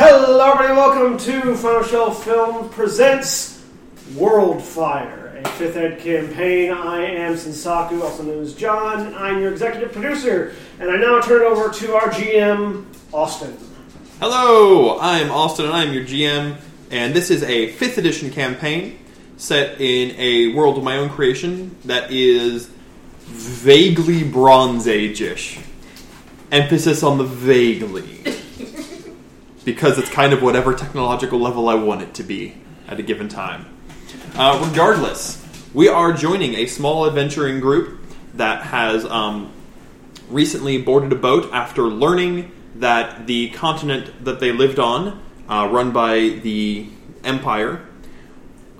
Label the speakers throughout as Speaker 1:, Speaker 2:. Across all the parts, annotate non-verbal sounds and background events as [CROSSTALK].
Speaker 1: Hello, everybody. Welcome to Final Shelf Film presents Worldfire, a fifth ed campaign. I am Sensaku, also known as John. I'm your executive producer, and I now turn it over to our GM, Austin.
Speaker 2: Hello, I'm Austin and I'm your GM, and this is a 5th edition campaign set in a world of my own creation that is vaguely Bronze Age ish. Emphasis on the vaguely. because it's kind of whatever technological level I want it to be at a given time. Uh, regardless, we are joining a small adventuring group that has um, recently boarded a boat after learning that the continent that they lived on, uh, run by the Empire,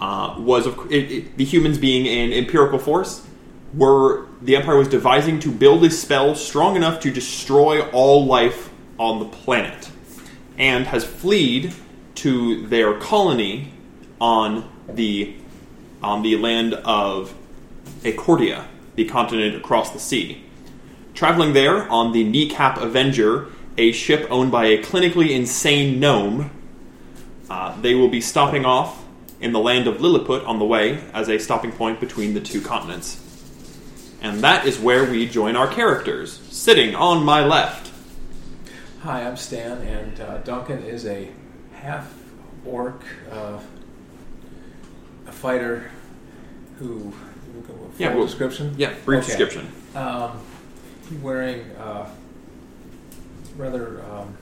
Speaker 2: uh, was of, it, it, the humans being an empirical force. Were the Empire was devising to build a spell strong enough to destroy all life on the planet, and has fled to their colony on the on the land of Acordia, the continent across the sea. Traveling there on the Kneecap Avenger, a ship owned by a clinically insane gnome, uh, they will be stopping off in the land of Lilliput on the way as a stopping point between the two continents. And that is where we join our characters. Sitting on my left,
Speaker 3: Hi, I'm Stan, and uh, Duncan is a half orc, uh, a fighter who. Full
Speaker 2: Yeah, well-
Speaker 3: description?
Speaker 2: yeah, brief
Speaker 3: Okay.
Speaker 2: description.
Speaker 3: Um, he's wearing uh, rather. Um,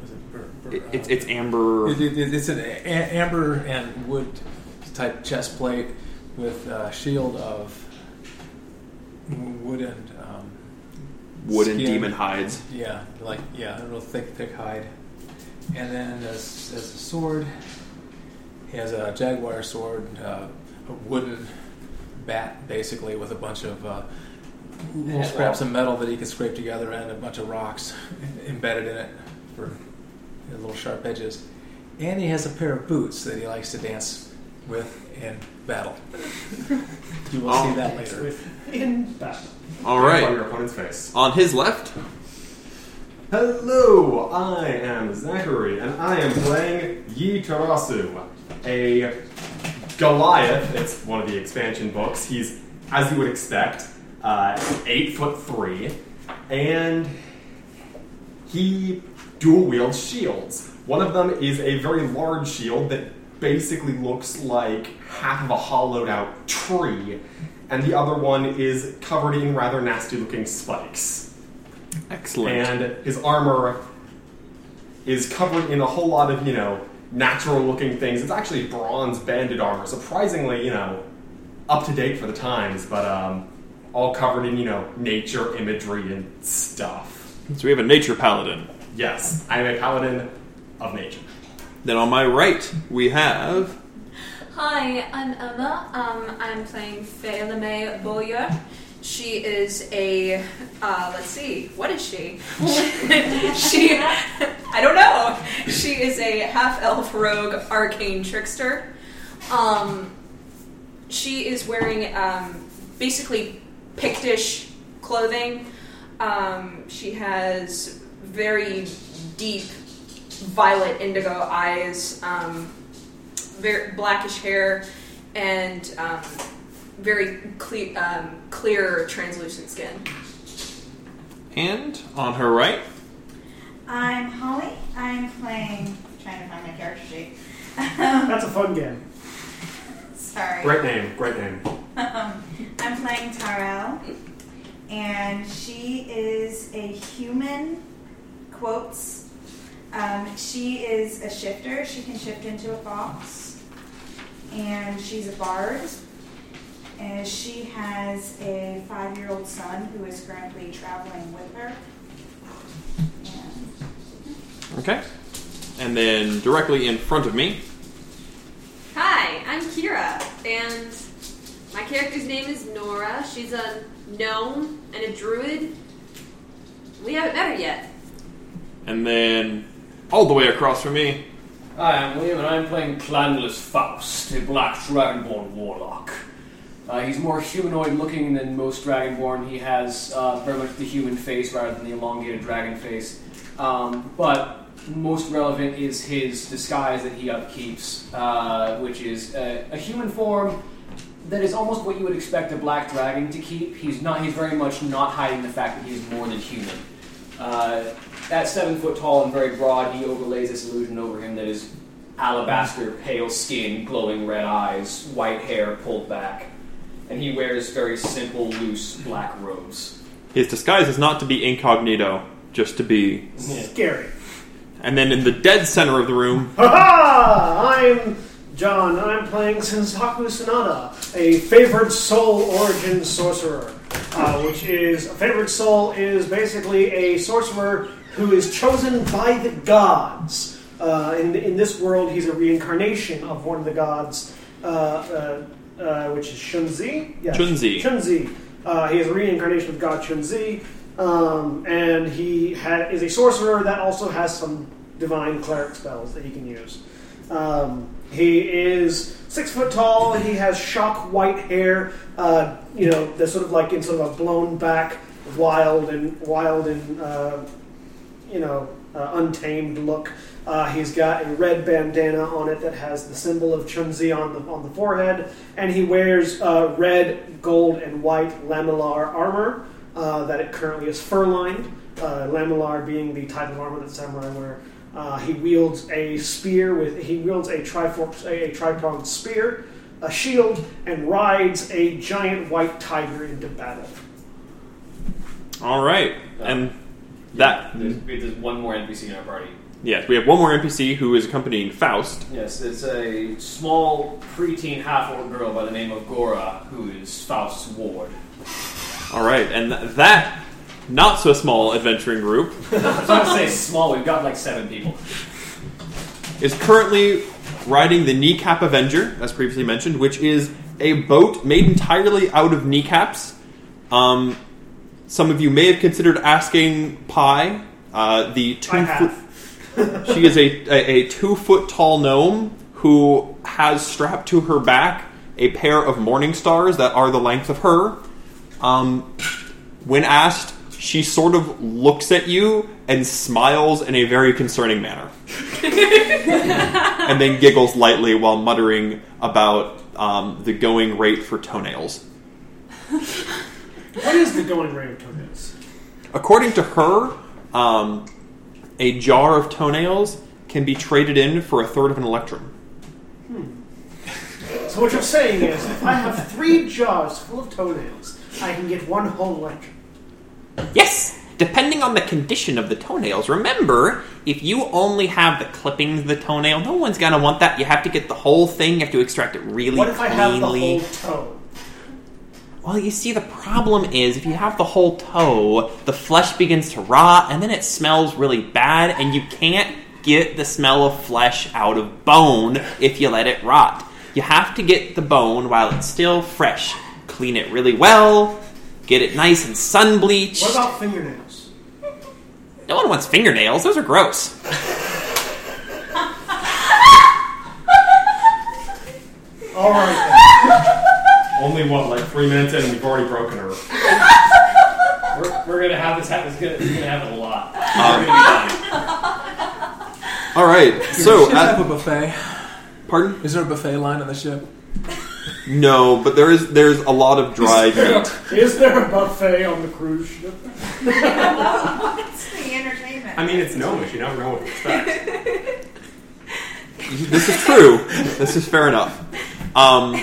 Speaker 3: was it bur- bur-
Speaker 2: It- it's,
Speaker 3: uh,
Speaker 2: it's amber.
Speaker 3: it- it- it's an a- amber and wood type chest plate with a shield of wood and. Um,
Speaker 2: wooden
Speaker 3: skin.
Speaker 2: demon hides.
Speaker 3: Yeah, like yeah, a real thick, thick hide. And then as, as a sword, he has a jaguar sword, uh, a wooden bat, basically, with a bunch of uh, little scraps of metal that he can scrape together and a bunch of rocks embedded in it for you know, little sharp edges. And he has a pair of boots that he likes to dance with in battle. you will see that later.
Speaker 1: In battle.
Speaker 2: All
Speaker 4: On your
Speaker 2: right.
Speaker 4: opponent's face.
Speaker 2: On his left,
Speaker 4: Hello, I am Zachary, and I am playing Yi Tarasu, a Goliath. It's one of the expansion books. He's, as you would expect, uh, eight foot three, and he dual wields shields. One of them is a very large shield that basically looks like half of a hollowed out tree, and the other one is covered in rather nasty looking spikes
Speaker 2: excellent.
Speaker 4: and his armor is covered in a whole lot of you know natural looking things. It's actually bronze banded armor, surprisingly you know up to date for the times, but um, all covered in you know nature imagery and stuff.
Speaker 2: so we have a nature paladin.
Speaker 4: Yes, I am a paladin of nature.
Speaker 2: Then on my right, we have
Speaker 5: Hi, I'm Emma. Um, I'm playing Faye Boyer. She is a, uh, let's see, what is she? [LAUGHS] she, I don't know. She is a half elf rogue arcane trickster. Um, she is wearing um, basically Pictish clothing. Um, she has very deep violet indigo eyes. Um, very blackish hair and um, very cle- um, clear, translucent skin.
Speaker 2: and on her right.
Speaker 6: I'm Holly. I'm playing. Trying to find my character sheet. Um,
Speaker 1: [LAUGHS] That's a fun game.
Speaker 6: sorry.
Speaker 4: Great name, great name.
Speaker 6: Um, I'm playing Tarell, and she is a human. Quotes. Um, she is a shifter. She can shift into a fox, and she's a bard. And she has a five-year-old son who is currently traveling with her. And
Speaker 2: Okay. And then directly in front of me,
Speaker 7: Hi, I'm Kira, and my character's name is Nora. She's a gnome and a druid. We haven't met her yet.
Speaker 2: and then all the way across from me,
Speaker 8: Hi, I'm William, and I'm playing Clanless Faust, a black dragonborn warlock. Uh, he's more humanoid looking than most dragonborn. He has uh, very much the human face rather than the elongated dragon face. Um, but most relevant is his disguise that he upkeeps, uh, which is uh, a human form that is almost what you would expect a black dragon to keep. He's not. He's very much not hiding the fact that he's more than human. Uh, at seven foot tall and very broad, he overlays this illusion over him that is alabaster, pale skin, glowing red eyes, white hair pulled back, and he wears very simple, loose black robes.
Speaker 2: His disguise is not to be incognito, just to be.
Speaker 1: Scary.
Speaker 2: And then in the dead center of the room,
Speaker 1: Ha ha! I'm John, and I'm playing Sensaku Sonata, a favored soul origin sorcerer. Uh, which is, a favored soul is basically a sorcerer who is chosen by the gods. Uh, in, in this world, he's a reincarnation of one of the gods, uh, uh, uh, which is Shunzi? Yeah,
Speaker 2: Chunzi.
Speaker 1: Chunzi. Uh, he is a reincarnation of God Chunzi, um, and he ha- is a sorcerer that also has some divine cleric spells that he can use. Um, he is six foot tall. He has shock white hair. Uh, you know, that's sort of like in sort of a blown back, wild and wild and uh, you know uh, untamed look. Uh, he's got a red bandana on it that has the symbol of Chunzi on the on the forehead, and he wears uh, red, gold, and white lamellar armor uh, that it currently is fur lined. Uh, lamellar being the type of armor that samurai wear. Uh, he wields a spear with he wields a trifork a, a tripronged spear, a shield, and rides a giant white tiger into battle.
Speaker 2: All right, and that
Speaker 8: There's, there's one more NPC in our party.
Speaker 2: yes, we have one more NPC who is accompanying Faust.
Speaker 8: Yes, it's a small preteen half-orc girl by the name of Gora, who is Faust's ward.
Speaker 2: All right, and th- that not so small adventuring group
Speaker 8: I was going to say small. We've got like seven people.
Speaker 2: is currently riding the kneecap Avenger, as previously mentioned, which is a boat made entirely out of kneecaps. Um, some of you may have considered asking Pi, uh, the two
Speaker 1: I
Speaker 2: foot.
Speaker 1: have.
Speaker 2: [LAUGHS] She is a, a, a two foot tall gnome who has strapped to her back a pair of morning stars that are the length of her. Um, when asked, she sort of looks at you and smiles in a very concerning manner. and then giggles lightly while muttering about um, the going rate for toenails.
Speaker 1: What is the going rate of toenails?
Speaker 2: According to her, um, a jar of toenails can be traded in for a third of an electrum.
Speaker 1: So what you're saying is, if I have three jars full of toenails, I can get one whole lecture.
Speaker 2: Yes, depending on the condition of the toenails. Remember, if you only have the clippings of the toenail, no one's going to want that. You have to get the whole thing, you have to extract it really
Speaker 1: What if I have the
Speaker 2: cleanly.
Speaker 1: whole toe?
Speaker 2: Well, you see, the problem is if you have the whole toe, the flesh begins to rot, and then it smells really bad, and you can't get the smell of flesh out of bone if you let it rot. You have to get the bone while it's still fresh. Clean it really well, get it nice and sun bleached.
Speaker 1: What about fingernails?
Speaker 2: No one wants fingernails, those are gross.
Speaker 1: All right,
Speaker 4: Only what, like three minutes in, and we've already broken her.
Speaker 8: We're, we're gonna have this happen. It's gonna, it's gonna happen a lot.
Speaker 2: Um, all right,
Speaker 1: [LAUGHS]
Speaker 2: so.
Speaker 3: have a buffet.
Speaker 2: pardon?
Speaker 3: Is there a buffet line on the ship?
Speaker 2: No, but there is there's a lot
Speaker 1: [LAUGHS]
Speaker 2: of dried
Speaker 1: then. Is there a buffet on the cruise ship?
Speaker 6: What's the entertainment?
Speaker 4: I mean, it's gnomish. You never know what to expect.
Speaker 2: this is true. This is fair enough. Um,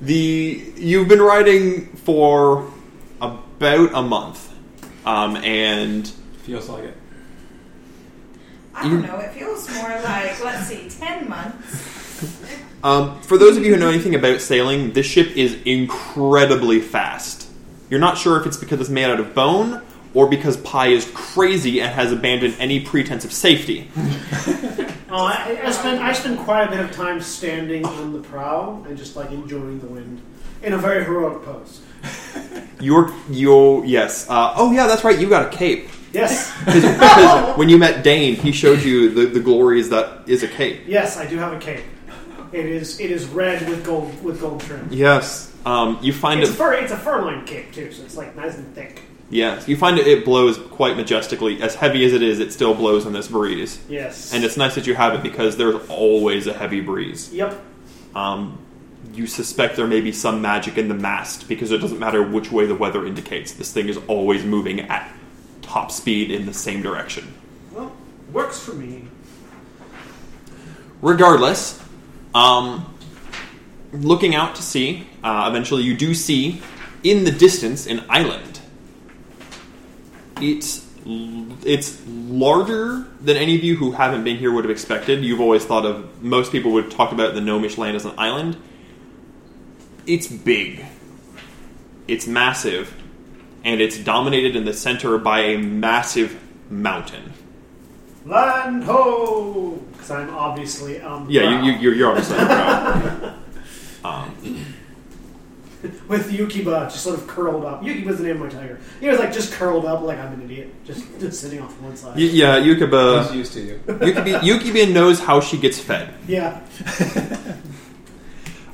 Speaker 2: the you've been riding for about a month, um, and
Speaker 3: Feels like it.
Speaker 6: I don't know. It feels more like let's see, ten months.
Speaker 2: um, for those of you who know anything about sailing, this ship is incredibly fast. You're not sure if it's because it's made out of bone or because Pi is crazy and has abandoned any pretense of safety.
Speaker 1: Oh, I, I spend I spend quite a bit of time standing on the prow and just like enjoying the wind in a very heroic pose.
Speaker 2: You're you yes. Uh, oh yeah, that's right. You got a cape. [LAUGHS]
Speaker 1: Yes,
Speaker 2: 'Cause- 'cause when you met Dane, he showed you the, the glories that is a cape.
Speaker 1: yes, I do have a cape. It is it is red with gold with gold trim.
Speaker 2: Yes. Um, you find
Speaker 1: It's
Speaker 2: it
Speaker 1: fur. It's a fur lined cape too, so it's like nice and thick.
Speaker 2: Yes, you find it, it blows quite majestically. As heavy as it is, it still blows in this breeze.
Speaker 1: Yes.
Speaker 2: And it's nice that you have it because there's always a heavy breeze.
Speaker 1: Yep.
Speaker 2: Um, you suspect there may be some magic in the mast because it doesn't matter which way the weather indicates. This thing is always moving at top speed in the same direction.
Speaker 1: Well, works for me.
Speaker 2: regardless, um, looking out to sea, uh, eventually you do see in the distance an island. It's l- it's larger than any of you who haven't been here would have expected. You've always thought of most people would talk about the gnomish land as an island. It's big. It's massive, and it's dominated in the center by a massive mountain.
Speaker 1: Land ho! Because I'm obviously um.
Speaker 2: Yeah, you, you, you're, you're obviously proud. um,
Speaker 1: with Yukiba just sort of curled up. Yukiba's the name of my tiger. He was like just curled up, like I'm an idiot, just, [LAUGHS] just sitting off to one side.
Speaker 2: Y- yeah,
Speaker 3: He's
Speaker 2: Yukiba.
Speaker 3: used to you.
Speaker 2: Yukiba, Yukiba knows how she gets fed.
Speaker 1: yeah.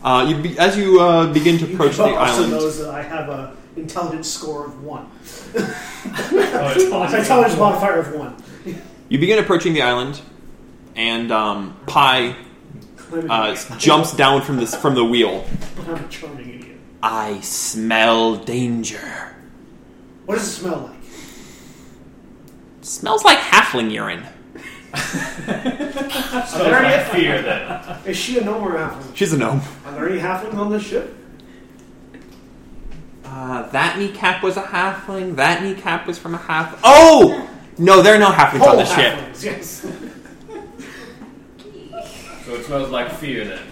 Speaker 2: Uh, you be, as you uh, begin to approach the
Speaker 1: Yukiba also
Speaker 2: island,
Speaker 1: knows that I have a intelligence score of one.
Speaker 9: Oh,
Speaker 1: [LAUGHS] My
Speaker 4: Oh,
Speaker 1: intelligence modifier of one.
Speaker 2: you begin approaching the island, and um, Pi
Speaker 1: I'm,
Speaker 2: uh, jumps down from this from the wheel.
Speaker 1: I'm a charming idiot.
Speaker 2: I smell danger.
Speaker 1: What does it smell like?
Speaker 2: Smells like halfling urine.
Speaker 1: Are [LAUGHS] there any-
Speaker 4: fear that
Speaker 1: Is she a gnome or a halfling?
Speaker 2: She's a gnome.
Speaker 1: Are there any halflings on this ship?
Speaker 2: Uh, that kneecap was a halfling. That kneecap was from a half. Oh no, there are no halflings on
Speaker 1: Whole
Speaker 2: this ship.
Speaker 1: halflings, yes.
Speaker 10: So it smells like fear then.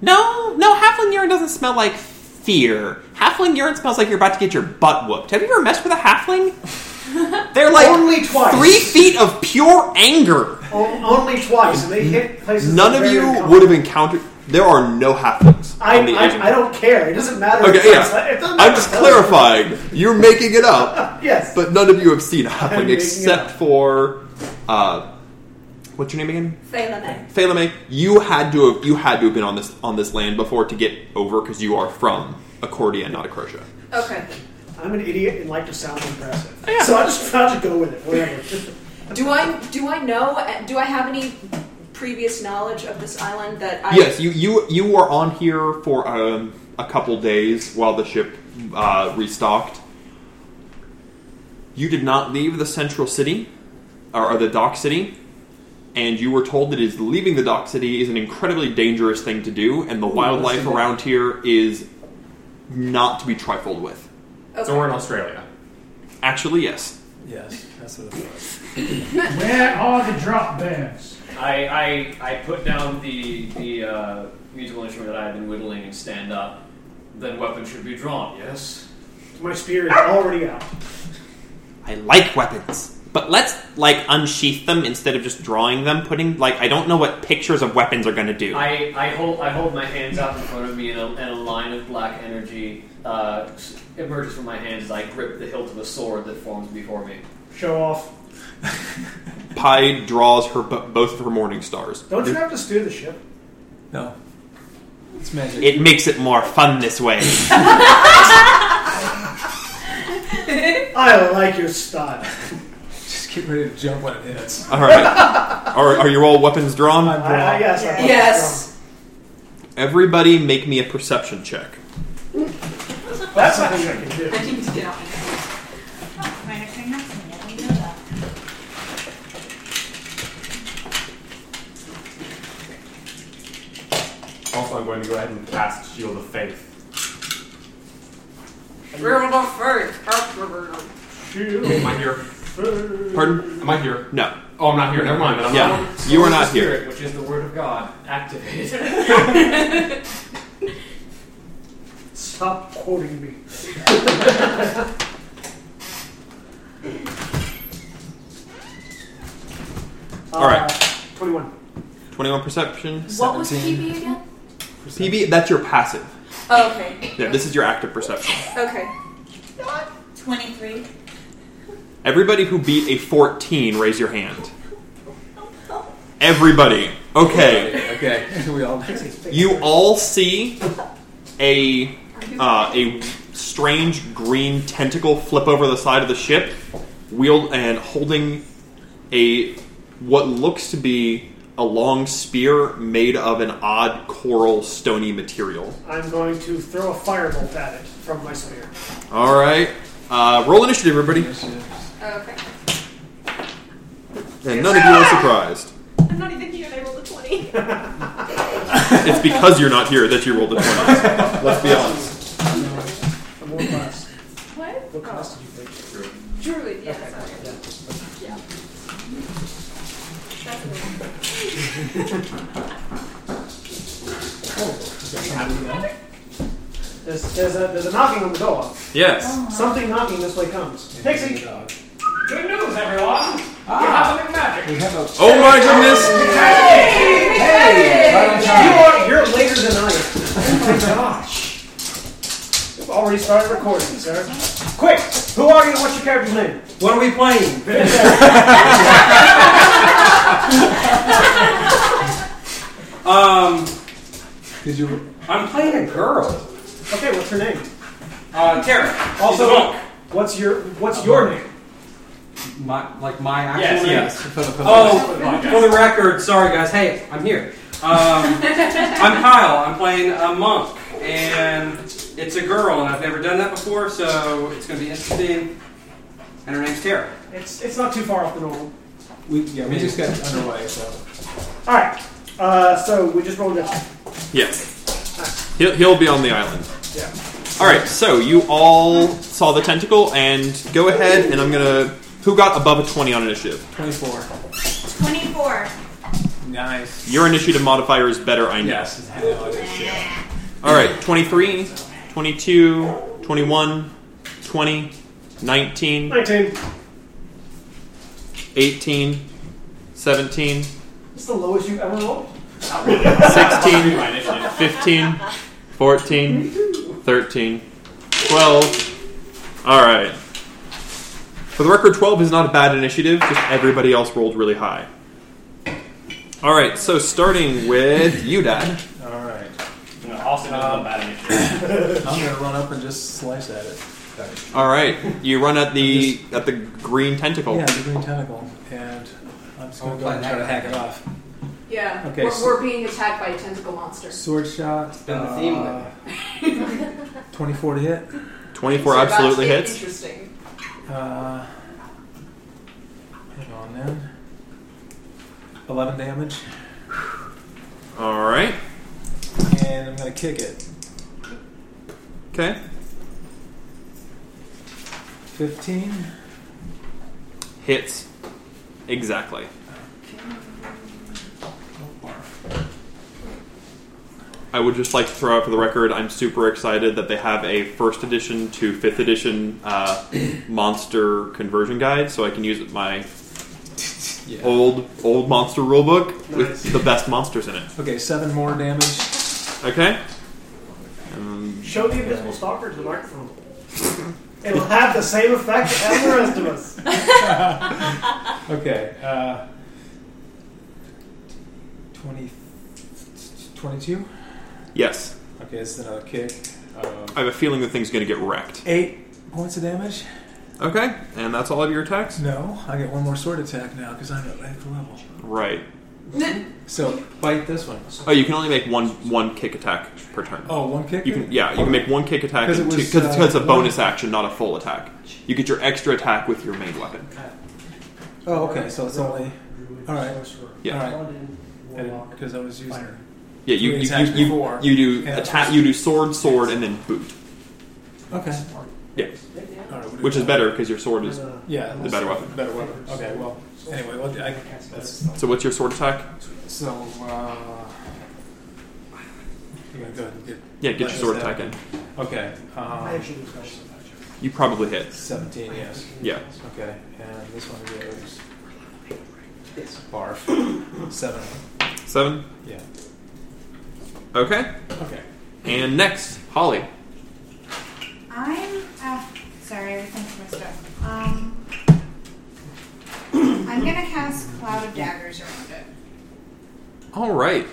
Speaker 2: No, no, halfling urine doesn't smell like fear. Halfling urine smells like you're about to get your butt whooped. Have you ever messed with
Speaker 1: [LAUGHS]
Speaker 2: a halfling? They're like
Speaker 1: Only twice.
Speaker 2: three feet of pure anger.
Speaker 1: O- only twice, and they hit places.
Speaker 2: None
Speaker 1: that are
Speaker 2: of
Speaker 1: very
Speaker 2: you
Speaker 1: uncomfortable.
Speaker 2: would have encountered. There are no halflings
Speaker 1: I,
Speaker 2: on the edge. of-
Speaker 1: I, I don't care. It doesn't matter. if
Speaker 2: okay,
Speaker 1: it's- it
Speaker 2: yeah.
Speaker 1: doesn't
Speaker 2: I'm
Speaker 1: matter
Speaker 2: just
Speaker 1: if it's-
Speaker 2: clarifying. You're making it up,
Speaker 1: Yes.
Speaker 2: but none of you have seen a
Speaker 1: [LAUGHS] I'm
Speaker 2: halfling
Speaker 1: making it
Speaker 2: except
Speaker 1: up.
Speaker 2: for. Uh, what's your name again?
Speaker 5: Phelan.
Speaker 2: Phalame, you had to have you had to have been on this on this land before to get over because you are from Accordia, not Acrotia.
Speaker 5: Okay.
Speaker 1: I'm an idiot and like to sound impressive. So I just [LAUGHS] tried to go with it. Whatever.
Speaker 5: Do I do I know? Do I have any previous knowledge of this island that I?
Speaker 2: Yes, you you you were on here for um, a couple days while the ship uh, restocked. You did not leave the central city, or, or the dock city, and you were told that is leaving the dock city is an incredibly dangerous thing to do, and the wildlife around here is not to be trifled with.
Speaker 5: Okay.
Speaker 4: so we're in Australia.
Speaker 2: Actually, yes.
Speaker 3: Yes, that's what it was.
Speaker 9: Where are the drop bands?
Speaker 10: I, I, I put down the, the uh, musical instrument that I had been whittling and stand up. Then weapons should be drawn, yes?
Speaker 1: My spear is already out.
Speaker 2: I like weapons. But let's like unsheath them instead of just drawing them, putting like I don't know what pictures of weapons are gonna do.
Speaker 10: I, I, hold, I hold my hands out in front of me, and a, and a line of black energy uh, s- emerges from my hands as I grip the hilt of a sword that forms before me.
Speaker 1: Show off.
Speaker 2: Pi draws her bo- both of her morning stars.
Speaker 1: Don't you have to steer the ship?
Speaker 3: No. It's magic.
Speaker 2: It makes it more fun this way. [LAUGHS]
Speaker 1: I like your style.
Speaker 3: Just get ready to jump when it hits.
Speaker 2: all right. Are, are your all weapons drawn?
Speaker 1: I, I, yes. I
Speaker 5: Yes.
Speaker 2: Everybody, make me a perception check.
Speaker 1: That's something I can do.
Speaker 7: I need to get out.
Speaker 6: Minor thing, nothing, I didn't know that.
Speaker 4: Also, I'm going to go ahead and cast Shield of Faith.
Speaker 7: We're going first. Oh, we're going.
Speaker 4: Am I here?
Speaker 2: Pardon?
Speaker 4: Am I here?
Speaker 2: No.
Speaker 4: Oh, I'm not here. Never mind. Then I'm
Speaker 2: Yeah.
Speaker 4: not.
Speaker 2: You are
Speaker 10: The
Speaker 2: not here.
Speaker 10: Spirit, which is the word of God, activated.
Speaker 1: Stop quoting [LAUGHS] me.
Speaker 2: All right.
Speaker 1: Uh, Twenty-one.
Speaker 2: Twenty-one perception.
Speaker 5: What was PB again?
Speaker 2: PB, that's your passive.
Speaker 5: Oh, okay.
Speaker 2: Yeah, this is your active perception.
Speaker 5: Okay.
Speaker 6: 23.
Speaker 2: Everybody who beat a fourteen, raise your hand. Everybody. Okay.
Speaker 3: Okay, we all.
Speaker 2: You all see a uh, a strange green tentacle flip over the side of the ship, wield and holding a what looks to be a long spear made of an odd coral stony material.
Speaker 1: I'm going to throw a firebolt at it from my spear.
Speaker 2: All right, uh, roll initiative, everybody,
Speaker 5: Okay.
Speaker 2: and none of you are surprised.
Speaker 7: I'm not even here, and I rolled
Speaker 5: [LAUGHS]
Speaker 7: a 20.
Speaker 2: It's because you're not here that you rolled a twenty. Let's be honest.
Speaker 1: And What class?
Speaker 7: What?
Speaker 1: What
Speaker 5: Oh.
Speaker 1: class did you pick?
Speaker 7: Druid, yeah,
Speaker 1: Okay.
Speaker 7: sorry.
Speaker 1: Yeah.
Speaker 7: That's a little-
Speaker 1: There's, there's, a, there's a knocking on the door.
Speaker 2: Yes.
Speaker 1: Something knocking this way comes. Pixie!
Speaker 9: Good news, everyone! You have a McMagic!
Speaker 3: We have a
Speaker 2: Oh my goodness!
Speaker 3: hey, right on
Speaker 1: You
Speaker 3: time.
Speaker 1: are, you're later than I am. Oh my gosh. We've already started recording, sir. Quick! Who are you and what's your character's name?
Speaker 3: What are we playing? [LAUGHS]
Speaker 11: Um,
Speaker 3: Did you?
Speaker 11: I'm playing a girl.
Speaker 1: Okay, what's her name?
Speaker 11: Uh, Tara.
Speaker 1: Also-
Speaker 11: Also, monk.
Speaker 1: What's your What's your name?
Speaker 11: my like my actual Yes, name. yes.
Speaker 3: Oh,
Speaker 11: Oh, for the record, sorry guys. Hey, I'm here. [LAUGHS] Um, I'm Kyle. I'm playing a monk, and it's a girl, and I've never done that before, so it's going to be interesting. And her name's Tara.
Speaker 1: It's It's not too far off the normal.
Speaker 3: we, yeah, we just got underway, so
Speaker 1: All right. Uh, so we just rolled a die.
Speaker 2: Yes. He'll, he'll be on the island.
Speaker 1: Yeah.
Speaker 2: All right. So you all saw the tentacle, and go ahead, and I'm gonna. Who got above a twenty on initiative?
Speaker 3: 24.
Speaker 6: 24.
Speaker 3: Nice.
Speaker 2: Your initiative modifier is better, I know.
Speaker 3: Yes. I know it is, yeah.
Speaker 2: All right, 23, 22, 21, 20, 19,
Speaker 1: 19.
Speaker 2: 18, 17,
Speaker 1: It's the lowest you've ever rolled.
Speaker 2: 16, 15, 14, 13, 12. All right. For the record, 12 is not a bad initiative, just everybody else rolled really high. All right, so starting with you, Dad.
Speaker 3: All right.
Speaker 10: Also, not a bad
Speaker 3: [LAUGHS]
Speaker 10: initiative.
Speaker 3: I'm gonna run up and just slice at it.
Speaker 2: All right, you run at the at the green tentacle.
Speaker 3: Yeah, the green tentacle, and I'm just
Speaker 11: Oh,
Speaker 3: gonna go
Speaker 11: play
Speaker 3: and try to
Speaker 11: that.
Speaker 3: hack it off.
Speaker 5: Yeah.
Speaker 3: Okay,
Speaker 5: We're,
Speaker 3: so-
Speaker 5: we're being attacked by a tentacle monster.
Speaker 3: Sword shot.
Speaker 11: been the theme
Speaker 3: uh, 24 to hit.
Speaker 2: 24
Speaker 5: So that's
Speaker 2: absolutely
Speaker 5: it-
Speaker 2: hits.
Speaker 5: Interesting.
Speaker 3: Uh, hang on then. 11 damage,
Speaker 2: All right.
Speaker 3: and I'm gonna kick it.
Speaker 2: Okay.
Speaker 3: 15.
Speaker 2: Hits. Exactly. I would just like to throw out for the record, I'm super excited that they have a first edition to fifth edition uh, [COUGHS] monster conversion guide, so I can use my
Speaker 3: Yeah.
Speaker 2: old old monster rulebook
Speaker 1: Nice.
Speaker 2: with the best monsters in it.
Speaker 3: Okay, seven more damage.
Speaker 2: Okay. Um,
Speaker 1: Show the invisible stalker to the microphone. It'll have the same effect as the rest of us.
Speaker 3: Okay. Uh, 20, 22.
Speaker 2: yes,
Speaker 3: Okay, this is another kick. Um,
Speaker 2: I have a feeling the thing's going to get wrecked.
Speaker 3: eight points of damage.
Speaker 2: Okay, and that's all of your attacks.
Speaker 3: No, I get one more sword attack now because I'm at eighth level.
Speaker 2: Right.
Speaker 3: So bite this one.
Speaker 2: Oh, you can only make one one kick attack per turn.
Speaker 3: Oh, one kick.
Speaker 2: You can yeah, you can make one kick attack
Speaker 3: 'Cause it
Speaker 2: and two
Speaker 3: was,
Speaker 2: because
Speaker 3: uh,
Speaker 2: it's a
Speaker 3: one-
Speaker 2: bonus action, not a full attack. You get your extra attack with your main weapon.
Speaker 3: Oh, okay. So it's only. All right.
Speaker 2: Yeah,
Speaker 3: All right. Because I was using.
Speaker 2: yeah. You
Speaker 3: Three
Speaker 2: you,
Speaker 3: attacks
Speaker 2: you, you,
Speaker 3: before.
Speaker 2: you do
Speaker 3: Yeah.
Speaker 2: attack. You do sword, sword, and then boot.
Speaker 3: Okay.
Speaker 2: Yeah,
Speaker 3: All right, we'll do
Speaker 2: which is
Speaker 3: that.
Speaker 2: better because your sword is.
Speaker 3: Yeah.
Speaker 2: The better weapon.
Speaker 3: Better weapon. Okay. Well. Anyway. Well, I, that's,
Speaker 2: So what's your sword attack?
Speaker 3: so. Uh, I'm gonna go ahead and get.
Speaker 2: Yeah, get your
Speaker 3: What is
Speaker 2: sword
Speaker 3: that?
Speaker 2: attack in.
Speaker 3: Okay. Um,
Speaker 2: You probably hit.
Speaker 3: Seventeen. Yes.
Speaker 2: Yeah.
Speaker 3: Okay. And this one goes. Barf. Seven.
Speaker 2: Seven.
Speaker 3: Yeah.
Speaker 2: Okay.
Speaker 3: Okay.
Speaker 2: And next, Holly.
Speaker 6: I'm. Uh, sorry, everything's messed up. Um, [CLEARS THROAT] I'm gonna cast Cloud of Daggers around it.
Speaker 2: All right.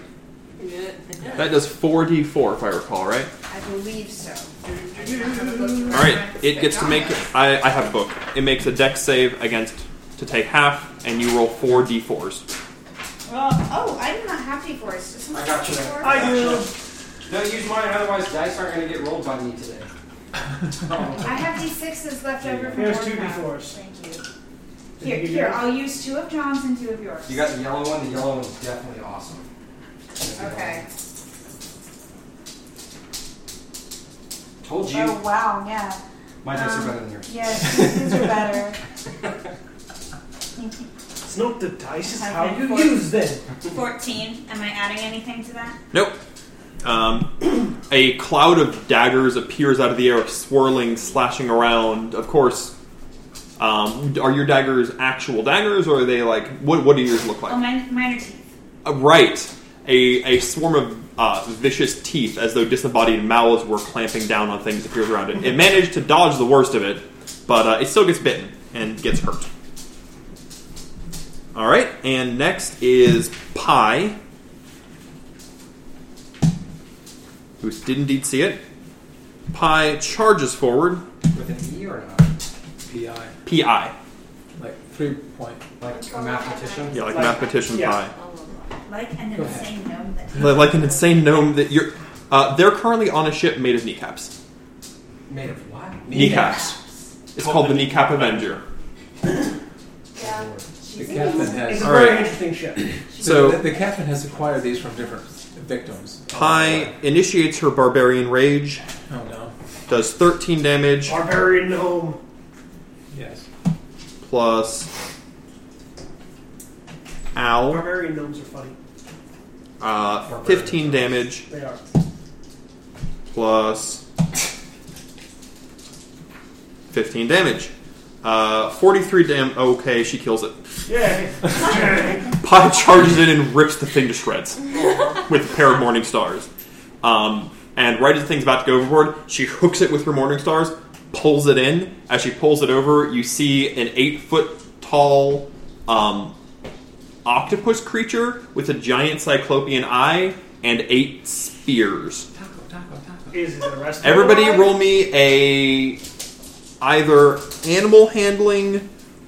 Speaker 2: That does four d four if I recall right.
Speaker 6: I believe so.
Speaker 2: All right, it gets to make. I, I have a book. It makes a deck save against to take half, and you roll four d4s.
Speaker 6: Well, oh, I do not have D4s. Does someone
Speaker 11: I got you.
Speaker 6: have D4s?
Speaker 1: I do.
Speaker 11: Don't use mine, otherwise dice aren't going to get rolled on you today.
Speaker 6: I have D6s left over from
Speaker 1: Here's two
Speaker 6: Warcraft.
Speaker 1: D4s.
Speaker 6: Thank you.
Speaker 1: Did
Speaker 6: Here,
Speaker 1: you get
Speaker 6: here,
Speaker 1: yours?
Speaker 6: I'll use two of John's and two of yours.
Speaker 11: You got the yellow one. The yellow one's definitely awesome.
Speaker 6: Okay.
Speaker 11: Told you.
Speaker 6: Oh, wow, yeah.
Speaker 11: My dice
Speaker 6: um,
Speaker 11: are better than yours.
Speaker 6: Yes, these are better.
Speaker 1: It's not the dice, it's
Speaker 6: Okay.
Speaker 1: how you use them.
Speaker 6: 14. Am I adding anything to that?
Speaker 2: Nope. Um, a cloud of daggers appears out of the air, swirling, slashing around. Of course, um, are your daggers actual daggers, or are they like what? What do yours look like?
Speaker 6: Oh, mine, mine are teeth.
Speaker 2: Uh, Right. A, a swarm of uh, vicious teeth, as though disembodied mouths were clamping down on things, appears around it. It managed to dodge the worst of it, but uh, it still gets bitten and gets hurt. All right, and next is Pi, who did indeed see it. Pi charges forward.
Speaker 11: With an E or an I?
Speaker 3: PI.
Speaker 2: Pi,
Speaker 3: Like three point.
Speaker 11: Like a mathematician?
Speaker 2: yeah, like,
Speaker 1: Like-
Speaker 2: mathematician
Speaker 1: yeah.
Speaker 2: Pi.
Speaker 6: Like an
Speaker 3: Go ahead.
Speaker 6: insane gnome that
Speaker 2: Li- like an insane
Speaker 6: [LAUGHS]
Speaker 2: gnome that you're. Uh, they're currently on a ship made of kneecaps.
Speaker 11: Made of what?
Speaker 2: Kneecaps. It's called the Kneecap Avenger.
Speaker 5: Yeah.
Speaker 3: The captain
Speaker 1: It's
Speaker 3: has.
Speaker 1: a
Speaker 2: All
Speaker 1: very
Speaker 2: right.
Speaker 1: interesting ship.
Speaker 2: So-
Speaker 3: the, the captain has acquired these from different victims.
Speaker 2: Pi initiates her barbarian rage,
Speaker 3: Oh no.
Speaker 2: does 13 damage
Speaker 1: Barbarian gnome.
Speaker 3: Yes.
Speaker 2: plus. Ow.
Speaker 1: Barbarian gnomes are funny.
Speaker 2: Uh, 15 damage
Speaker 1: They are.
Speaker 2: plus. 15 damage. Uh, 43 dam. Okay, she kills it.
Speaker 1: Yay. Yay.
Speaker 2: Pi charges in and rips the thing to shreds with a pair of morning stars. Um, and right as the thing's about to go overboard, she hooks it with her morning stars, pulls it in. As she pulls it over, you see an eight foot tall um, octopus creature with a giant cyclopean eye and eight spears.
Speaker 3: Taco, taco, taco.
Speaker 1: [LAUGHS] Is it arrested?
Speaker 2: Everybody, roll me a either animal handling,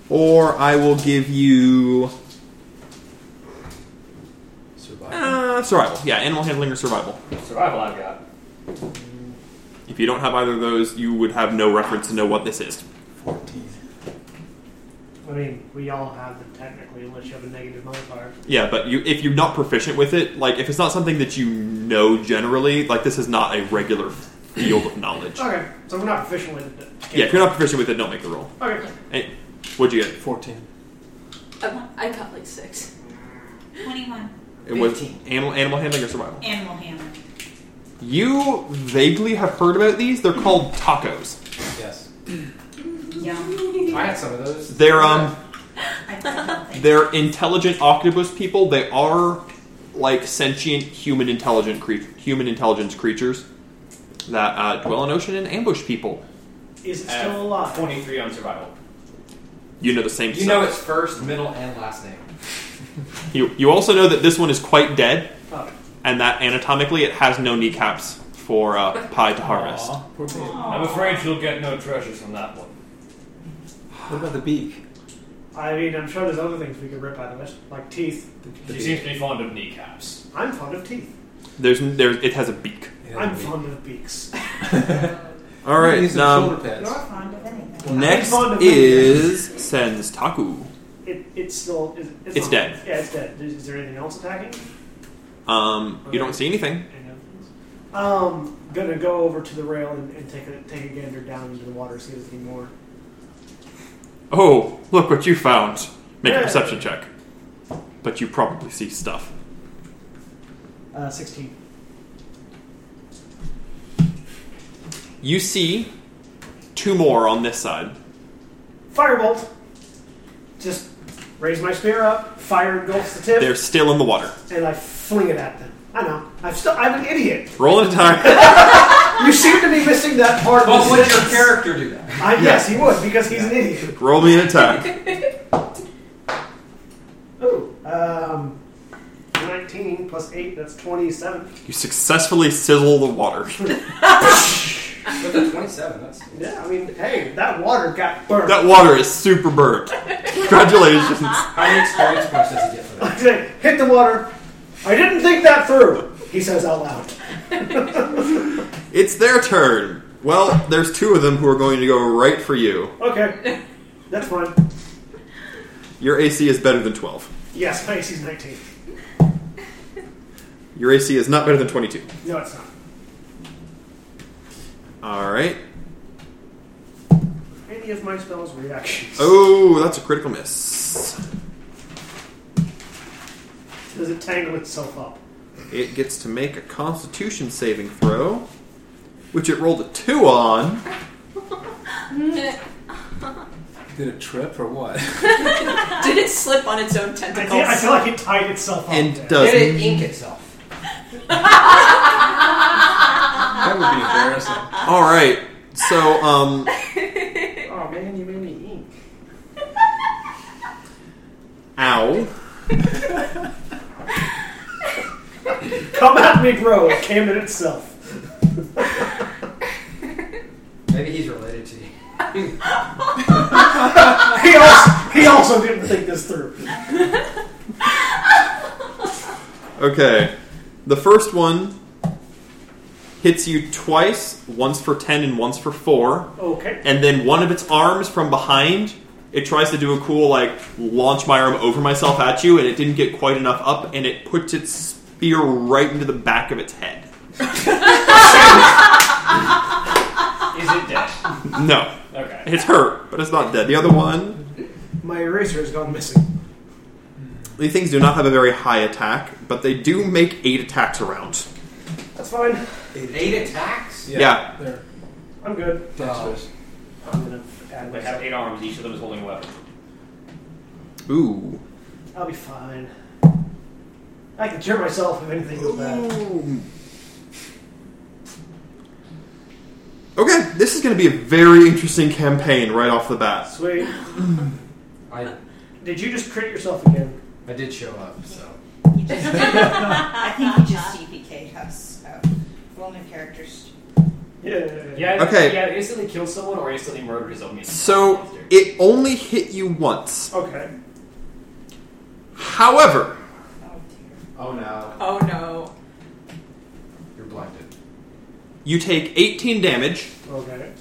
Speaker 2: or I will give you.
Speaker 3: Survival.
Speaker 2: Uh, survival. Yeah, animal handling or survival.
Speaker 10: Survival I've got.
Speaker 2: If you don't have either of those, you would have no reference to know what this is.
Speaker 3: Fourteen.
Speaker 1: I mean, we all have them technically, unless you have a negative modifier.
Speaker 2: Yeah, but you if you're not proficient with it, like if it's not something that you know generally, like this is not a regular field of knowledge.
Speaker 1: Okay, so we're not proficient with it.
Speaker 2: Yeah, if you're not proficient with it, don't make the roll.
Speaker 1: Okay.
Speaker 2: Hey, what'd you get?
Speaker 3: Fourteen.
Speaker 7: Um, I got like six.
Speaker 6: 21.
Speaker 2: It was
Speaker 11: Fifteen.
Speaker 2: animal animal handling or survival.
Speaker 6: Animal hammer.
Speaker 2: You vaguely have heard about these. They're called tacos.
Speaker 11: Yes.
Speaker 6: Yum.
Speaker 11: I had some of those.
Speaker 2: They're um
Speaker 6: I don't think.
Speaker 2: they're intelligent octopus people. They are like sentient human intelligent creature, human intelligence creatures that uh, dwell in ocean and ambush people.
Speaker 1: Is it
Speaker 10: Uh,
Speaker 1: still alive?
Speaker 10: 23 on survival.
Speaker 2: You know the same.
Speaker 11: You know its first, middle, and last name.
Speaker 2: You you also know that this one is quite dead,
Speaker 1: Oh.
Speaker 2: and that anatomically it has no kneecaps for uh, pie to harvest.
Speaker 3: Aw, poor baby.
Speaker 10: I'm afraid you'll get no treasures from that one.
Speaker 3: What about the beak?
Speaker 1: I mean, I'm sure there's other things we could rip out of it, like teeth.
Speaker 3: The, the
Speaker 10: She
Speaker 3: beak.
Speaker 10: seems to be fond of kneecaps.
Speaker 1: I'm fond of teeth.
Speaker 2: There's there it has a beak.
Speaker 3: Yeah,
Speaker 1: I'm
Speaker 3: the beak.
Speaker 1: fond of beaks.
Speaker 2: All right.
Speaker 3: These are
Speaker 2: um,
Speaker 3: shoulder
Speaker 6: You're
Speaker 3: pads.
Speaker 6: fond of anything.
Speaker 2: next
Speaker 1: I'm fond of
Speaker 2: is Sen's Taku.
Speaker 1: It, it's still. Is,
Speaker 2: It's
Speaker 1: not-
Speaker 2: dead.
Speaker 1: Yeah, it's dead. Is, is there anything else attacking?
Speaker 2: Um, you don't see anything.
Speaker 1: Any other things? Um, gonna go over to the rail and, and take a take a gander down into the water, see if there's any more.
Speaker 2: Oh, look what you found. Make a
Speaker 1: Hey.
Speaker 2: perception check. But you probably see stuff.
Speaker 1: Uh, Sixteen.
Speaker 2: You see two more on this side.
Speaker 1: Firebolt. Just raise my spear up. Fire engulfs the tip,
Speaker 2: They're still in the water.
Speaker 1: and I fling it at them. I know. I'm still. I'm an idiot.
Speaker 2: Roll an attack. [LAUGHS]
Speaker 1: You seem to be missing that part. of
Speaker 11: But
Speaker 1: the
Speaker 11: would your
Speaker 1: sentence.
Speaker 11: character do that?
Speaker 1: I, Yes, he would because he's an idiot.
Speaker 2: Roll me an attack.
Speaker 1: Oh, um, 19 plus 8, that's 27.
Speaker 2: You successfully sizzle the water.
Speaker 11: With a 27, that's.
Speaker 1: Yeah, I mean, hey, that water got burned.
Speaker 2: That water is super burnt. Congratulations.
Speaker 11: How many experience points does he get for that?
Speaker 1: I say, hit the water. I didn't think that through. He says out loud.
Speaker 2: It's their turn. Well, there's two of them who are going to go right for you.
Speaker 1: Okay, [LAUGHS] that's fine.
Speaker 2: Your AC is better than 12.
Speaker 1: Yes, my AC's 19.
Speaker 2: Your AC is not better than 22.
Speaker 1: No, it's not.
Speaker 2: All right.
Speaker 1: Any of my spells reactions.
Speaker 2: Oh, that's a critical miss.
Speaker 1: Does it tangle itself up?
Speaker 2: It gets to make a Constitution saving throw, which it rolled a two on.
Speaker 3: Did it trip or
Speaker 5: [LAUGHS]
Speaker 3: what? [LAUGHS]
Speaker 5: Did it slip on its own
Speaker 1: I, feel- I feel
Speaker 5: tentacles?
Speaker 1: like it tied itself up.
Speaker 2: And
Speaker 1: there.
Speaker 2: does-
Speaker 11: Did it ink itself?
Speaker 3: That would be embarrassing.
Speaker 2: All right. So, um,
Speaker 1: Oh man, you made me ink.
Speaker 2: ow.
Speaker 1: Come at me, bro. It came in itself.
Speaker 11: Maybe he's related to you.
Speaker 1: He also, he also didn't think this through.
Speaker 2: Okay. The first one hits you twice, once for 10 and once for 4.
Speaker 1: Okay.
Speaker 2: and then one of its arms from behind it tries to do a cool like launch my arm over myself at you and it didn't get quite enough up and it puts its spear right into the back of its head
Speaker 10: Is it dead?
Speaker 2: no
Speaker 10: Okay.
Speaker 2: it's hurt but it's not dead the other one
Speaker 1: My eraser has gone missing.
Speaker 2: these things do not have a very high attack but they do make eight attacks around
Speaker 1: That's fine.
Speaker 11: Eight attacks?
Speaker 2: Yeah.
Speaker 3: They're
Speaker 1: I'm good.
Speaker 3: dexterous.
Speaker 1: I'm gonna add
Speaker 10: They
Speaker 1: my
Speaker 10: have eight arms. Each of them is holding a weapon.
Speaker 2: ooh
Speaker 1: I'll be fine. I can cure myself if anything goes bad.
Speaker 2: okay this is going to be a very interesting campaign right off the bat
Speaker 1: Sweet.
Speaker 11: I,
Speaker 1: Did you just crit yourself again?
Speaker 11: I did show up, so.
Speaker 2: [LAUGHS]
Speaker 6: I think he [LAUGHS] just DPK'd us. So. Roll new uh, characters.
Speaker 1: Yeah.
Speaker 10: Yeah.
Speaker 2: Okay.
Speaker 10: Yeah. It instantly killed someone or instantly murdered his own.
Speaker 2: so it only hit you once
Speaker 1: Okay.
Speaker 2: however
Speaker 6: Oh dear.
Speaker 11: Oh no,
Speaker 5: Oh no.
Speaker 11: you're blinded.
Speaker 2: You take 18 damage
Speaker 1: Okay.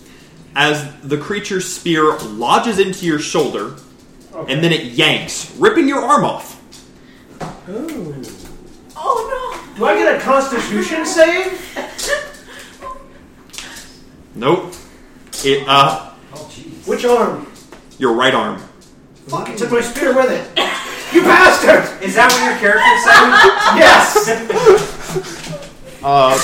Speaker 2: as the creature's spear lodges into your shoulder,
Speaker 1: Okay.
Speaker 2: and then it yanks, ripping your arm off.
Speaker 1: Ooh.
Speaker 5: Oh
Speaker 1: Do I get a Constitution save?
Speaker 2: Nope. It, uh,
Speaker 11: Oh jeez.
Speaker 1: Which arm?
Speaker 2: your right arm.
Speaker 1: Fuck! It took my spear with it. You bastard!
Speaker 11: Is that what your character said?
Speaker 1: [LAUGHS] Yes.
Speaker 2: Uh,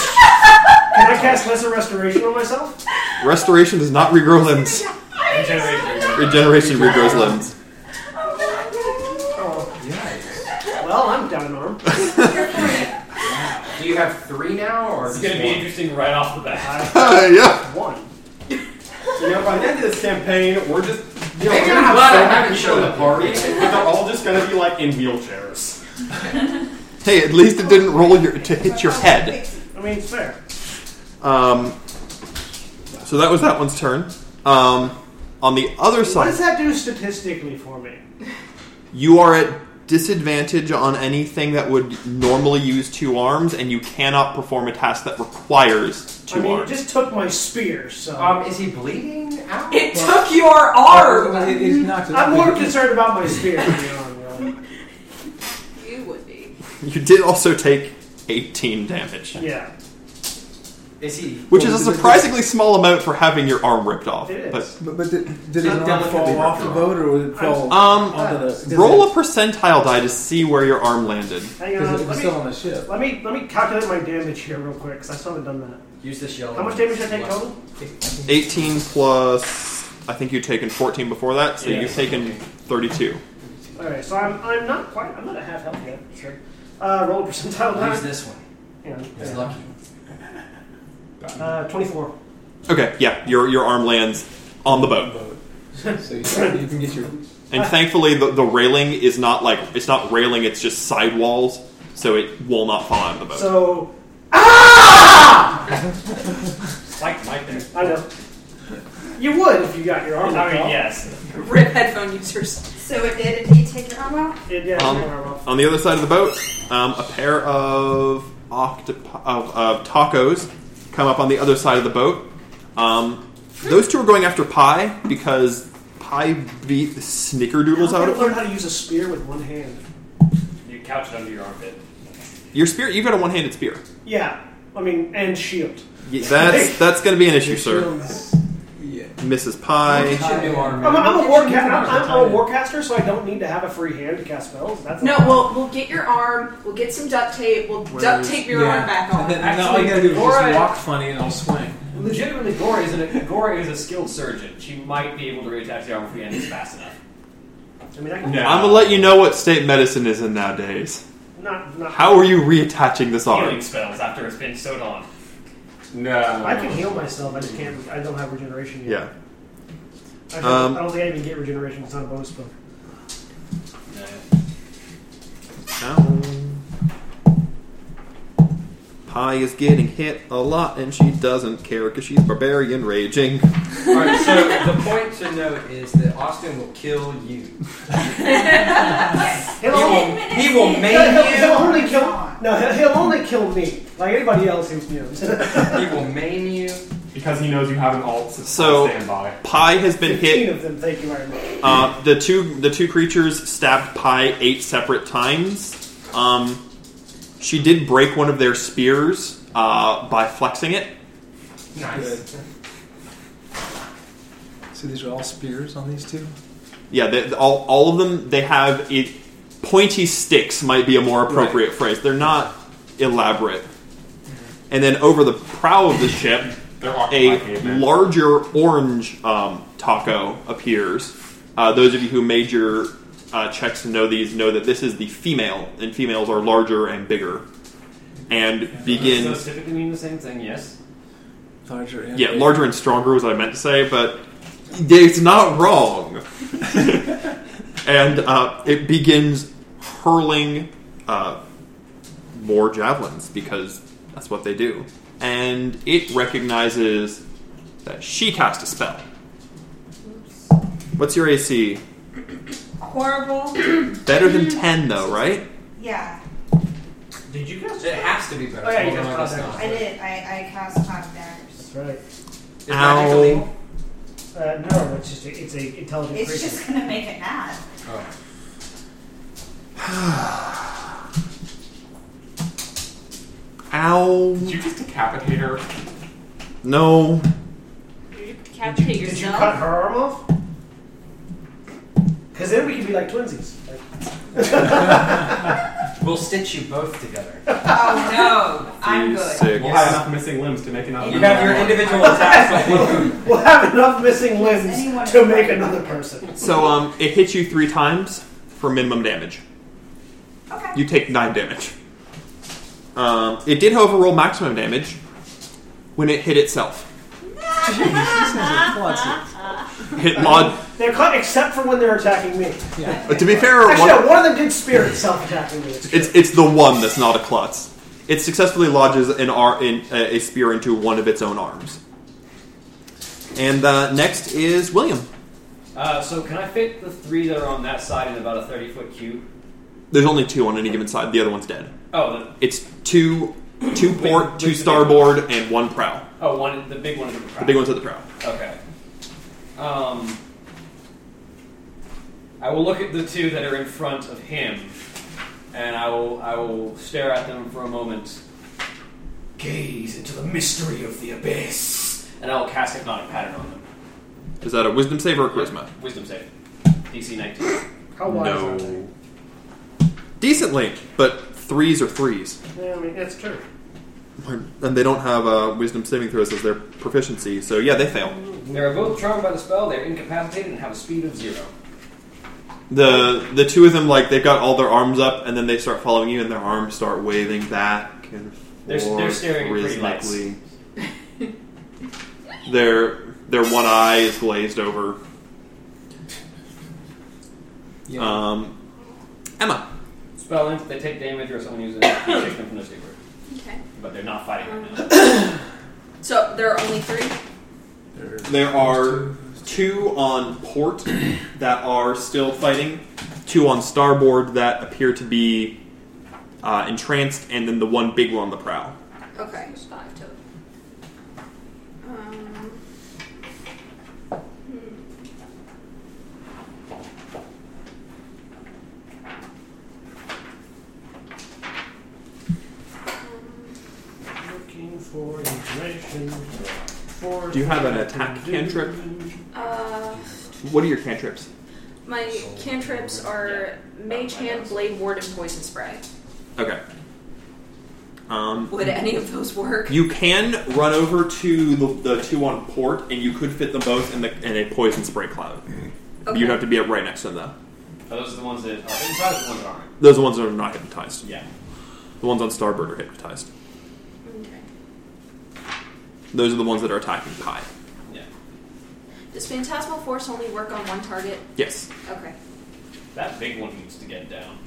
Speaker 1: Can I cast lesser restoration on myself?
Speaker 2: restoration does not regrow limbs.
Speaker 10: Regeneration.
Speaker 2: Regeneration regrows [LAUGHS] limbs.
Speaker 1: Oh.
Speaker 11: Yikes.
Speaker 1: Well, I'm down an arm.
Speaker 2: [LAUGHS]
Speaker 11: Do you have three now, or
Speaker 10: It's
Speaker 11: just
Speaker 10: gonna be
Speaker 11: one?
Speaker 10: interesting right off the bat.
Speaker 2: yeah.
Speaker 1: One.
Speaker 4: You know, by the end of this campaign, we're just. You know,
Speaker 11: Maybe
Speaker 4: we're
Speaker 11: I'm
Speaker 4: gonna have
Speaker 11: glad
Speaker 4: so
Speaker 11: I
Speaker 4: many
Speaker 11: haven't
Speaker 4: people
Speaker 11: shown
Speaker 4: in the
Speaker 11: up.
Speaker 4: party, but they're all just gonna be like in wheelchairs.
Speaker 2: Hey, at least it didn't roll your, to hit your head.
Speaker 1: I mean, it's fair.
Speaker 2: Um, so that was that one's turn. Um, on the other
Speaker 1: What does
Speaker 2: side,
Speaker 1: that do statistically for me?
Speaker 2: you are at disadvantage on anything that would normally use two arms, and you cannot perform a task that requires two
Speaker 1: I mean,
Speaker 2: arms.
Speaker 1: it just took my spear, so.
Speaker 11: Um, is he bleeding out?
Speaker 5: It took your arm!
Speaker 3: Well, it- it's not just-
Speaker 1: I'm more concerned about my spear than the arm, really.
Speaker 5: You would be.
Speaker 2: You did also take 18 damage,
Speaker 1: [LAUGHS] Yeah.
Speaker 11: Is he?
Speaker 2: which
Speaker 12: Well,
Speaker 2: is
Speaker 12: did
Speaker 2: a
Speaker 12: it-
Speaker 2: surprisingly small amount for having your arm ripped off.
Speaker 1: It is.
Speaker 12: But, but did, did it
Speaker 11: Not
Speaker 12: not
Speaker 11: delicately
Speaker 12: fall off
Speaker 11: ripped
Speaker 12: the
Speaker 11: off.
Speaker 12: boat, or would it fall
Speaker 2: But, um,
Speaker 12: onto the? does
Speaker 2: roll
Speaker 12: it-
Speaker 2: a percentile die to see where your arm landed.
Speaker 1: Hang
Speaker 12: Because it
Speaker 1: on.
Speaker 12: was
Speaker 1: uh, Let
Speaker 12: still
Speaker 1: me,
Speaker 12: on the
Speaker 1: [LAUGHS]
Speaker 12: ship.
Speaker 1: let me let me calculate my damage here real quick because I still haven't done that.
Speaker 11: Use this yellow.
Speaker 1: How much damage did I take total?
Speaker 2: 18 plus, I think you'd taken 14 before that, so
Speaker 10: Yeah,
Speaker 2: you've taken 32.
Speaker 1: All right, so I'm, I'm not quite. I'm not at half health yet. So, uh, roll a percentile die.
Speaker 11: Use this one.
Speaker 1: Hang on.
Speaker 11: It's lucky.
Speaker 1: Uh, Twenty-four.
Speaker 2: Okay, yeah, your your arm lands on the boat,
Speaker 3: So you, you can get your.
Speaker 2: and thankfully the, the railing is not like it's not railing; it's just sidewalls, so it will not fall out of the boat.
Speaker 1: So,
Speaker 9: like Mike there.
Speaker 1: ah! I know. You would if you got your armor.
Speaker 9: I mean,
Speaker 1: off.
Speaker 9: yes.
Speaker 5: Rip headphone users.
Speaker 6: So it did indeed take your arm off?
Speaker 1: It did.
Speaker 2: Um,
Speaker 1: take your armor off.
Speaker 2: on the other side of the boat, um, a pair of, octop- of, of tacos come up on the other side of the boat. Um, those two are going after Pie because Pie beat the Snickerdoodles out
Speaker 1: I'm gonna
Speaker 2: of
Speaker 1: learn how to use a spear with one hand.
Speaker 9: You couch it under your armpit.
Speaker 2: your spear. You've got a one-handed spear.
Speaker 1: Yeah, I mean, and shield.
Speaker 2: Y- That's that's going to be an issue, sir.
Speaker 3: Yeah.
Speaker 2: Mrs. Pie.
Speaker 11: Get your new armor.
Speaker 1: I'm, a- I'm a
Speaker 11: Get your
Speaker 1: warca-
Speaker 11: new armor.
Speaker 1: I'm, I'm, I'm a warcaster, so I don't need to have a free hand to cast spells. That's
Speaker 5: No,
Speaker 1: all.
Speaker 5: we'll we'll get your arm. We'll get some duct tape. We'll duct tape your arm back
Speaker 3: And
Speaker 5: on.
Speaker 3: then and then all you gotta do is
Speaker 10: Laura-
Speaker 3: just walk funny and it'll swing.
Speaker 10: Legitimately, Gora is, an, Gora is a skilled surgeon. She might be able to reattach the arm if we end this fast enough.
Speaker 1: I mean, I can
Speaker 4: No.
Speaker 2: I'm gonna let you know what state medicine is in nowadays.
Speaker 1: not not.
Speaker 2: How are you reattaching this arm?
Speaker 10: Healing spells after it's been sewed on.
Speaker 4: No.
Speaker 1: I can heal myself. I just can't. I don't have regeneration
Speaker 2: Yeah.
Speaker 1: yet. I, don't-
Speaker 2: Um,
Speaker 1: I don't think I even get regeneration. It's not a bonus spell.
Speaker 2: Um, Pie is getting hit a lot, and she doesn't care because she's barbarian raging.
Speaker 11: All right, [LAUGHS] so the point to note is that Austin will kill you.
Speaker 5: [LAUGHS]
Speaker 1: He'll,
Speaker 11: He
Speaker 1: only-
Speaker 11: will,
Speaker 6: [LAUGHS]
Speaker 11: he will
Speaker 1: he'll-
Speaker 11: maim
Speaker 1: he'll only kill. No, he'll, he'll only kill me. Like anybody else who's [LAUGHS] new.
Speaker 11: you. He will maim you.
Speaker 4: Because he knows you have an alt so
Speaker 2: So-
Speaker 4: standby.
Speaker 2: Pie has been
Speaker 1: Fifteen
Speaker 2: hit.
Speaker 1: of them. Thank you very much.
Speaker 2: Uh, the two the two creatures stabbed Pie eight separate times. Um, she did break one of their spears uh, by flexing it.
Speaker 3: Nice. So these are all spears on these two?
Speaker 2: Yeah, they, all all of them they have it, pointy sticks might be a more appropriate phrase. They're not elaborate. And then over the prow of the ship,
Speaker 4: They're occupied
Speaker 2: a
Speaker 4: cavemen.
Speaker 2: larger orange um, taco appears. Uh, those of you who made your uh, checks to know these know that this is the female, and females are larger and bigger. And begin,
Speaker 10: Those typically mean the same thing, yes?
Speaker 3: Larger and
Speaker 2: yeah, larger and stronger was what I meant to say, but it's not wrong. and uh, it begins hurling uh, more javelins because that's what they do. And it recognizes that she cast a spell. What's your AC?
Speaker 6: Horrible.
Speaker 2: Better than 10, though, right?
Speaker 6: Yeah,
Speaker 10: Did you guys?
Speaker 11: It has to be better.
Speaker 1: Oh, yeah, you
Speaker 11: Hold
Speaker 1: just
Speaker 11: on,
Speaker 1: caught
Speaker 11: that's
Speaker 1: that.
Speaker 11: not.
Speaker 6: I did. I, I cast Hot Daggers.
Speaker 1: That's right.
Speaker 11: Is magic
Speaker 2: Ow.
Speaker 11: illegal?
Speaker 1: Uh, no, it's just a, it's a intelligent
Speaker 6: It's
Speaker 1: creature.
Speaker 6: just gonna make it mad.
Speaker 11: Oh.
Speaker 4: Did
Speaker 2: [SIGHS] Ow.
Speaker 4: you just decapitate her?
Speaker 2: No.
Speaker 7: You decapitate
Speaker 1: Did you cut
Speaker 7: yourself.
Speaker 1: her arm off? Because then we could be like twinsies. Like,
Speaker 11: We'll stitch you both together. [LAUGHS]
Speaker 5: Oh
Speaker 6: [LAUGHS]
Speaker 5: no, I'm good.
Speaker 2: Six.
Speaker 4: We'll have enough missing limbs to make another.
Speaker 11: You have your individual attacks. [LAUGHS]
Speaker 1: [LAUGHS]
Speaker 11: Like,
Speaker 1: we'll have enough missing limbs
Speaker 6: anyone
Speaker 1: to
Speaker 6: is
Speaker 1: make
Speaker 6: right.
Speaker 1: another person.
Speaker 2: So um, it hits you three times for minimum damage.
Speaker 6: Okay.
Speaker 2: You take nine damage. Um, it did, however, roll maximum damage when it hit itself.
Speaker 1: [LAUGHS]
Speaker 5: [LAUGHS]
Speaker 4: [LAUGHS]
Speaker 2: Hit mod.
Speaker 1: They're cut except for when they're attacking me.
Speaker 2: uh, to be fair,
Speaker 1: Actually,
Speaker 2: one,
Speaker 1: no, one of them did spirit self attacking me.
Speaker 2: it's it's the one that's not a klutz. It successfully lodges an ar- in, a a spear into one of its own arms. And uh, next is William.
Speaker 10: Uh, so can I fit the three that are on that side in about a 30 foot cube?
Speaker 2: There's only two on any given side. The other one's dead.
Speaker 10: Oh,
Speaker 2: It's two, two port,
Speaker 10: wait,
Speaker 2: two
Speaker 10: the big
Speaker 2: starboard, and one prow.
Speaker 10: the, oh, one, the big one is the
Speaker 2: The big one's at the prow.
Speaker 10: Okay. Um, I will look at the two that are in front of him, and I will I will stare at them for a moment. Gaze into the mystery of the abyss, and I will cast hypnotic pattern on them.
Speaker 2: Is that a wisdom save or a charisma?
Speaker 10: Wisdom save, DC 19.
Speaker 1: How wise are they?
Speaker 2: Decently, but threes are threes.
Speaker 1: Yeah, I mean, that's true.
Speaker 2: And they don't have uh, wisdom saving throws as their proficiency, so yeah, they fail.
Speaker 10: They are both charmed by the spell. They are incapacitated and have a speed of zero.
Speaker 2: The the two of them like they've got all their arms up, and then they start following you, and their arms start waving back and
Speaker 10: They're-
Speaker 2: forth
Speaker 10: they're staring at pretty
Speaker 2: [LAUGHS]
Speaker 10: lights.
Speaker 2: rhythmically. their their one eye is glazed over.
Speaker 11: yeah.
Speaker 2: Um, Emma,
Speaker 10: Spell int, they take damage or someone uses it, you take them from the secret.
Speaker 7: Okay.
Speaker 10: But they're not fighting right now.
Speaker 7: So there are only three.
Speaker 2: There are two on port that are still fighting, two on starboard that appear to be uh, entranced, and then the one big one on the prow.
Speaker 7: Okay. There's five total. Um,
Speaker 1: Looking for information. For
Speaker 2: Do you have an attack cantrip?
Speaker 7: uh,
Speaker 2: What are your cantrips?
Speaker 7: my cantrips are Mage Hand, Blade Ward, and Poison Spray.
Speaker 2: Okay. Um,
Speaker 7: Would any of those work?
Speaker 2: You can run over to the, the two on port, and you could fit them both in, the, in a poison spray cloud.
Speaker 7: Okay.
Speaker 2: You'd have to be up right next to them, though.
Speaker 10: Are those the ones that are inside or the ones that aren't?
Speaker 2: Those are the ones that are not hypnotized.
Speaker 10: Yeah.
Speaker 2: The ones on starboard are hypnotized.
Speaker 7: Okay.
Speaker 2: Those are the ones that are attacking Pi.
Speaker 10: Yeah.
Speaker 7: Does Phantasmal Force only work on one target?
Speaker 2: Yes.
Speaker 7: Okay.
Speaker 10: That big one needs to get down.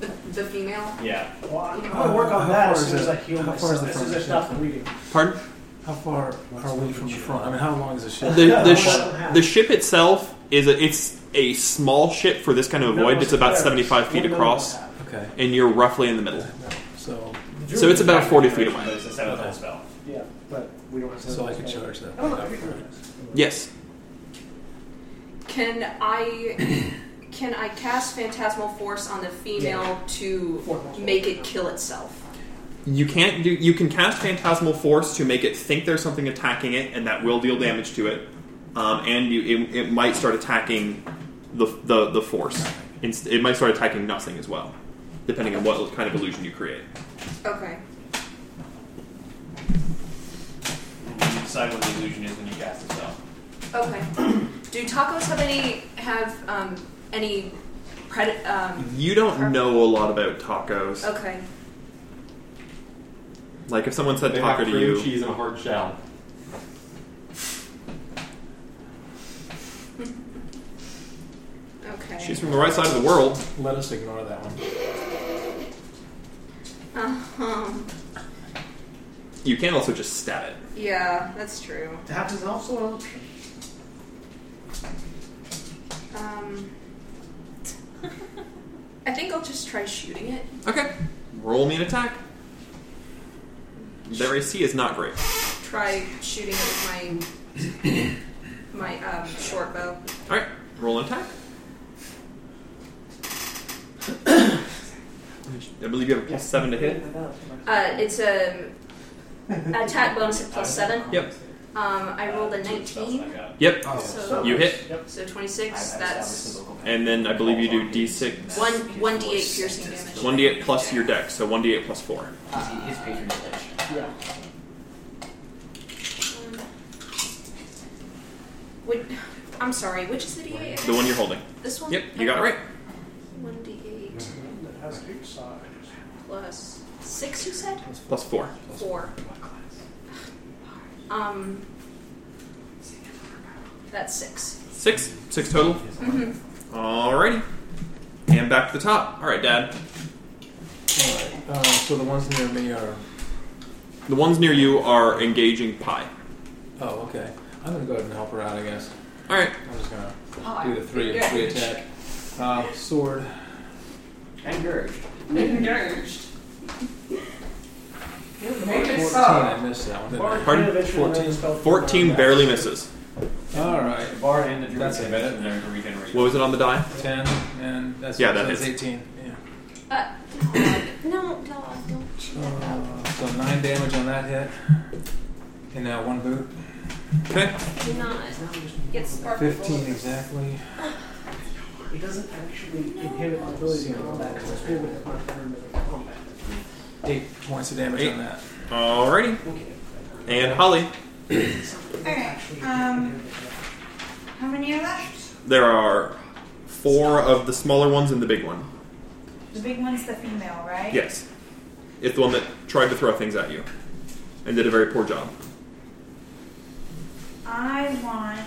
Speaker 7: The, the female?
Speaker 10: Yeah.
Speaker 1: Well, I'm gonna work on that as soon as I heal
Speaker 3: How far
Speaker 1: myself.
Speaker 3: is it
Speaker 1: As
Speaker 3: from
Speaker 1: soon as I
Speaker 3: the
Speaker 1: stop
Speaker 3: ship?
Speaker 1: bleeding.
Speaker 2: Pardon?
Speaker 3: How far are we from the front? I mean, how long is the ship?
Speaker 2: The,
Speaker 1: Yeah,
Speaker 2: the,
Speaker 1: well,
Speaker 2: sh-
Speaker 1: I don't have-
Speaker 2: the ship itself is a, it's a small ship for this kind of
Speaker 1: No,
Speaker 2: void. It's about
Speaker 1: there.
Speaker 2: 75
Speaker 1: What
Speaker 2: feet
Speaker 1: do I
Speaker 2: across,
Speaker 1: have?
Speaker 3: okay,
Speaker 2: and you're roughly in the middle.
Speaker 3: so
Speaker 2: So it's about 40 feet
Speaker 10: But
Speaker 2: away.
Speaker 10: it's a seventh level spell.
Speaker 1: Yeah, but we don't have
Speaker 3: so I can charge that.
Speaker 1: Oh, I
Speaker 2: Yes.
Speaker 7: Can I can I cast Phantasmal Force on the female to make it kill itself?
Speaker 2: You can't do. You can cast phantasmal force to make it think there's something attacking it, and that will deal damage to it. Um, and you, it, it might start attacking the the, the force. It's, it might start attacking nothing as well, depending on what kind of illusion you create.
Speaker 7: Okay.
Speaker 10: You decide what the illusion is when you cast it, so.
Speaker 7: Okay. [CLEARS THROAT] Do tacos have any have um, any pred- um,
Speaker 2: You don't know a lot about tacos.
Speaker 7: Okay.
Speaker 2: Like if someone said
Speaker 4: They
Speaker 2: taco
Speaker 4: have
Speaker 2: to
Speaker 4: cream
Speaker 2: you,
Speaker 4: cheese and a hard shell.
Speaker 7: Okay.
Speaker 2: she's from the right side of the world.
Speaker 3: Let us ignore that one.
Speaker 7: Um,
Speaker 2: You can also just stab it.
Speaker 7: yeah, that's true.
Speaker 1: That is also an option.
Speaker 7: Um, I think I'll just try shooting it.
Speaker 2: Okay. Roll me an attack. Their AC is not great.
Speaker 7: Try shooting it with my my um, short bow.
Speaker 2: All right. Roll an attack. [COUGHS] I believe you have a plus seven to hit.
Speaker 7: Uh, it's a attack bonus at plus seven.
Speaker 2: Yep.
Speaker 7: Um, I rolled a
Speaker 10: Two spells I
Speaker 7: 19,
Speaker 10: got.
Speaker 2: Yep.
Speaker 1: Oh.
Speaker 7: so
Speaker 2: You hit,
Speaker 7: so 26. That's
Speaker 2: and then I believe you do d6,
Speaker 7: one one d8 piercing damage.
Speaker 2: one d8 plus your deck, so one d8 plus four.
Speaker 10: His patronage.
Speaker 7: Would, I'm sorry. Which is the d8?
Speaker 2: The one you're holding.
Speaker 7: This one.
Speaker 2: Yep. You got it right.
Speaker 7: One d8
Speaker 1: That has two sides.
Speaker 7: plus six. You said
Speaker 2: Plus four.
Speaker 7: four. Um, that's six. Mm-hmm.
Speaker 2: Six. Six total. Alrighty. And back to the top. All right, Dad.
Speaker 3: Uh, so the ones near me are.
Speaker 2: The ones near you are engaging Pi.
Speaker 3: Oh, okay. I'm gonna go ahead and help her out. I guess
Speaker 2: All right.
Speaker 3: I'm just gonna
Speaker 7: Hi.
Speaker 3: do the three and three attack. Uh, sword.
Speaker 13: Engaged.
Speaker 7: Engaged.
Speaker 3: Fourteen. I missed that one. didn't I?
Speaker 2: Pardon?
Speaker 1: Fourteen.
Speaker 2: 14 barely misses.
Speaker 3: All right.
Speaker 10: The bard and the druid.
Speaker 3: That's a
Speaker 10: save
Speaker 3: bit.
Speaker 10: And they're regenerating.
Speaker 2: What was it on the die?
Speaker 3: Ten and that's
Speaker 2: Yeah,
Speaker 3: so
Speaker 2: that
Speaker 3: that's
Speaker 2: hits.
Speaker 3: eighteen. Yeah.
Speaker 7: Uh, God. no, no, don't you
Speaker 3: Uh, so nine damage on that hit. And now one boot.
Speaker 2: Okay.
Speaker 7: do not get sparkle.
Speaker 3: Fifteen exactly.
Speaker 1: It doesn't actually inhibit my ability to combat because it's proven at my turn in combat.
Speaker 3: Eight points of damage
Speaker 2: Eight.
Speaker 3: on that.
Speaker 2: Alrighty. And Holly,
Speaker 6: Alright, um, how many are left?
Speaker 2: there are four of the smaller ones and the big one.
Speaker 6: The big one's the female, right?
Speaker 2: Yes. It's the one that tried to throw things at you and did a very poor job.
Speaker 6: I want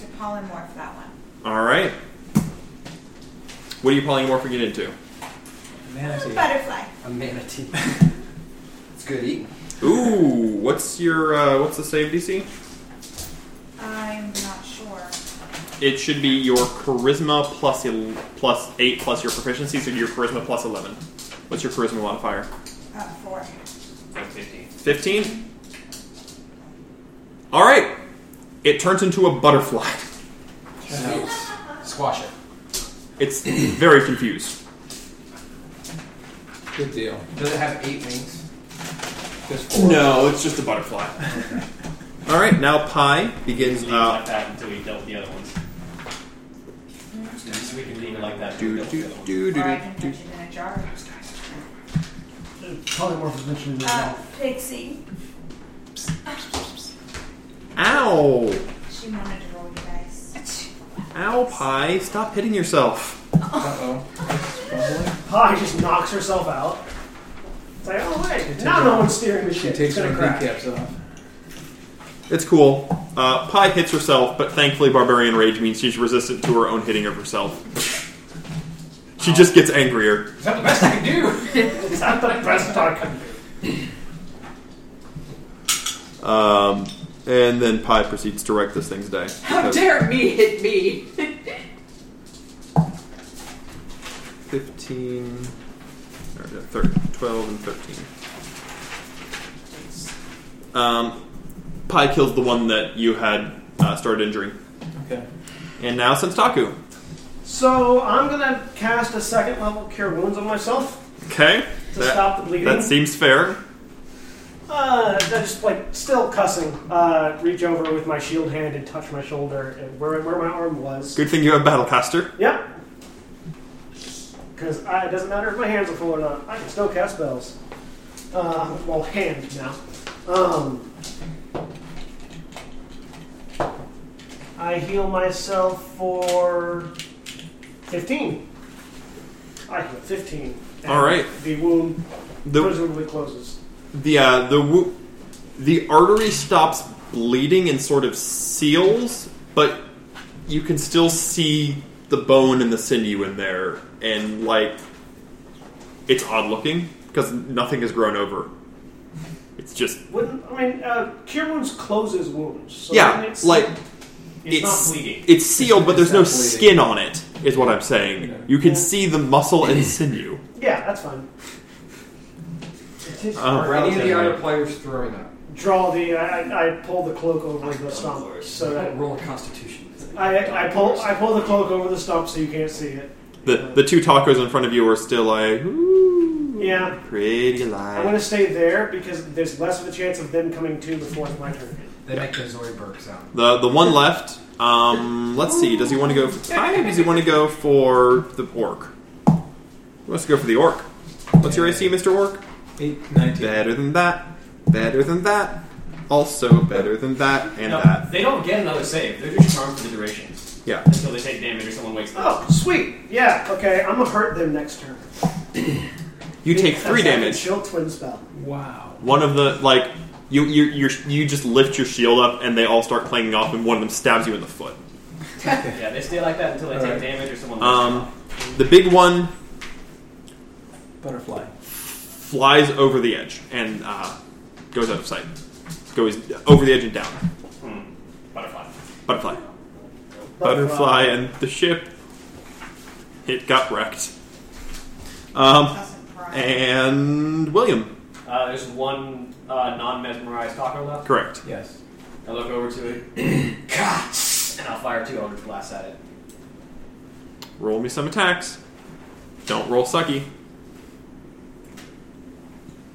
Speaker 6: to polymorph that one.
Speaker 2: Alright. What are you polymorphing it into?
Speaker 3: Manatee.
Speaker 6: Butterfly.
Speaker 11: [LAUGHS] A manatee. it's good eating.
Speaker 2: Ooh, what's your uh, what's the save DC?
Speaker 6: I'm not sure.
Speaker 2: It should be your charisma plus el- plus eight plus your proficiency, so your charisma plus eleven. What's your charisma modifier?
Speaker 6: Uh, four.
Speaker 2: Fifteen. All right. It turns into a butterfly.
Speaker 11: Squash it.
Speaker 2: It's very confused.
Speaker 3: Good deal.
Speaker 11: Does it have eight wings?
Speaker 3: Just four.
Speaker 2: No, it's just a butterfly. [LAUGHS] All right, now Pi begins.
Speaker 10: Leave
Speaker 2: Uh,
Speaker 10: like that until we dealt with the other ones. So we can leave it like that. until
Speaker 2: do
Speaker 10: we dealt with the
Speaker 2: do do do.
Speaker 10: other ones.
Speaker 6: Or I
Speaker 2: do.
Speaker 6: can put it in a jar.
Speaker 8: Polymorph mentioned
Speaker 6: [LAUGHS] Uh, Pixie.
Speaker 2: Ow!
Speaker 6: She wanted to roll you dice.
Speaker 2: Ow, Pi! Stop hitting yourself.
Speaker 3: Uh
Speaker 1: [LAUGHS]
Speaker 3: oh.
Speaker 1: Pi just knocks herself out. It's like, oh wait, now no one's steering the
Speaker 3: She
Speaker 1: ship. It's
Speaker 3: takes her
Speaker 1: gonna crash.
Speaker 3: kneecaps off.
Speaker 2: It's cool. Uh, Pi hits herself, but thankfully, Barbarian Rage means she's resistant to her own hitting of herself. She just gets angrier.
Speaker 9: Is that the best I can
Speaker 10: [LAUGHS]
Speaker 9: do?
Speaker 1: Is that the best I can do?
Speaker 2: Um, and then Pi proceeds to wreck this thing's day.
Speaker 7: How
Speaker 11: [LAUGHS]
Speaker 7: dare me hit me?
Speaker 2: 15, or no, thir 12 and 13. Um, Pi kills the one that you had uh, started injuring.
Speaker 3: Okay.
Speaker 2: And now Senstaku.
Speaker 1: So I'm gonna cast a second level cure wounds on myself
Speaker 2: Okay?
Speaker 1: to
Speaker 2: That,
Speaker 1: stop the bleeding.
Speaker 2: that seems fair.
Speaker 1: Uh, I just like still cussing. Uh, reach over with my shield hand and touch my shoulder and where, where my arm was.
Speaker 2: Good thing you have Battlecaster.
Speaker 1: Yep. Because it doesn't matter if my hands are full or not. I can still cast spells. Uh, well, hand now. Um, I heal myself for 15. I heal 15. And
Speaker 2: All right.
Speaker 1: The wound
Speaker 2: The,
Speaker 1: presumably closes.
Speaker 2: the, uh, the, wo- the artery stops bleeding and sort of seals, but you can still see the bone and the sinew in there. And, like, it's odd looking because nothing has grown over. It's just.
Speaker 1: Wouldn't, I mean, uh, cure wounds closes wounds. So
Speaker 2: yeah,
Speaker 1: then it's,
Speaker 2: like,
Speaker 10: It's,
Speaker 2: It's-
Speaker 10: not bleeding.
Speaker 2: it's sealed, but there's no
Speaker 3: It's not bleeding.
Speaker 2: skin on it, is what I'm saying. You can see the muscle and sinew.
Speaker 1: Yeah, that's fine.
Speaker 2: Uh,
Speaker 11: Are any of the other players throwing up?
Speaker 1: draw the. I, I- I pull the cloak over the stump, so that
Speaker 11: roll a constitution.
Speaker 1: I, I pull I pull the cloak over the stump so you can't see it.
Speaker 2: The, the two tacos in front of you are still like, ooh,
Speaker 1: Yeah,
Speaker 2: pretty
Speaker 1: I'm gonna
Speaker 2: light.
Speaker 1: stay there because there's less of a chance of them coming to before it's my turn.
Speaker 11: They make the Zoidberg sound.
Speaker 2: The the one left. Um, let's see. Does he want to go for Ty or does he want to go for the orc? He wants to go for the orc. What's your AC, Mr. Orc?
Speaker 3: Eight, nineteen.
Speaker 2: Better than that. Better than that. Also better than that and
Speaker 10: No,
Speaker 2: that.
Speaker 10: They don't get another save. They're just charmed for the duration
Speaker 2: Yeah.
Speaker 10: until they take damage or someone wakes them up.
Speaker 1: Oh, sweet. Yeah. Okay, I'm gonna hurt them next turn.
Speaker 2: You take three
Speaker 1: That's like a
Speaker 2: damage.
Speaker 1: Chill twin spell.
Speaker 3: Wow.
Speaker 2: One of the like you you you you just lift your shield up and they all start clanging off and one of them stabs you in the foot.
Speaker 10: Yeah, they stay like that until they
Speaker 3: Alright.
Speaker 10: take damage or someone wakes them
Speaker 2: Um,
Speaker 10: up.
Speaker 2: the big one
Speaker 3: Butterfly.
Speaker 2: flies over the edge and uh, goes out of sight. Goes over the edge and down.
Speaker 10: Hmm, Butterfly.
Speaker 2: Butterfly. Butterfly and the ship. It got wrecked. Um,
Speaker 6: Doesn't cry.
Speaker 2: and William,
Speaker 10: Uh, there's one uh, non-mesmerized taco left.
Speaker 2: correct.
Speaker 3: Yes.
Speaker 10: I look over to it.
Speaker 2: [CLEARS THROAT]
Speaker 10: And I'll fire two Eldritch Blasts at it.
Speaker 2: Roll me some attacks. Don't roll sucky.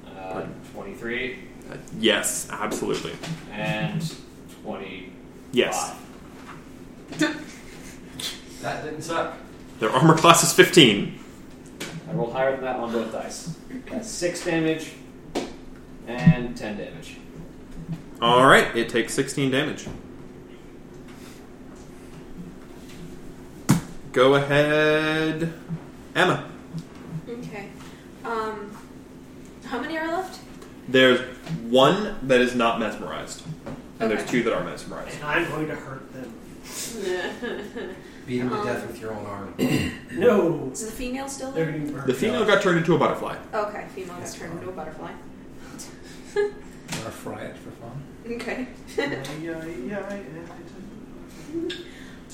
Speaker 10: Uh, 23
Speaker 2: Uh, yes, absolutely.
Speaker 10: and 20.
Speaker 2: Yes,
Speaker 11: That didn't suck.
Speaker 2: their armor class is fifteen.
Speaker 10: I rolled higher than that on both dice. That's 6 damage and 10 damage.
Speaker 2: All right, it takes sixteen damage. Go ahead, Emma.
Speaker 5: Okay. Um, how many are left?
Speaker 2: There's one that is not mesmerized, and Uh, there's
Speaker 5: Okay.
Speaker 2: two that are mesmerized.
Speaker 1: And I'm going to hurt them.
Speaker 11: Beat him to
Speaker 5: Um,
Speaker 11: death with your own [LAUGHS] arm.
Speaker 1: No.
Speaker 5: [LAUGHS] Is the female still
Speaker 1: They're
Speaker 5: there?
Speaker 1: getting burned.
Speaker 2: The female got turned into a butterfly.
Speaker 5: Okay, female has turned into a butterfly.
Speaker 3: gonna fry it for fun.
Speaker 5: Okay.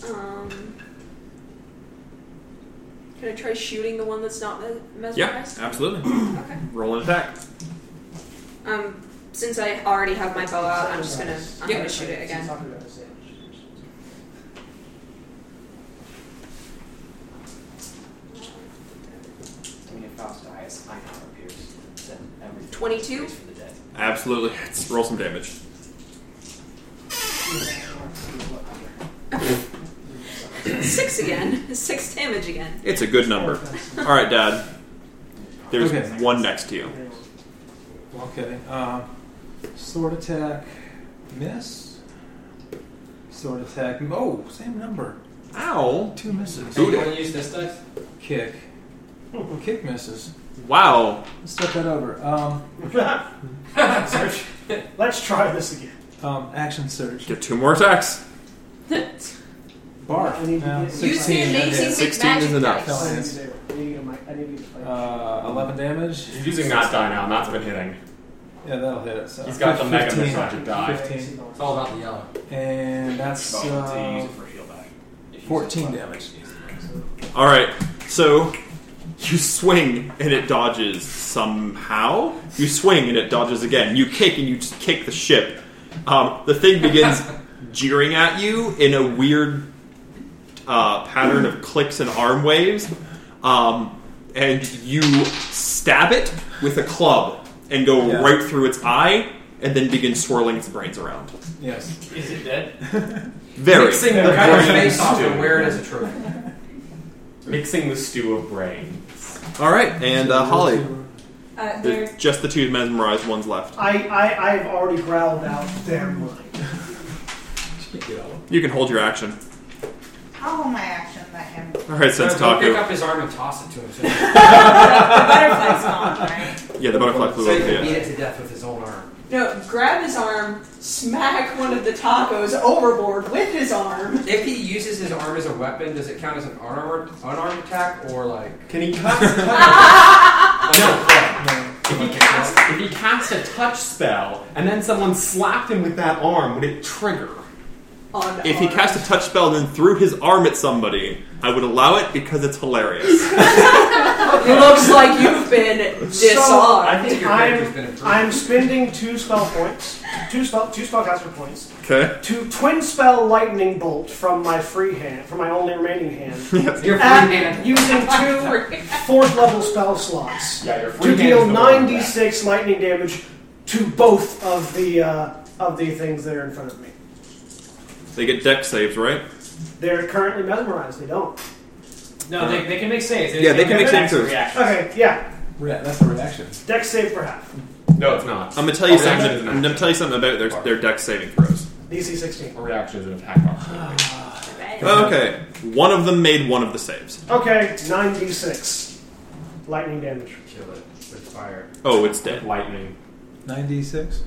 Speaker 5: um, can I try shooting the one that's not mes-
Speaker 2: Yeah,
Speaker 5: mesmerized?
Speaker 2: absolutely.
Speaker 7: [CLEARS THROAT]
Speaker 5: Okay.
Speaker 2: Roll an attack.
Speaker 5: Um, since I already have my bow out, I'm just gonna I'm gonna shoot it again. [LAUGHS]
Speaker 8: I mean, if Faust dies, I have a pierce. Then everything
Speaker 5: 22?
Speaker 8: is for the dead.
Speaker 2: Absolutely. Let's roll some damage.
Speaker 5: Six again. [LAUGHS] Six damage again. [LAUGHS]
Speaker 2: It's a good number. All right, Dad. There's
Speaker 3: Okay.
Speaker 2: one next to you.
Speaker 3: Okay. Um, sword attack, miss. Sword attack. Oh, same number.
Speaker 2: Ow!
Speaker 3: Two misses.
Speaker 2: Boot
Speaker 11: So you
Speaker 2: it.
Speaker 11: want to use this dice?
Speaker 3: Kick. Kick misses.
Speaker 2: Wow.
Speaker 3: Let's step that over. Um,
Speaker 1: Let's try this again.
Speaker 3: um, action surge.
Speaker 2: Get two more attacks.
Speaker 3: Barf.
Speaker 1: I need to
Speaker 3: No,
Speaker 1: get-
Speaker 7: Use
Speaker 3: 16.
Speaker 7: the
Speaker 3: that
Speaker 7: amazing
Speaker 3: hits.
Speaker 2: 16 is
Speaker 7: magic
Speaker 2: enough.
Speaker 3: No,
Speaker 7: dice.
Speaker 1: I need
Speaker 3: it hits.
Speaker 1: to do it. I need to get my. I need to get my.
Speaker 3: Uh, 11 damage.
Speaker 4: He's using that die now. Matt's been hitting.
Speaker 3: Yeah, that'll hit it. So.
Speaker 4: He's got the mega
Speaker 3: 15.
Speaker 4: magic die.
Speaker 3: 15.
Speaker 11: It's all about the yellow.
Speaker 3: And that's
Speaker 10: to use
Speaker 3: uh,
Speaker 10: it for heal back. If you
Speaker 3: 14
Speaker 10: use it
Speaker 3: damage.
Speaker 2: All right. So you swing and it dodges somehow. You swing and it dodges again. You kick and you just kick the ship. Um, the thing
Speaker 11: [LAUGHS]
Speaker 2: begins jeering at you in a weird uh, pattern of clicks and arm waves, um, and you stab it with a club and go
Speaker 3: Yeah.
Speaker 2: right through its eye, and then begin swirling its brains around.
Speaker 3: Yes.
Speaker 10: Is it dead?
Speaker 2: Very.
Speaker 11: Mixing the kind of
Speaker 4: brains
Speaker 11: face off
Speaker 4: too.
Speaker 11: and wear it as a trophy.
Speaker 4: Mixing the stew of brain.
Speaker 2: All right, and uh, Holly,
Speaker 6: Uh,
Speaker 2: there's
Speaker 6: there,
Speaker 2: just the two mesmerized ones left.
Speaker 1: I, I, I have already growled out their mind.
Speaker 2: You can hold your action.
Speaker 6: I'll hold my action. Let
Speaker 2: [LAUGHS]
Speaker 6: him.
Speaker 2: All right, since
Speaker 11: Go
Speaker 2: Taku.
Speaker 11: pick up his arm and toss it to him.
Speaker 6: The butterfly's gone, right?
Speaker 2: Yeah, the butterfly
Speaker 11: So
Speaker 2: flew
Speaker 11: he
Speaker 2: over
Speaker 11: can
Speaker 2: the
Speaker 11: beat
Speaker 2: edge.
Speaker 11: it to death with his own arm.
Speaker 12: No, grab his arm, smack one of the tacos overboard with his arm.
Speaker 11: If he uses his arm as a weapon, does it count as an unarmed, unarmed attack or like?
Speaker 4: Can he [LAUGHS] cast?
Speaker 11: No.
Speaker 4: if he cast, if he cast a touch spell and then someone slapped him with that arm, would it trigger?
Speaker 12: On
Speaker 2: If he
Speaker 12: arm.
Speaker 2: cast a touch spell and then threw his arm at somebody, I would allow it because it's hilarious.
Speaker 12: looks like you've been disarmed.
Speaker 11: I think your character's been
Speaker 1: I'm,
Speaker 11: improved.
Speaker 1: I'm spending two spell points, two spell, two spellcaster points,
Speaker 2: Okay.
Speaker 1: to twin spell lightning bolt from my free hand, from my only remaining
Speaker 11: [LAUGHS]
Speaker 1: hand,
Speaker 11: You're free
Speaker 1: at-
Speaker 11: man.
Speaker 1: using
Speaker 11: [LAUGHS]
Speaker 1: two fourth level spell slots
Speaker 4: Yeah, your free
Speaker 1: to
Speaker 4: hand
Speaker 1: deal
Speaker 4: is the one
Speaker 1: nine d
Speaker 4: back.
Speaker 1: six lightning damage to both of the uh, of the things that are in front of me.
Speaker 2: They get deck saves, right?
Speaker 1: They're currently mesmerized. They don't.
Speaker 10: No, they, they can make saves.
Speaker 2: Yeah, they can make
Speaker 10: attacks
Speaker 2: saves.
Speaker 10: and reactions.
Speaker 1: Okay, yeah.
Speaker 3: Re- that's the reaction.
Speaker 1: Dex save for half.
Speaker 4: No, it's not.
Speaker 2: I'm gonna
Speaker 1: Oh,
Speaker 2: tell you
Speaker 4: A reaction
Speaker 2: something.
Speaker 4: is an
Speaker 2: I'm gonna
Speaker 4: action.
Speaker 2: tell you something about their their deck saving throws.
Speaker 1: DC sixteen.
Speaker 4: A reaction is an attack opportunity.
Speaker 2: Okay. One of them made one of the saves.
Speaker 1: Okay, nine d six lightning damage.
Speaker 11: Kill it with fire.
Speaker 2: Oh, it's dead.
Speaker 4: Lightning.
Speaker 3: 96?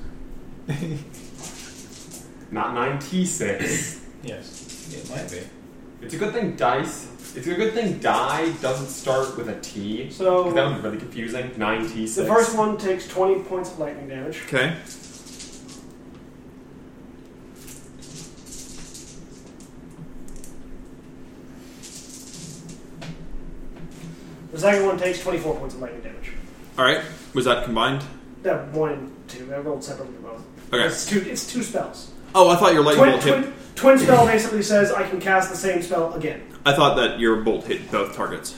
Speaker 4: Not 9t6.
Speaker 3: [LAUGHS] yes. It might be.
Speaker 4: It's a good thing dice. It's a good thing die doesn't start with a T.
Speaker 1: So-
Speaker 4: that would be really confusing. 9t6.
Speaker 1: The first one takes twenty points of lightning damage.
Speaker 2: Okay.
Speaker 1: The second one takes twenty four points of lightning damage.
Speaker 2: All right. Was that combined?
Speaker 1: That one and two. I rolled separately for both.
Speaker 2: Okay.
Speaker 1: It's two. It's two spells.
Speaker 2: Oh, I thought your lightning
Speaker 1: Twin,
Speaker 2: bolt hit.
Speaker 1: twin, twin spell basically says I can cast the same spell again.
Speaker 2: I thought that your bolt hit both targets.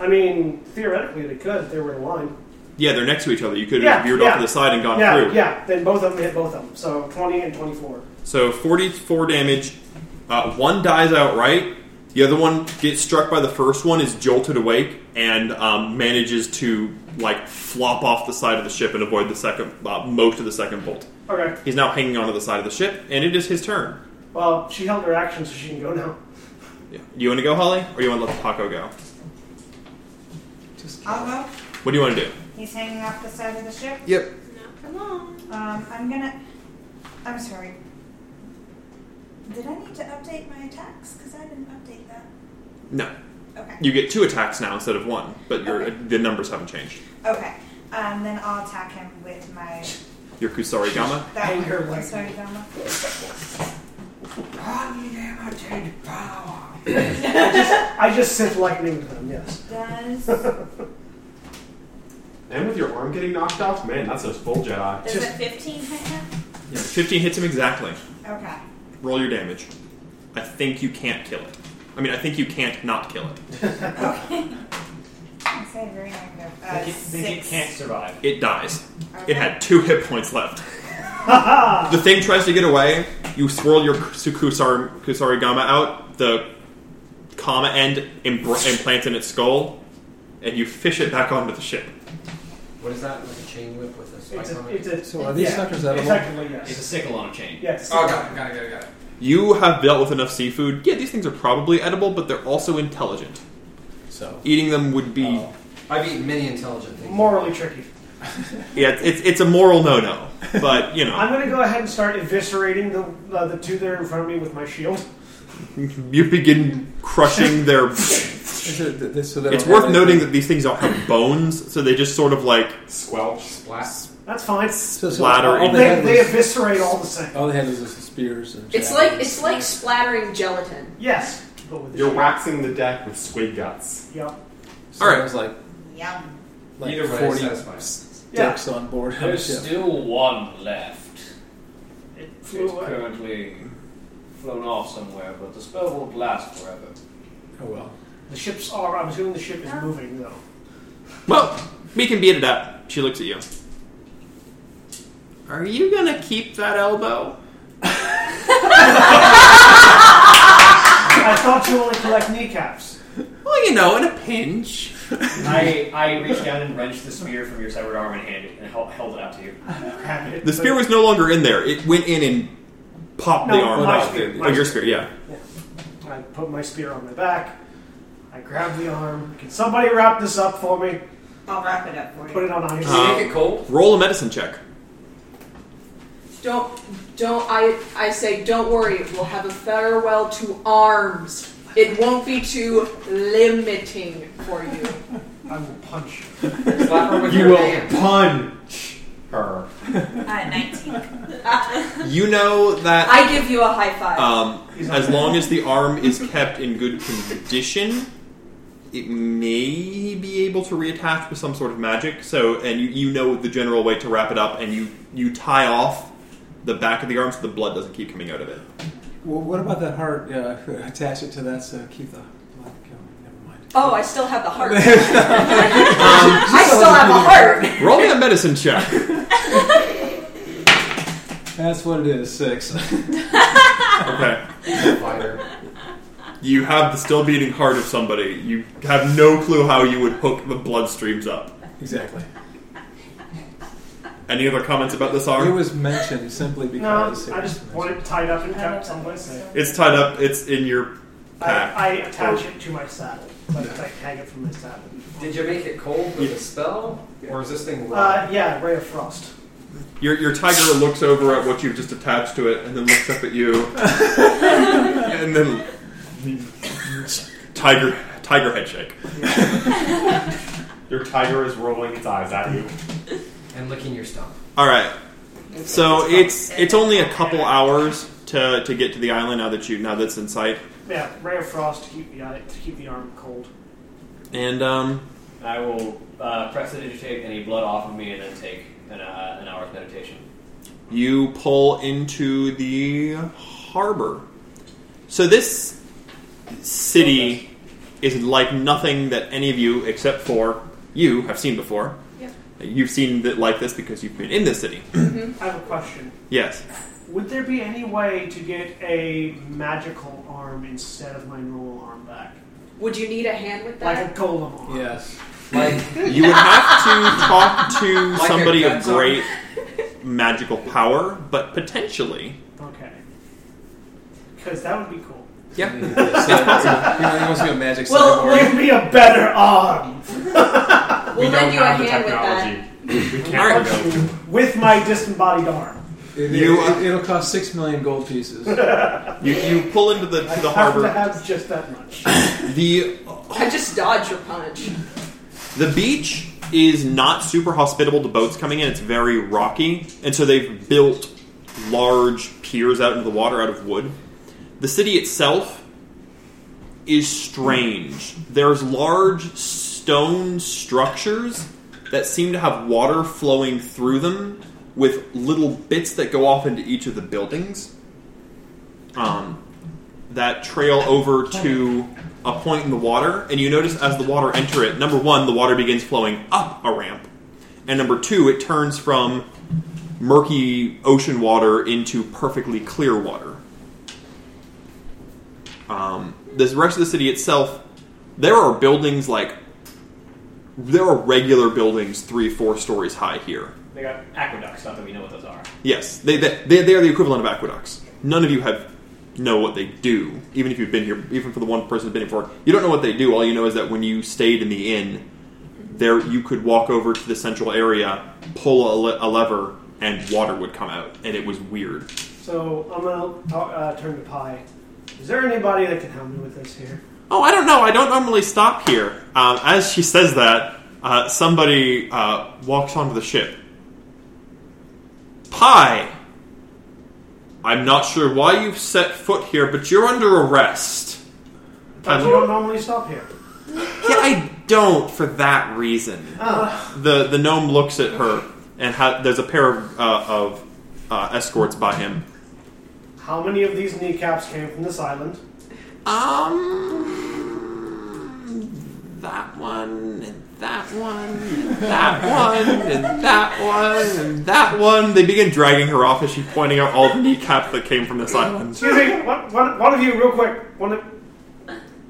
Speaker 1: I mean, theoretically they could if they were in line.
Speaker 2: Yeah, they're next to each other. You could
Speaker 1: Yeah,
Speaker 2: have veered off
Speaker 1: yeah.
Speaker 2: to the side and gone
Speaker 1: yeah,
Speaker 2: through.
Speaker 1: yeah. Then both of them hit both of them. So twenty and twenty four.
Speaker 2: So 44 damage. Uh, one dies outright. The other one gets struck by the first one, is jolted awake, and um, manages to like flop off the side of the ship and avoid the second uh, most of the second bolt.
Speaker 1: Okay.
Speaker 2: He's now hanging onto the side of the ship, and it is his turn.
Speaker 1: Well, she held her action, so she can go now.
Speaker 2: Yeah. You want to go, Holly, or you want to let Paco go?
Speaker 6: I'll go.
Speaker 2: What do you want to do?
Speaker 6: He's hanging off the side of the ship.
Speaker 2: Yep.
Speaker 7: Not for long.
Speaker 6: Um, I'm gonna. I'm sorry. Did I need to update my attacks? Because I didn't update that.
Speaker 2: No,
Speaker 6: Okay.
Speaker 2: you get two attacks now instead of one, but your
Speaker 6: Okay.
Speaker 2: the numbers haven't changed.
Speaker 6: Okay. Um, then I'll attack him with my
Speaker 2: your Kusari Gama.
Speaker 6: That anger one. Sorry, Dama.
Speaker 1: I just, I just sent lightning to them, yes. [LAUGHS]
Speaker 6: Does
Speaker 4: And with your arm getting knocked off, man, that's a full Jedi.
Speaker 6: does a fifteen hit him?
Speaker 2: 15 hits him exactly.
Speaker 6: Okay.
Speaker 2: Roll your damage. I think you can't kill it. I mean, I think you can't not kill it.
Speaker 6: I say very negative. Uh,
Speaker 10: Think it- think it
Speaker 6: six.
Speaker 10: can't survive.
Speaker 2: It dies.
Speaker 6: Okay.
Speaker 2: It had two hit points left.
Speaker 1: Haha!
Speaker 2: The thing tries to get away. You swirl your Kusar, Kusari Gama out. The comma end imbr- implants in its skull, and you fish it back onto the ship.
Speaker 11: What is that? Like a chain whip with a spike
Speaker 1: It's a,
Speaker 11: on it?
Speaker 1: it's a,
Speaker 3: So are these
Speaker 1: yeah,
Speaker 3: suckers edible?
Speaker 1: Effectively, yes.
Speaker 10: It's a sickle on a chain.
Speaker 1: yes.
Speaker 11: Oh, got it, got it, got it, got it.
Speaker 2: You have dealt with enough seafood. Yeah, these things are probably edible, but they're also intelligent.
Speaker 3: So
Speaker 2: Eating them would be
Speaker 3: Oh.
Speaker 11: I've eaten many intelligent things.
Speaker 1: Morally tricky.
Speaker 2: yeah, it's, it's it's a moral no no. But you
Speaker 1: [LAUGHS] I'm
Speaker 2: know,
Speaker 1: going to go ahead and start eviscerating the uh, the two that are in front of me with my shield.
Speaker 2: you begin crushing their. it's
Speaker 3: is it, th- this, so they're
Speaker 2: worth noting that these things don't have bones, so they just sort of like
Speaker 4: Squelch.
Speaker 11: Splat.
Speaker 1: That's fine.
Speaker 3: so, so
Speaker 2: splatter
Speaker 3: all,
Speaker 2: in
Speaker 3: they
Speaker 1: They,
Speaker 3: had
Speaker 1: they
Speaker 3: was,
Speaker 1: eviscerate all the same.
Speaker 3: all they had was the spears and
Speaker 7: It's like it's like splattering gelatin.
Speaker 1: Yes. But with the
Speaker 4: You're
Speaker 1: shield.
Speaker 4: waxing the deck with squid guts.
Speaker 1: Yep.
Speaker 3: all
Speaker 2: Alright.
Speaker 3: right. was like
Speaker 6: Yum.
Speaker 3: like
Speaker 11: Either way,
Speaker 3: forty
Speaker 11: satisfying.
Speaker 1: Yeah.
Speaker 3: dicks on board. on the
Speaker 10: There's
Speaker 3: ship.
Speaker 10: still one left.
Speaker 1: It flew
Speaker 10: It's
Speaker 1: away.
Speaker 10: currently flown off somewhere, but the spell won't last
Speaker 1: [LAUGHS]
Speaker 10: forever.
Speaker 3: Oh well.
Speaker 1: The ships are. I'm assuming the ship is moving though.
Speaker 2: well, we can beat it up. She looks at you. Are you gonna keep that elbow?
Speaker 1: I thought you only collect kneecaps.
Speaker 2: Well, you know, in a pinch.
Speaker 10: I, I reached down and wrenched the spear from your severed arm and handed and held, held it out to you.
Speaker 1: Happy.
Speaker 2: The spear was no longer in there. It went in and popped the
Speaker 1: No,
Speaker 2: arm
Speaker 1: my
Speaker 2: out.
Speaker 1: spear,
Speaker 2: oh,
Speaker 1: my
Speaker 2: your spear, yeah.
Speaker 1: I put my spear on my back. I grabbed the arm. Can somebody wrap this up for me?
Speaker 6: I'll wrap it up for you.
Speaker 1: Put it on ice.
Speaker 2: Uh,
Speaker 11: Make it cold.
Speaker 2: Roll a medicine check.
Speaker 12: Don't, don't. I, I say, don't worry. We'll have a farewell to arms. It won't be too limiting for
Speaker 4: [LAUGHS]
Speaker 12: you.
Speaker 1: I will punch.
Speaker 11: Slap her with
Speaker 4: You
Speaker 11: your
Speaker 4: will
Speaker 11: hand.
Speaker 4: punch her.
Speaker 6: Uh, Nineteen.
Speaker 2: You know that
Speaker 12: I give you a high five.
Speaker 2: um,
Speaker 1: He's
Speaker 2: as
Speaker 1: on-
Speaker 2: long as the arm is kept in good condition, it may be able to reattach with some sort of magic. So, and you, you know the general way to wrap it up, and you you tie off the back of the arm so the blood doesn't keep coming out of it.
Speaker 3: Well, what about that heart? Uh, [LAUGHS] attach it to that so keep the blood going. Never mind.
Speaker 12: oh, I still have the [LAUGHS] heart. Um,
Speaker 3: [LAUGHS]
Speaker 12: I still have a heart.
Speaker 2: Roll me a medicine check.
Speaker 3: That's what it is. Six. [LAUGHS]
Speaker 2: Okay.
Speaker 11: Fighter.
Speaker 2: You have the still beating heart of somebody. You have no clue how you would hook the blood streams up.
Speaker 3: exactly.
Speaker 2: Any other comments about this arm?
Speaker 3: It was mentioned simply
Speaker 1: No,
Speaker 3: because. it
Speaker 1: I
Speaker 3: was
Speaker 1: just
Speaker 3: mentioned.
Speaker 1: want it tied up and kept someplace.
Speaker 2: It's tied up. It's in your
Speaker 1: I,
Speaker 2: pack.
Speaker 1: I attach it to my saddle. Like I hang it from my saddle.
Speaker 11: Did you make it cold with a spell, or is this thing
Speaker 1: Uh,
Speaker 11: live?
Speaker 1: yeah, ray of frost.
Speaker 2: Your, your tiger looks over at what you've just attached to it and then looks up at you. and then tiger tiger head shake.
Speaker 4: Your tiger is rolling its eyes at you.
Speaker 11: and licking your stump.
Speaker 2: All right. So it's it's only a couple hours to, to get to the island now that you now that's in sight.
Speaker 1: Yeah, ray of frost to keep the eye, to keep the arm cold.
Speaker 2: And um,
Speaker 10: I will uh, press the digitate any blood off of me and then take an, uh, an hour's meditation.
Speaker 2: you pull into the harbor. So this city is like nothing that any of you, except for you, have seen before.
Speaker 7: Yep.
Speaker 2: You've seen it like this because you've been in this city.
Speaker 1: I have a question.
Speaker 2: Yes.
Speaker 1: Would there be any way to get a magical arm instead of my normal arm back,
Speaker 7: Would you need a hand with
Speaker 1: like
Speaker 7: that?
Speaker 1: a golem arm?
Speaker 3: Yes.
Speaker 11: Like,
Speaker 2: You would have to talk to
Speaker 11: [LAUGHS] Like a
Speaker 2: somebody of
Speaker 11: gun's arm.
Speaker 2: great magical power, but potentially.
Speaker 1: Okay. Because that would be cool.
Speaker 2: Yeah.
Speaker 3: So, so,
Speaker 2: [LAUGHS]
Speaker 3: you know, he wants to do a magic
Speaker 1: Well,
Speaker 3: cyborg.
Speaker 1: give me a better arm
Speaker 7: we'll
Speaker 4: we don't
Speaker 7: lend you a
Speaker 4: have the
Speaker 7: hand with that.
Speaker 4: technology. We can't
Speaker 2: Alright.
Speaker 4: go to
Speaker 1: with my disembodied arm.
Speaker 3: It,
Speaker 2: You, uh,
Speaker 3: will cost six million
Speaker 1: [LAUGHS]
Speaker 3: gold pieces.
Speaker 2: You, you pull into the,
Speaker 1: I
Speaker 2: to the
Speaker 1: have to
Speaker 2: harbor.
Speaker 1: have just that much.
Speaker 2: The
Speaker 12: I just dodge your punch.
Speaker 2: The beach is not super hospitable to boats coming in. It's very rocky, and so they've built large piers out into the water out of wood. The city itself is strange. There's large stone structures that seem to have water flowing through them with little bits that go off into each of the buildings. Um, that trail over to a point in the water, and you notice as the water enter it, number one, the water begins flowing up a ramp, and number two, it turns from murky ocean water into perfectly clear water. Um, the rest of the city itself, there are buildings like there are regular buildings three, four stories high here.
Speaker 10: They got aqueducts, not that we know what those are.
Speaker 2: Yes, they they they, they are the equivalent of aqueducts. None of you have know what they do, even if you've been here, even for the one person who's been here before. You don't know what they do. All you know is that when you stayed in the inn, there you could walk over to the central area, pull a, le- a lever, and water would come out, and it was weird.
Speaker 1: So I'm gonna talk, uh, turn to Pi. Is there anybody that can help me with this here?
Speaker 2: Oh, I don't know. I don't normally stop here. Um, as she says that, uh, somebody uh, walks onto the ship. Pi! I'm not sure why you've set foot here, but you're under arrest.
Speaker 1: But you don't normally stop here.
Speaker 2: Yeah, I don't for that reason.
Speaker 1: Oh.
Speaker 2: The the gnome looks at her, and ha- there's a pair of, uh, of uh, escorts by him.
Speaker 1: How many of these kneecaps came from this island?
Speaker 2: Um, that one and that one and that one and that one and that one. They begin dragging her off as she's pointing out all the kneecaps that came from this island.
Speaker 1: Excuse me, one, one, one of you, real quick. One of,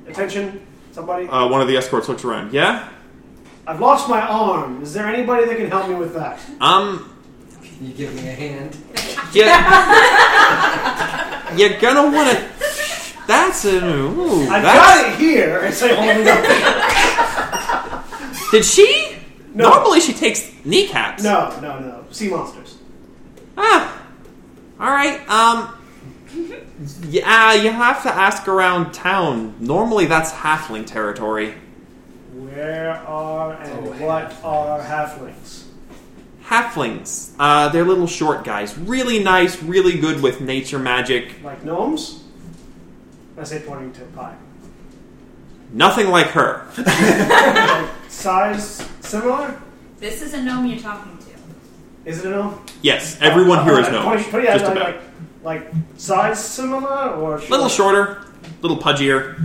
Speaker 1: attention, somebody.
Speaker 2: Uh, one of the escorts looks around. Yeah.
Speaker 1: I've lost my arm. Is there anybody that can help me with that?
Speaker 2: Um.
Speaker 11: Can you give me a hand?
Speaker 2: [LAUGHS] Yeah. You're gonna want to. That's a. Ooh,
Speaker 1: I've
Speaker 2: that's-
Speaker 1: got it here. It's like holding up.
Speaker 2: Did she?
Speaker 1: No.
Speaker 2: Normally she takes kneecaps.
Speaker 1: No, no, no. Sea monsters.
Speaker 2: Ah. All right. Um. Yeah, you have to ask around town. Normally that's halfling territory.
Speaker 1: Where are and what are halflings?
Speaker 2: Halflings. Uh, they're little short guys. Really nice. Really good with nature magic.
Speaker 1: Like gnomes? I say pointing to pie.
Speaker 2: Nothing like her.
Speaker 1: Size similar?
Speaker 6: This is a gnome you're talking to. [LAUGHS]
Speaker 1: Is it a gnome?
Speaker 2: Yes, everyone here is
Speaker 1: Uh,
Speaker 2: known.
Speaker 1: point- point- yeah,
Speaker 2: Just
Speaker 1: like,
Speaker 2: about.
Speaker 1: Like, like size similar or short?
Speaker 2: Little shorter. Little pudgier.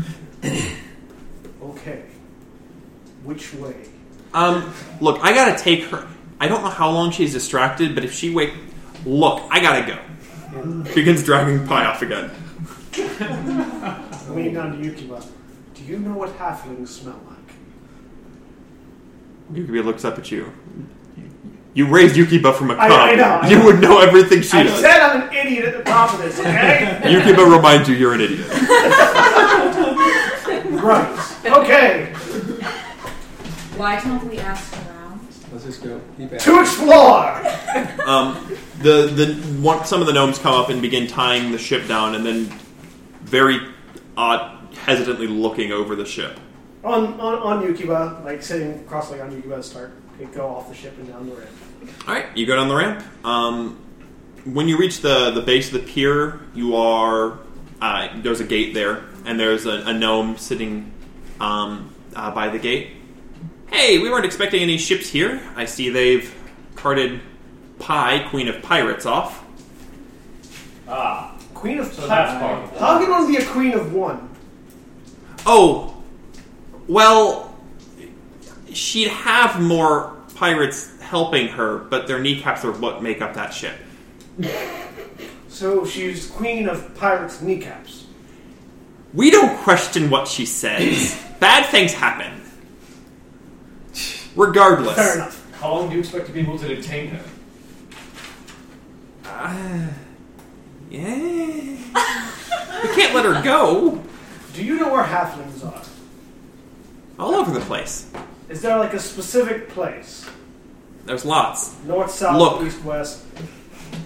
Speaker 1: Okay. Which way?
Speaker 2: Um. Look, I gotta take her. I don't know how long she's distracted, but if she wake, look, I gotta go. Begins dragging pie off again.
Speaker 1: I lean down to Yukiba. Do you know what halflings smell like?
Speaker 2: Yukiba looks up at you. You raised Yukiba from a
Speaker 1: I-
Speaker 2: cup.
Speaker 1: I know, I
Speaker 2: you
Speaker 1: know.
Speaker 2: would know everything she
Speaker 1: I
Speaker 2: does.
Speaker 1: said I'm an idiot at the top of this,
Speaker 2: [LAUGHS]
Speaker 1: okay?
Speaker 2: Yukiba reminds you you're an idiot.
Speaker 1: right. Okay.
Speaker 6: Why don't we ask around?
Speaker 3: Let's just go. Keep at
Speaker 1: To
Speaker 3: it.
Speaker 1: explore!
Speaker 2: Um, the the one, some of the gnomes come up and begin tying the ship down, and then very odd, hesitantly looking over the ship.
Speaker 1: On, on, on Yukiba, like sitting cross legged on Yukiba, start to go off the ship and down the ramp.
Speaker 2: All right, you go down the ramp. Um, when you reach the the base of the pier, you are uh, there's a gate there, and there's a, a gnome sitting um, uh, by the gate. Hey, we weren't expecting any ships here. I see they've carted Pi, Queen of Pirates, off.
Speaker 10: Ah,
Speaker 1: Queen of
Speaker 10: so that's part of it.
Speaker 1: How can one be a queen of one?
Speaker 2: Oh, well, she'd have more pirates helping her, but their kneecaps are what make up that ship.
Speaker 1: So she's queen of pirates' kneecaps.
Speaker 2: We don't question what
Speaker 1: [CLEARS THROAT]
Speaker 2: she says. Bad things happen. Regardless.
Speaker 1: Fair enough.
Speaker 10: How long do you expect to be able to detain her?
Speaker 2: Uh, yeah. we can't let her go.
Speaker 1: Do you know where halflings are?
Speaker 2: All over the place.
Speaker 1: Is there like a specific place?
Speaker 2: There's lots.
Speaker 1: North, south,
Speaker 2: Look.
Speaker 1: east, west?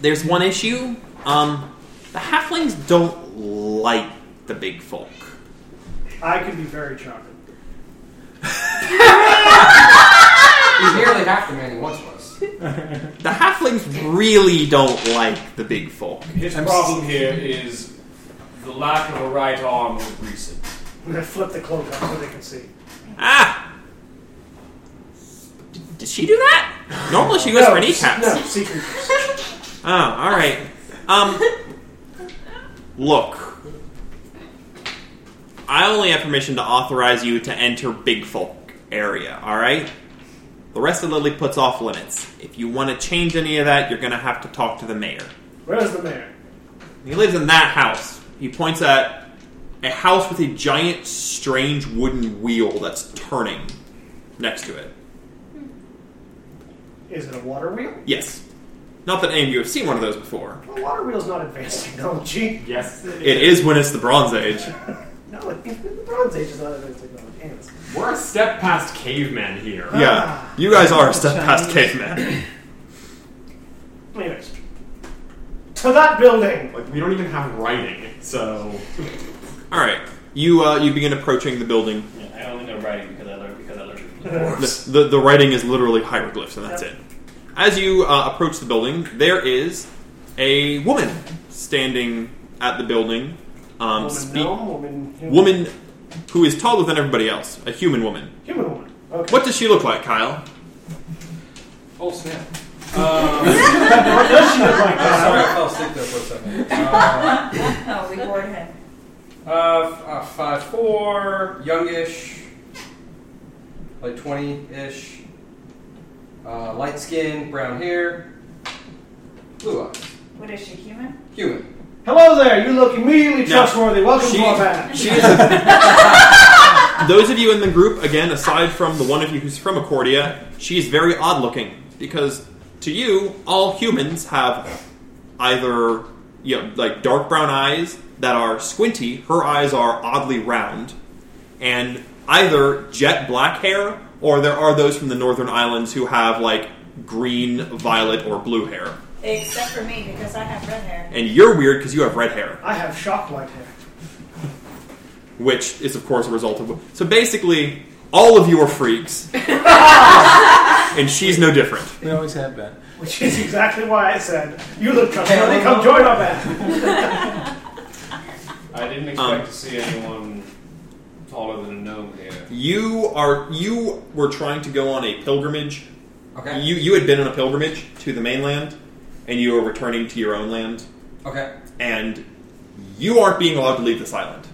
Speaker 2: There's one issue. Um, the halflings don't like the big folk.
Speaker 1: I could be very charming.
Speaker 11: You hear
Speaker 2: really don't like the big folk.
Speaker 10: His problem here is the lack of a right arm was recent.
Speaker 1: I'm gonna flip the cloak up so they can see.
Speaker 2: Ah! D- did she do that? Normally she goes
Speaker 1: No,
Speaker 2: for kneecaps.
Speaker 1: No, secret.
Speaker 2: Oh, all right. Um, look, I only have permission to authorize you to enter Big Folk area. All right. The rest of Lily puts off limits. If you want to change any of that, you're gonna have to talk to the mayor.
Speaker 1: Where's the mayor?
Speaker 2: He lives in that house. He points at a house with a giant, strange wooden wheel that's turning next to it.
Speaker 1: Is it a water wheel?
Speaker 2: Yes. Not that any of you have seen one of those before.
Speaker 1: Well, water wheel's not advanced [LAUGHS] technology.
Speaker 4: Yes,
Speaker 2: It is when it's the Bronze Age.
Speaker 1: No, it- the Bronze Age is not advanced technology. Anyways.
Speaker 4: We're a step past cavemen here.
Speaker 2: Yeah, you guys are a step past caveman.
Speaker 1: Anyways. To that building!
Speaker 4: Like we don't even have writing, so
Speaker 2: All right, you uh, you begin approaching the building.
Speaker 10: I only know writing because I learned because I learned. it from the
Speaker 2: The, the, the writing is literally hieroglyphs, and that's it. As you uh, approach the building, there is a woman standing at the building, um,
Speaker 1: woman
Speaker 2: speak,
Speaker 1: gnome, woman human.
Speaker 2: woman who is taller than everybody else, a human woman.
Speaker 1: Human woman. Okay.
Speaker 2: What does she look like, Kyle?
Speaker 11: Oh [LAUGHS] snap. Um,
Speaker 1: what does she look like?
Speaker 11: I'm sorry, I fell asleep there for a second. Uh,
Speaker 6: Oh, we bored him.
Speaker 11: uh, f- uh, five four, youngish, like twenty ish, uh, light skin, brown hair, blue eyes,
Speaker 6: What is she, human?
Speaker 11: human.
Speaker 1: Hello there, you look immediately
Speaker 2: No.
Speaker 1: trustworthy. Welcome
Speaker 2: She-
Speaker 1: to our band.
Speaker 2: She is a, [LAUGHS] those of you in the group, again, aside from the one of you who's from Accordia, she's very odd looking because to you, all humans have either you know, like dark brown eyes that are squinty, her eyes are oddly round, and either jet black hair or there are those from the northern islands who have like green, violet, or blue hair.
Speaker 6: Except for me, because I have red hair.
Speaker 2: And you're weird because you have red hair.
Speaker 1: I have shock light hair.
Speaker 2: which is of course a result of so basically all of you are freaks and she's no different
Speaker 3: We always have been.
Speaker 1: Which
Speaker 2: [LAUGHS]
Speaker 1: is exactly why I said, you look trustworthy, come join our band.
Speaker 10: I didn't expect
Speaker 2: Um,
Speaker 10: to see anyone taller than a gnome here.
Speaker 2: you are you were trying to go on a pilgrimage
Speaker 11: Okay.
Speaker 2: you you had been on a pilgrimage to the mainland and you are returning to your own land
Speaker 11: Okay.
Speaker 2: and you aren't being allowed to leave this island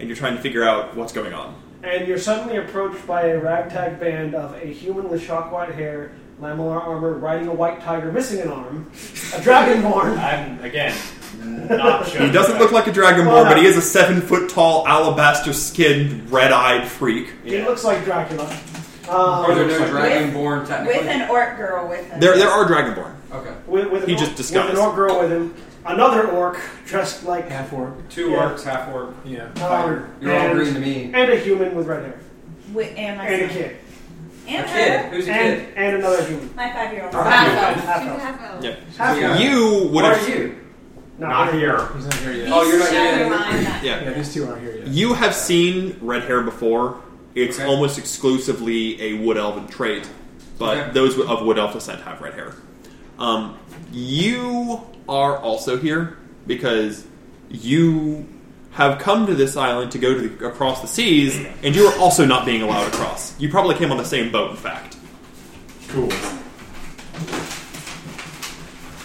Speaker 2: and you're trying to figure out what's going on
Speaker 1: And you're suddenly approached by a ragtag band of a human with shock white hair, lamellar armor, riding a white tiger, missing an arm, a
Speaker 2: [LAUGHS]
Speaker 1: dragonborn.
Speaker 10: I'm again not sure.
Speaker 2: he doesn't look like a dragonborn
Speaker 1: Well,
Speaker 2: but he
Speaker 1: no.
Speaker 2: is a seven foot tall alabaster skinned red eyed freak
Speaker 1: He
Speaker 10: Yeah.
Speaker 1: looks like Dracula.
Speaker 11: Are there
Speaker 1: Um,
Speaker 11: no
Speaker 6: Oh, With-
Speaker 11: dragonborn technically?
Speaker 6: With an orc girl with him.
Speaker 2: there, there are dragonborn
Speaker 11: okay.
Speaker 1: with, with an
Speaker 2: He
Speaker 1: orc-
Speaker 2: just disguised.
Speaker 1: With an orc girl with him. Another orc dressed like
Speaker 3: Half orc.
Speaker 11: Two
Speaker 1: Yeah.
Speaker 11: orcs, half orc.
Speaker 3: Yeah.
Speaker 1: um,
Speaker 11: You're all
Speaker 1: and,
Speaker 11: green to me.
Speaker 1: and a human with red hair.
Speaker 6: With, and my
Speaker 1: And a
Speaker 6: son.
Speaker 1: kid.
Speaker 11: A
Speaker 6: And
Speaker 11: kid.
Speaker 6: her.
Speaker 11: Who's a
Speaker 1: And,
Speaker 11: kid?
Speaker 1: and another human.
Speaker 6: My five year old.
Speaker 2: Oh,
Speaker 1: Half-elf.
Speaker 7: Two
Speaker 1: Half-elf.
Speaker 7: half elves.
Speaker 2: Yeah.
Speaker 1: Half-elf.
Speaker 11: Yeah.
Speaker 2: you would
Speaker 11: What
Speaker 2: have
Speaker 11: are you?
Speaker 4: not here.
Speaker 3: He's not here yet.
Speaker 11: Oh, you're not
Speaker 7: Never
Speaker 11: getting
Speaker 7: mind that.
Speaker 2: yeah
Speaker 3: Yeah, these two aren't here yet.
Speaker 2: You have seen red hair before. It's
Speaker 11: Okay.
Speaker 2: almost exclusively a wood elven trait, but
Speaker 11: Okay.
Speaker 2: those of wood elf descent have red hair. Um, you are also here because you have come to this island to go to the, across the seas, and you are also not being allowed across. You probably came on the same boat, in fact.
Speaker 4: Cool.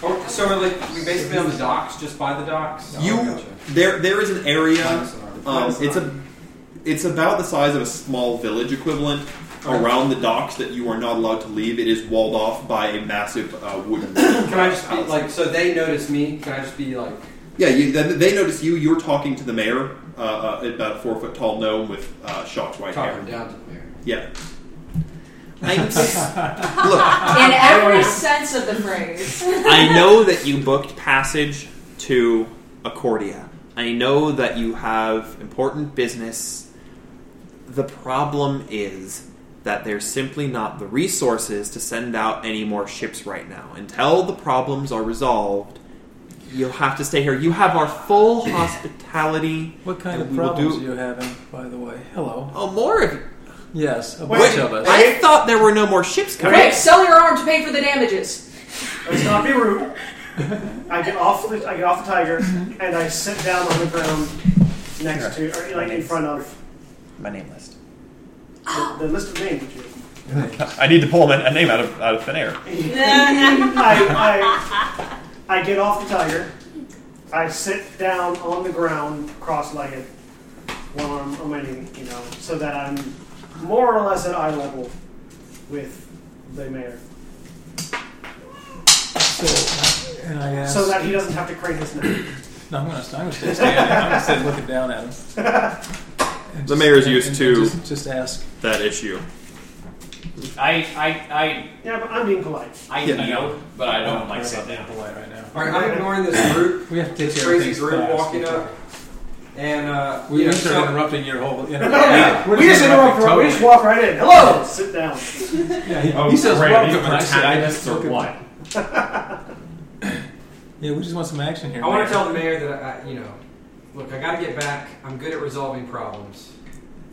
Speaker 11: Or, Oh, so we're like we basically on the docks, just by the docks.
Speaker 2: you
Speaker 11: Oh, Gotcha.
Speaker 2: there there is an area.
Speaker 11: Minus an arm.
Speaker 2: Um, it's a it's about the size of a small village equivalent around the docks that you are not allowed to leave. It is walled off by a massive uh, wooden.
Speaker 11: [COUGHS] Can I just be like so they notice me? Can I just be like
Speaker 2: yeah, you, then they notice you. You're talking to the mayor, uh, uh, about a four foot tall gnome with uh, shocked white
Speaker 11: talking
Speaker 2: hair.
Speaker 11: down to the mayor?
Speaker 2: Yeah. [LAUGHS] I, look,
Speaker 12: In
Speaker 7: [LAUGHS]
Speaker 12: every sense of the phrase.
Speaker 2: I know that you booked passage to Accordia. I know that you have important business. The problem is that there's simply not the resources to send out any more ships right now. Until the problems are resolved, you'll have to stay here. You have our [CLEARS THROAT] full hospitality.
Speaker 3: What
Speaker 2: And
Speaker 3: kind of
Speaker 2: we will
Speaker 3: problems
Speaker 2: do-
Speaker 3: are you having, by the way? Hello.
Speaker 2: Oh, more of
Speaker 3: Yes, a
Speaker 1: Wait,
Speaker 3: bunch of us.
Speaker 2: I thought there were no more ships coming.
Speaker 12: Okay, sell your arm to pay for the damages.
Speaker 1: Let's not be rude. I get off the I get off the tiger and I sit down on the ground next to or like in front of
Speaker 14: My name list.
Speaker 1: the, the list of names. That you
Speaker 14: [LAUGHS] I need to pull a a name out of out of thin
Speaker 1: [LAUGHS]
Speaker 14: air.
Speaker 1: I, I, I get off the tiger. I sit down on the ground, cross-legged, one arm on my knee, you know, so that I'm more or less at eye level with the mayor,
Speaker 3: So, and I asked,
Speaker 1: so that he doesn't have to crane his neck.
Speaker 3: No, I'm gonna, I'm gonna stay standing. I'm gonna sit looking
Speaker 1: [LAUGHS]
Speaker 3: down at him. And
Speaker 2: The
Speaker 3: just-
Speaker 2: mayor's
Speaker 3: and-
Speaker 2: used
Speaker 3: and
Speaker 2: to
Speaker 3: Just, just ask.
Speaker 2: that issue.
Speaker 10: I, I, I.
Speaker 1: Yeah, but I'm being polite.
Speaker 10: I
Speaker 2: Yeah.
Speaker 10: know, but I don't like sit
Speaker 3: that
Speaker 10: down.
Speaker 3: polite right now.
Speaker 11: All right, I'm ignoring
Speaker 3: [COUGHS]
Speaker 11: this group.
Speaker 3: We have to take
Speaker 11: this
Speaker 3: care of
Speaker 11: crazy
Speaker 3: things
Speaker 11: group
Speaker 3: fast.
Speaker 11: walking up, and uh,
Speaker 3: We,
Speaker 11: you know,
Speaker 3: we started
Speaker 11: so-
Speaker 3: interrupting your whole. You
Speaker 1: [LAUGHS] [LAUGHS] Yeah, we just interrupt. right- We just walk right in. Hello, sit down.
Speaker 3: Yeah, he,
Speaker 4: Oh,
Speaker 3: he says
Speaker 4: great.
Speaker 3: welcome,
Speaker 4: These
Speaker 3: and I said I just
Speaker 4: protagonists or
Speaker 3: took him.
Speaker 4: what?
Speaker 3: Yeah, we just want some action here.
Speaker 11: I want to tell the mayor that I, I- you know, look, I got to get back. I'm good at resolving problems.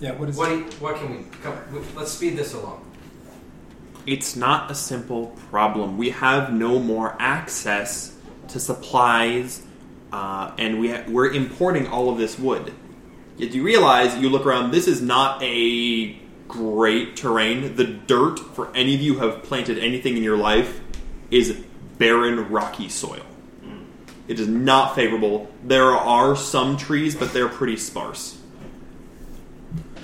Speaker 3: Yeah, what is?
Speaker 11: What, do you- what can we? Come, let's speed this along.
Speaker 2: It's not a simple problem. We have no more access to supplies, uh, and we ha- we're importing all of this wood. Yet you realize, you look around, this is not a great terrain. The dirt, for any of you who have planted anything in your life, is barren, rocky soil. It is not favorable. There are some trees, but they're pretty sparse.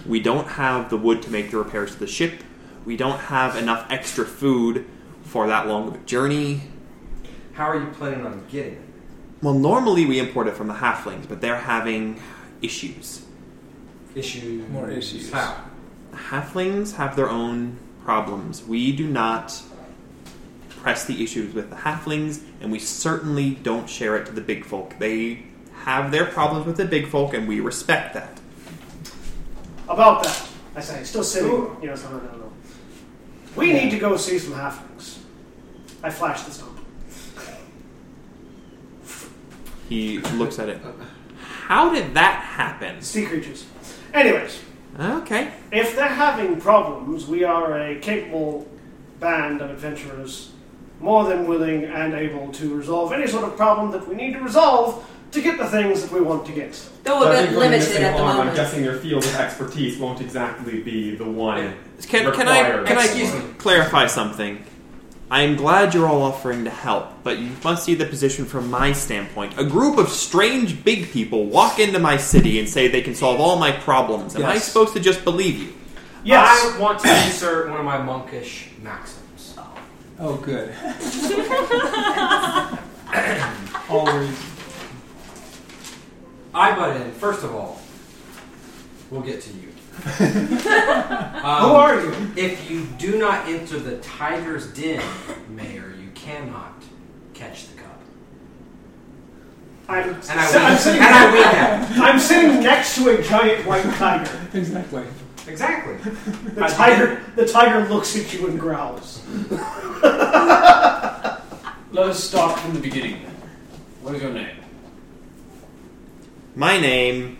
Speaker 2: We don't have the wood to make the repairs to the ship. We don't have enough extra food for that long of a journey.
Speaker 11: How are you planning on getting it?
Speaker 2: Well, normally we import it from the halflings, but they're having issues.
Speaker 11: Issues.
Speaker 3: More issues.
Speaker 11: How? [COUGHS]
Speaker 2: The halflings have their own problems. We do not press the issues with the halflings, and we certainly don't share it to the big folk. They have their problems with the big folk, and we respect that.
Speaker 1: About that, I say, still sitting. You know, so no, no, no. We need to go see some halflings. I flash the stump.
Speaker 2: He looks at it. How did that happen?
Speaker 1: Sea creatures. Anyways,
Speaker 2: Okay.
Speaker 1: if they're having problems, we are a capable band of adventurers, more than willing and able to resolve any sort of problem that we need to resolve to get the things that we want to get.
Speaker 4: So
Speaker 7: Though a
Speaker 4: I think
Speaker 7: bit
Speaker 4: we're
Speaker 7: limited
Speaker 4: missing
Speaker 7: at the
Speaker 4: one.
Speaker 7: moment.
Speaker 4: I'm guessing your field of expertise won't exactly be the one.
Speaker 2: Can, can I
Speaker 4: required.
Speaker 2: can I clarify something? I am glad you're all offering to help, but you must see the position from my standpoint. A group of strange big people walk into my city and say they can solve all my problems. Am I
Speaker 3: Yes.
Speaker 2: supposed to just believe you?
Speaker 1: Yes.
Speaker 11: I want to insert one of my monkish maxims.
Speaker 3: Oh, good. [LAUGHS] Always.
Speaker 11: I butt in. First of all, we'll get to
Speaker 10: [LAUGHS]
Speaker 11: you.
Speaker 1: Who
Speaker 11: Um,
Speaker 1: are you?
Speaker 11: If you do not enter the tiger's den, Mayor, you cannot catch the cup.
Speaker 1: I'm,
Speaker 11: And
Speaker 10: [LAUGHS]
Speaker 11: I
Speaker 1: si- I'm
Speaker 11: wink-
Speaker 1: sitting,
Speaker 11: and I wink at him.
Speaker 1: I'm sitting next to a giant white tiger.
Speaker 3: Exactly.
Speaker 11: Exactly.
Speaker 1: The tiger, the tiger looks at you and growls.
Speaker 10: Let us start from the beginning then. What is your name?
Speaker 2: My name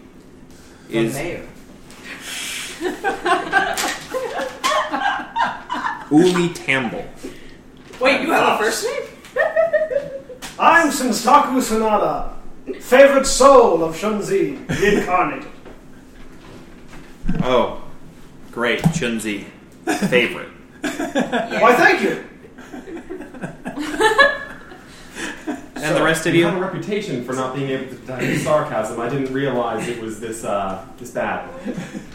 Speaker 11: The
Speaker 2: is
Speaker 11: mayor.
Speaker 2: Uli Tamble.
Speaker 7: Wait, you have a first name?
Speaker 1: I'm Sinstaku Sonada, favorite soul of Shunzi, the incarnate.
Speaker 2: Oh, great, Chunzi, favorite.
Speaker 1: Why, thank you.
Speaker 2: And the rest of
Speaker 4: You [LAUGHS] have
Speaker 2: you?
Speaker 4: a reputation for not being able to detect sarcasm. I didn't realize it was this uh, this bad.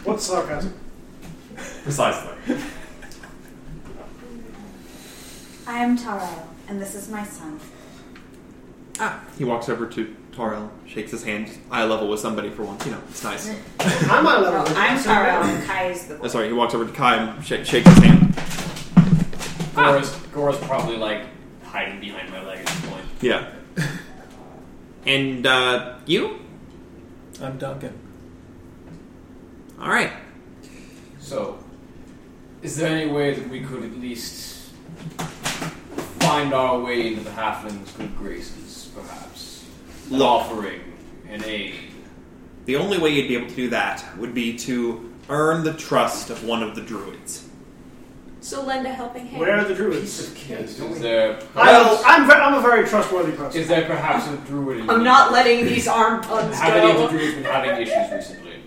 Speaker 1: What's sarcasm?
Speaker 4: Precisely.
Speaker 6: I'm Taro, and this is my son.
Speaker 2: Oh, Ah, he walks over to Toril, shakes his hand, eye level with somebody for once. You know, it's nice.
Speaker 1: I'm a level.
Speaker 6: Well, I'm Taro, and Kai is the boy.
Speaker 2: Uh, sorry, he walks over to Kai and sh- shakes his hand.
Speaker 10: Ah! Gora's, Gora's probably like hiding behind my leg at this point.
Speaker 2: Yeah. [LAUGHS] And uh, you?
Speaker 3: I'm Duncan.
Speaker 2: All right.
Speaker 10: So, is there any way that we could at least find our way into the halflings' good graces, perhaps? An
Speaker 2: Look.
Speaker 10: offering, an aid.
Speaker 2: The only way you'd be able to do that would be to earn the trust of one of the druids.
Speaker 5: So lend a helping hand.
Speaker 1: Where are the druids?
Speaker 8: Is there,
Speaker 1: I, I'm, ve- I'm a very trustworthy person.
Speaker 8: is there perhaps a druid? in-
Speaker 12: I'm not letting these arm puns
Speaker 8: Have any of the
Speaker 12: go.
Speaker 8: druids been having issues recently?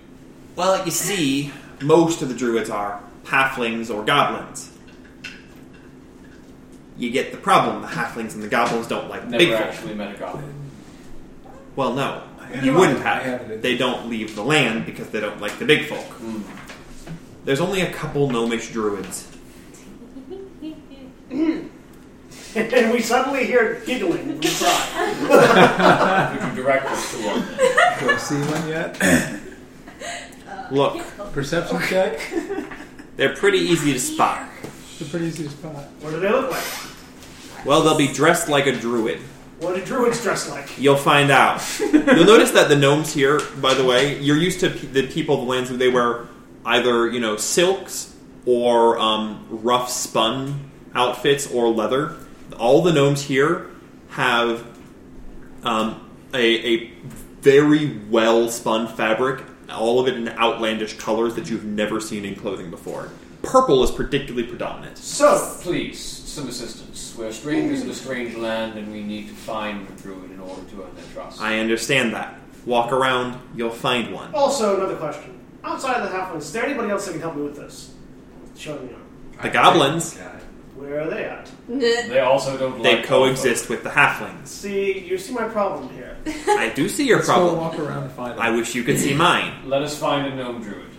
Speaker 2: Well, you see, most of the druids are halflings or goblins. You get the problem. The halflings and the goblins don't like the
Speaker 8: Never
Speaker 2: big folk.
Speaker 8: actually met a goblin.
Speaker 2: Well, no,
Speaker 3: I
Speaker 2: you
Speaker 3: know.
Speaker 2: wouldn't
Speaker 3: I haven't.
Speaker 2: have. They don't leave the land because they don't like the big folk. There's only a couple gnomish druids.
Speaker 1: [LAUGHS] and we suddenly hear giggling from the crowd.
Speaker 10: Could you direct us to one?
Speaker 3: Do I see one yet?
Speaker 2: Look,
Speaker 3: Perception check.
Speaker 2: they're pretty easy to spot.
Speaker 3: It's a pretty easy spot.
Speaker 1: What do they look like?
Speaker 2: Well, they'll be dressed like a druid.
Speaker 1: What do druids dress like?
Speaker 2: You'll find out. You'll notice that the gnomes here, by the way, you're used to pe- the people of the lands where they wear either you know silks or um, rough spun outfits or leather. All the gnomes here have um, a, a very well spun fabric, all of it in outlandish colors that you've never seen in clothing before. Purple is particularly predominant.
Speaker 1: So,
Speaker 10: Please, some assistance. We're strangers in a strange land, and we need to find a druid in order to earn their trust.
Speaker 2: I understand that. Walk around, you'll find one.
Speaker 1: also another question. Outside of the halflings, is there anybody else that can help me with this? Show me on.
Speaker 2: The goblins,
Speaker 1: Where are they at?
Speaker 10: They also don't.
Speaker 2: they
Speaker 10: like
Speaker 2: coexist with the halflings.
Speaker 1: See, you see my problem here.
Speaker 2: I do see your
Speaker 3: Let's go
Speaker 2: problem.
Speaker 3: walk around and find
Speaker 2: I
Speaker 3: out.
Speaker 2: wish you could see mine.
Speaker 10: Let us find a gnome druid.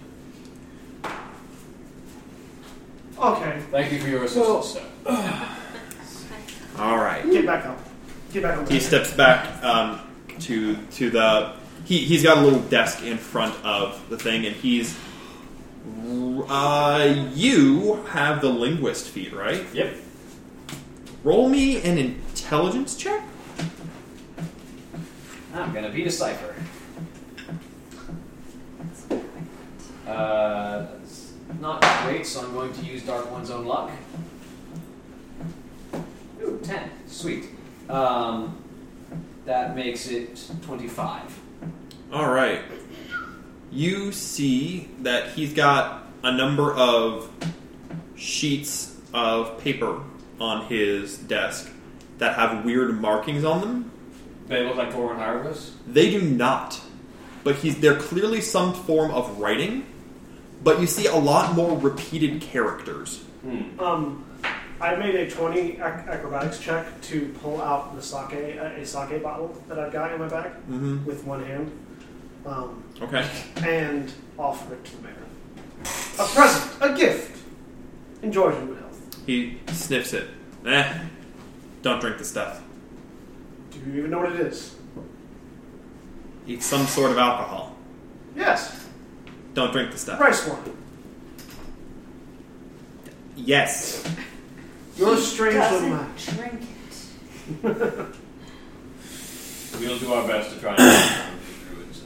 Speaker 1: Okay,
Speaker 10: Thank you for your assistance,
Speaker 3: Well-
Speaker 10: sir.
Speaker 2: All right.
Speaker 1: get back up. Get back up.
Speaker 2: He steps back um, to to the. He he's got a little desk in front of the thing, and he's. Uh, you have the linguist feat, right?
Speaker 10: Yep.
Speaker 2: Roll me an intelligence check.
Speaker 10: I'm gonna beat a cipher. Uh, that's not great, so I'm going to use Dark One's own luck. Ooh, 10. Sweet. Um, that makes it 25.
Speaker 2: All right. You see that he's got a number of sheets of paper on his desk that have weird markings on them.
Speaker 10: They look like Dwarven hieroglyphs?
Speaker 2: They do not. But he's they're clearly some form of writing, but you see a lot more repeated characters.
Speaker 10: Hmm.
Speaker 1: Um, I made a 20 ac- acrobatics check to pull out the sake, uh, a a sake bottle that I've got in my bag
Speaker 2: Mm-hmm.
Speaker 1: with one hand, um,
Speaker 2: Okay.
Speaker 1: and offer it to the mayor. A present, a gift. Enjoy your good health.
Speaker 2: He sniffs it. Eh. Don't drink the stuff.
Speaker 1: Do you even know what it is?
Speaker 2: Eat some sort of alcohol.
Speaker 1: Yes,
Speaker 2: Don't drink the stuff.
Speaker 1: rice wine.
Speaker 2: Yes.
Speaker 1: You're strange little man.
Speaker 6: Doesn't drink it.
Speaker 10: We'll do our best to try and [COUGHS] find the druids.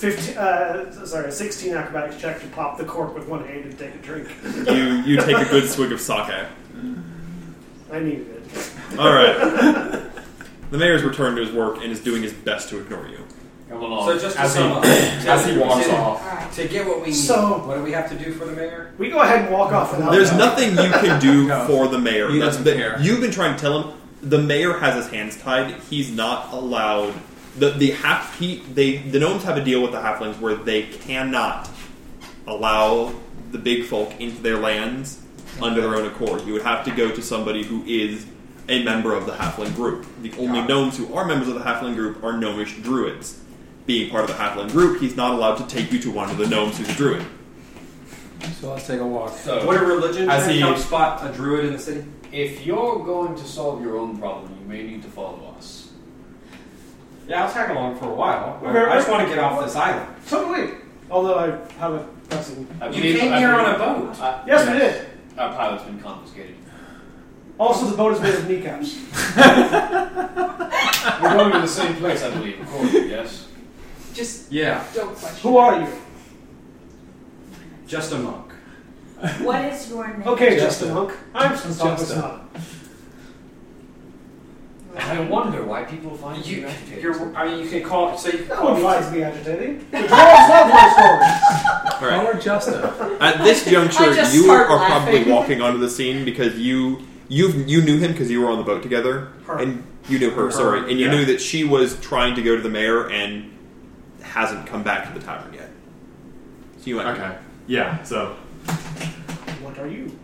Speaker 1: 15, uh, sorry, a 16 acrobatics check to pop the cork with one hand and take a drink.
Speaker 2: You you take a good swig of sake.
Speaker 1: I needed it.
Speaker 2: All right. The mayor's returned to his work and is doing his best to ignore you.
Speaker 10: Come along.
Speaker 11: So just to
Speaker 4: As he,
Speaker 10: [COUGHS]
Speaker 11: sum up,
Speaker 4: as he walks off,
Speaker 6: Alright.
Speaker 11: to get what we need,
Speaker 1: So-
Speaker 11: what do we have to do for the mayor?
Speaker 1: We go ahead and walk off without
Speaker 2: There's
Speaker 1: that.
Speaker 2: nothing you can do
Speaker 3: No.
Speaker 2: for the mayor.
Speaker 3: He
Speaker 2: That's
Speaker 3: doesn't
Speaker 2: the-
Speaker 3: care.
Speaker 2: You've been trying to tell him the mayor has his hands tied. He's not allowed. The the half he, they the gnomes have a deal with the halflings where they cannot allow the big folk into their lands under their own accord. You would have to go to somebody who is a member of the halfling group. The only
Speaker 11: Got it.
Speaker 2: gnomes who are members of the halfling group are gnomish druids. Being part of the halfling group, he's not allowed to take you to one of the gnomes who's a druid.
Speaker 3: So let's take a walk.
Speaker 10: So,
Speaker 11: What a religion
Speaker 4: As
Speaker 11: Can I
Speaker 4: he-
Speaker 11: help spot a druid in the city?
Speaker 10: if you're going to solve your own problem, you may need to follow us.
Speaker 11: Yeah, I'll tag along for a while.
Speaker 1: Okay.
Speaker 11: I just want to get off this island.
Speaker 1: So do we. Although I have a pressing.
Speaker 10: I
Speaker 11: You
Speaker 10: believe-
Speaker 11: came
Speaker 10: I
Speaker 11: here
Speaker 10: believe-
Speaker 11: on a boat.
Speaker 10: Uh,
Speaker 1: Yes, we did.
Speaker 10: Our pilot's been confiscated.
Speaker 1: Also, the boat is made of kneecaps.
Speaker 10: [LAUGHS] We're going to the same place, I believe. According, yes.
Speaker 12: Just
Speaker 11: Yeah,
Speaker 12: don't question.
Speaker 1: Who are you?
Speaker 11: just a monk.
Speaker 6: What is your name?
Speaker 1: Okay,
Speaker 3: Justin.
Speaker 1: Justin Hunk. I'm Justin
Speaker 3: Justin.
Speaker 1: Hunk.
Speaker 10: I wonder why people find you agitated.
Speaker 11: You're, I mean, you can call. So you
Speaker 1: No one finds me agitating. The dwarves love my stories.
Speaker 2: All right.
Speaker 3: Or Justa.
Speaker 2: At
Speaker 1: [LAUGHS]
Speaker 2: this
Speaker 1: I
Speaker 2: juncture,
Speaker 1: just
Speaker 2: you
Speaker 1: start
Speaker 2: are
Speaker 1: laughing.
Speaker 2: probably walking onto the scene because you you you knew him because you were on the boat together,
Speaker 1: Her.
Speaker 2: and you knew her.
Speaker 1: Her,
Speaker 2: Sorry, and you
Speaker 1: yeah.
Speaker 2: knew that she was trying to go to the mayor and hasn't come back to the tavern yet. So you went.
Speaker 4: Okay. Yeah. So
Speaker 1: What are you?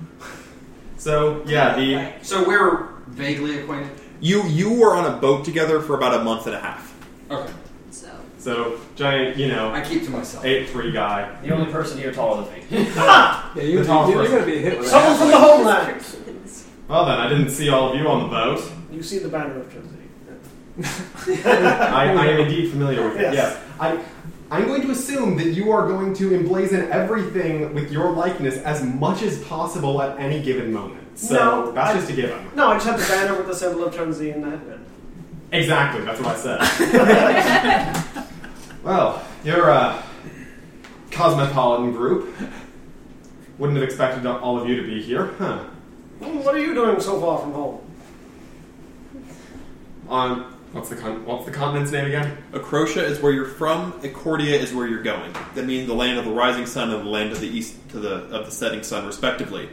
Speaker 4: So yeah, the
Speaker 11: so we're vaguely acquainted.
Speaker 2: you you were on a boat together for about a month and a half.
Speaker 11: Okay.
Speaker 7: So
Speaker 4: so giant, you know,
Speaker 11: I keep to myself.
Speaker 4: eight three guy.
Speaker 10: The only person here taller than me. [LAUGHS]
Speaker 4: yeah,
Speaker 3: you're
Speaker 4: tall
Speaker 3: you're
Speaker 4: person.
Speaker 3: gonna be hit with
Speaker 1: Someone
Speaker 3: that.
Speaker 1: from the homeland.
Speaker 4: Well then, I didn't see all of you on the boat.
Speaker 1: You see the banner of Trinity.
Speaker 4: I, I am indeed familiar with it.
Speaker 1: Yes.
Speaker 4: Yes. I, I'm going to assume that you are going to emblazon everything with your likeness as much as possible at any given moment. So
Speaker 1: No,
Speaker 4: that's
Speaker 1: I-
Speaker 4: just a given.
Speaker 1: No, I just have the banner with the symbol of Trinity in the headband.
Speaker 4: Exactly. That's what I
Speaker 1: [LAUGHS]
Speaker 4: said. well, you're a cosmopolitan group. Wouldn't have expected all of you to be here, huh?
Speaker 1: Hmm, What are you doing so far from home?
Speaker 4: On Um, what's the con- what's the continent's name again?
Speaker 2: Acrotia is where you're from. Ecordia is where you're going. That means the land of the rising sun and the land of the east to the of the setting sun, respectively.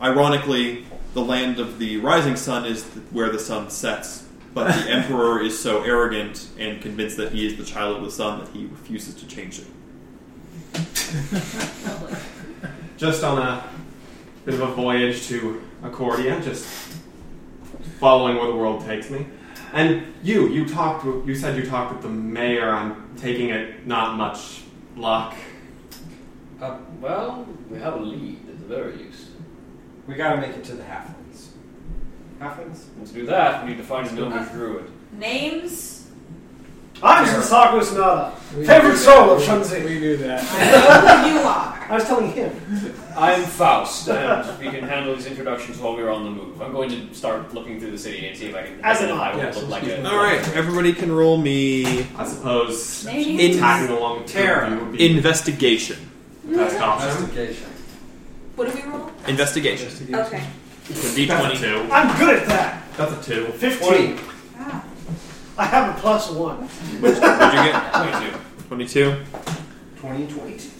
Speaker 2: Ironically, the land of the rising sun is th- where the sun sets. But [LAUGHS] the emperor is so arrogant and convinced that he is the child of the sun that he refuses to change it.
Speaker 4: just on a bit of a voyage to Accordia, just following where the world takes me. And you, you talked, with- you said you talked with the mayor. I'm taking it not much luck.
Speaker 10: Uh, well, we have a lead at the very least.
Speaker 11: We gotta make it to the halflings. Halflings?
Speaker 10: To do that, we need to find a noble druid.
Speaker 6: Names?
Speaker 1: I'm Sensaku Sonata,
Speaker 3: We-
Speaker 1: favorite soul of Shunzi.
Speaker 3: We knew that.
Speaker 6: I know who you are.
Speaker 1: I was telling him.
Speaker 10: I'm Faust, and we can handle these introductions while we're on the move. I'm going to start looking through the city and see if I can
Speaker 1: As am
Speaker 10: identify
Speaker 1: I.
Speaker 10: what
Speaker 3: Yes,
Speaker 10: look like a.
Speaker 2: All right, everybody can roll me
Speaker 4: I suppose
Speaker 6: Names?
Speaker 4: tagging along with
Speaker 11: Terra.
Speaker 4: you would be
Speaker 2: investigation.
Speaker 4: the best option.
Speaker 11: Investigation.
Speaker 6: What do we roll?
Speaker 2: Investigation.
Speaker 6: Okay.
Speaker 2: D
Speaker 4: That's a
Speaker 2: twenty.
Speaker 4: two.
Speaker 1: I'm good at that.
Speaker 4: That's a two.
Speaker 1: 15.
Speaker 6: Wow.
Speaker 1: I have a plus one.
Speaker 2: What'd you get?
Speaker 10: Twenty-two.
Speaker 2: Twenty-two.
Speaker 11: 2022.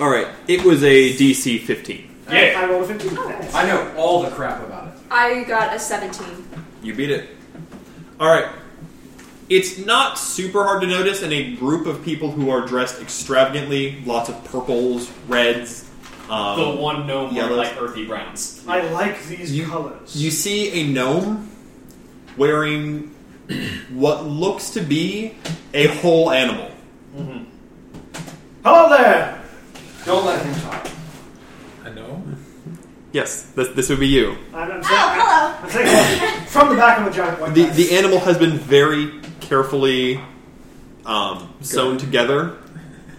Speaker 2: All right, it was a DC fifteen.
Speaker 1: Yeah. I rolled a 15.
Speaker 11: I know all the crap about it.
Speaker 5: I got a 17.
Speaker 2: You beat it. All right. It's not super hard to notice in a group of people who are dressed extravagantly, lots of purples, reds.
Speaker 10: The
Speaker 2: Um,
Speaker 10: one gnome with
Speaker 2: Yellows.
Speaker 10: like earthy browns.
Speaker 1: I like these
Speaker 2: You-
Speaker 1: colors.
Speaker 2: you see a gnome wearing what looks to be a whole animal.
Speaker 1: Hello there!
Speaker 11: Don't let him talk.
Speaker 3: I know.
Speaker 2: Yes, this, this would be you.
Speaker 1: I'm, I'm
Speaker 6: Oh,
Speaker 1: saying,
Speaker 6: hello.
Speaker 1: I'm saying from the back of a giant white
Speaker 2: The,
Speaker 1: mouse.
Speaker 2: the animal has been very carefully um, sewn together,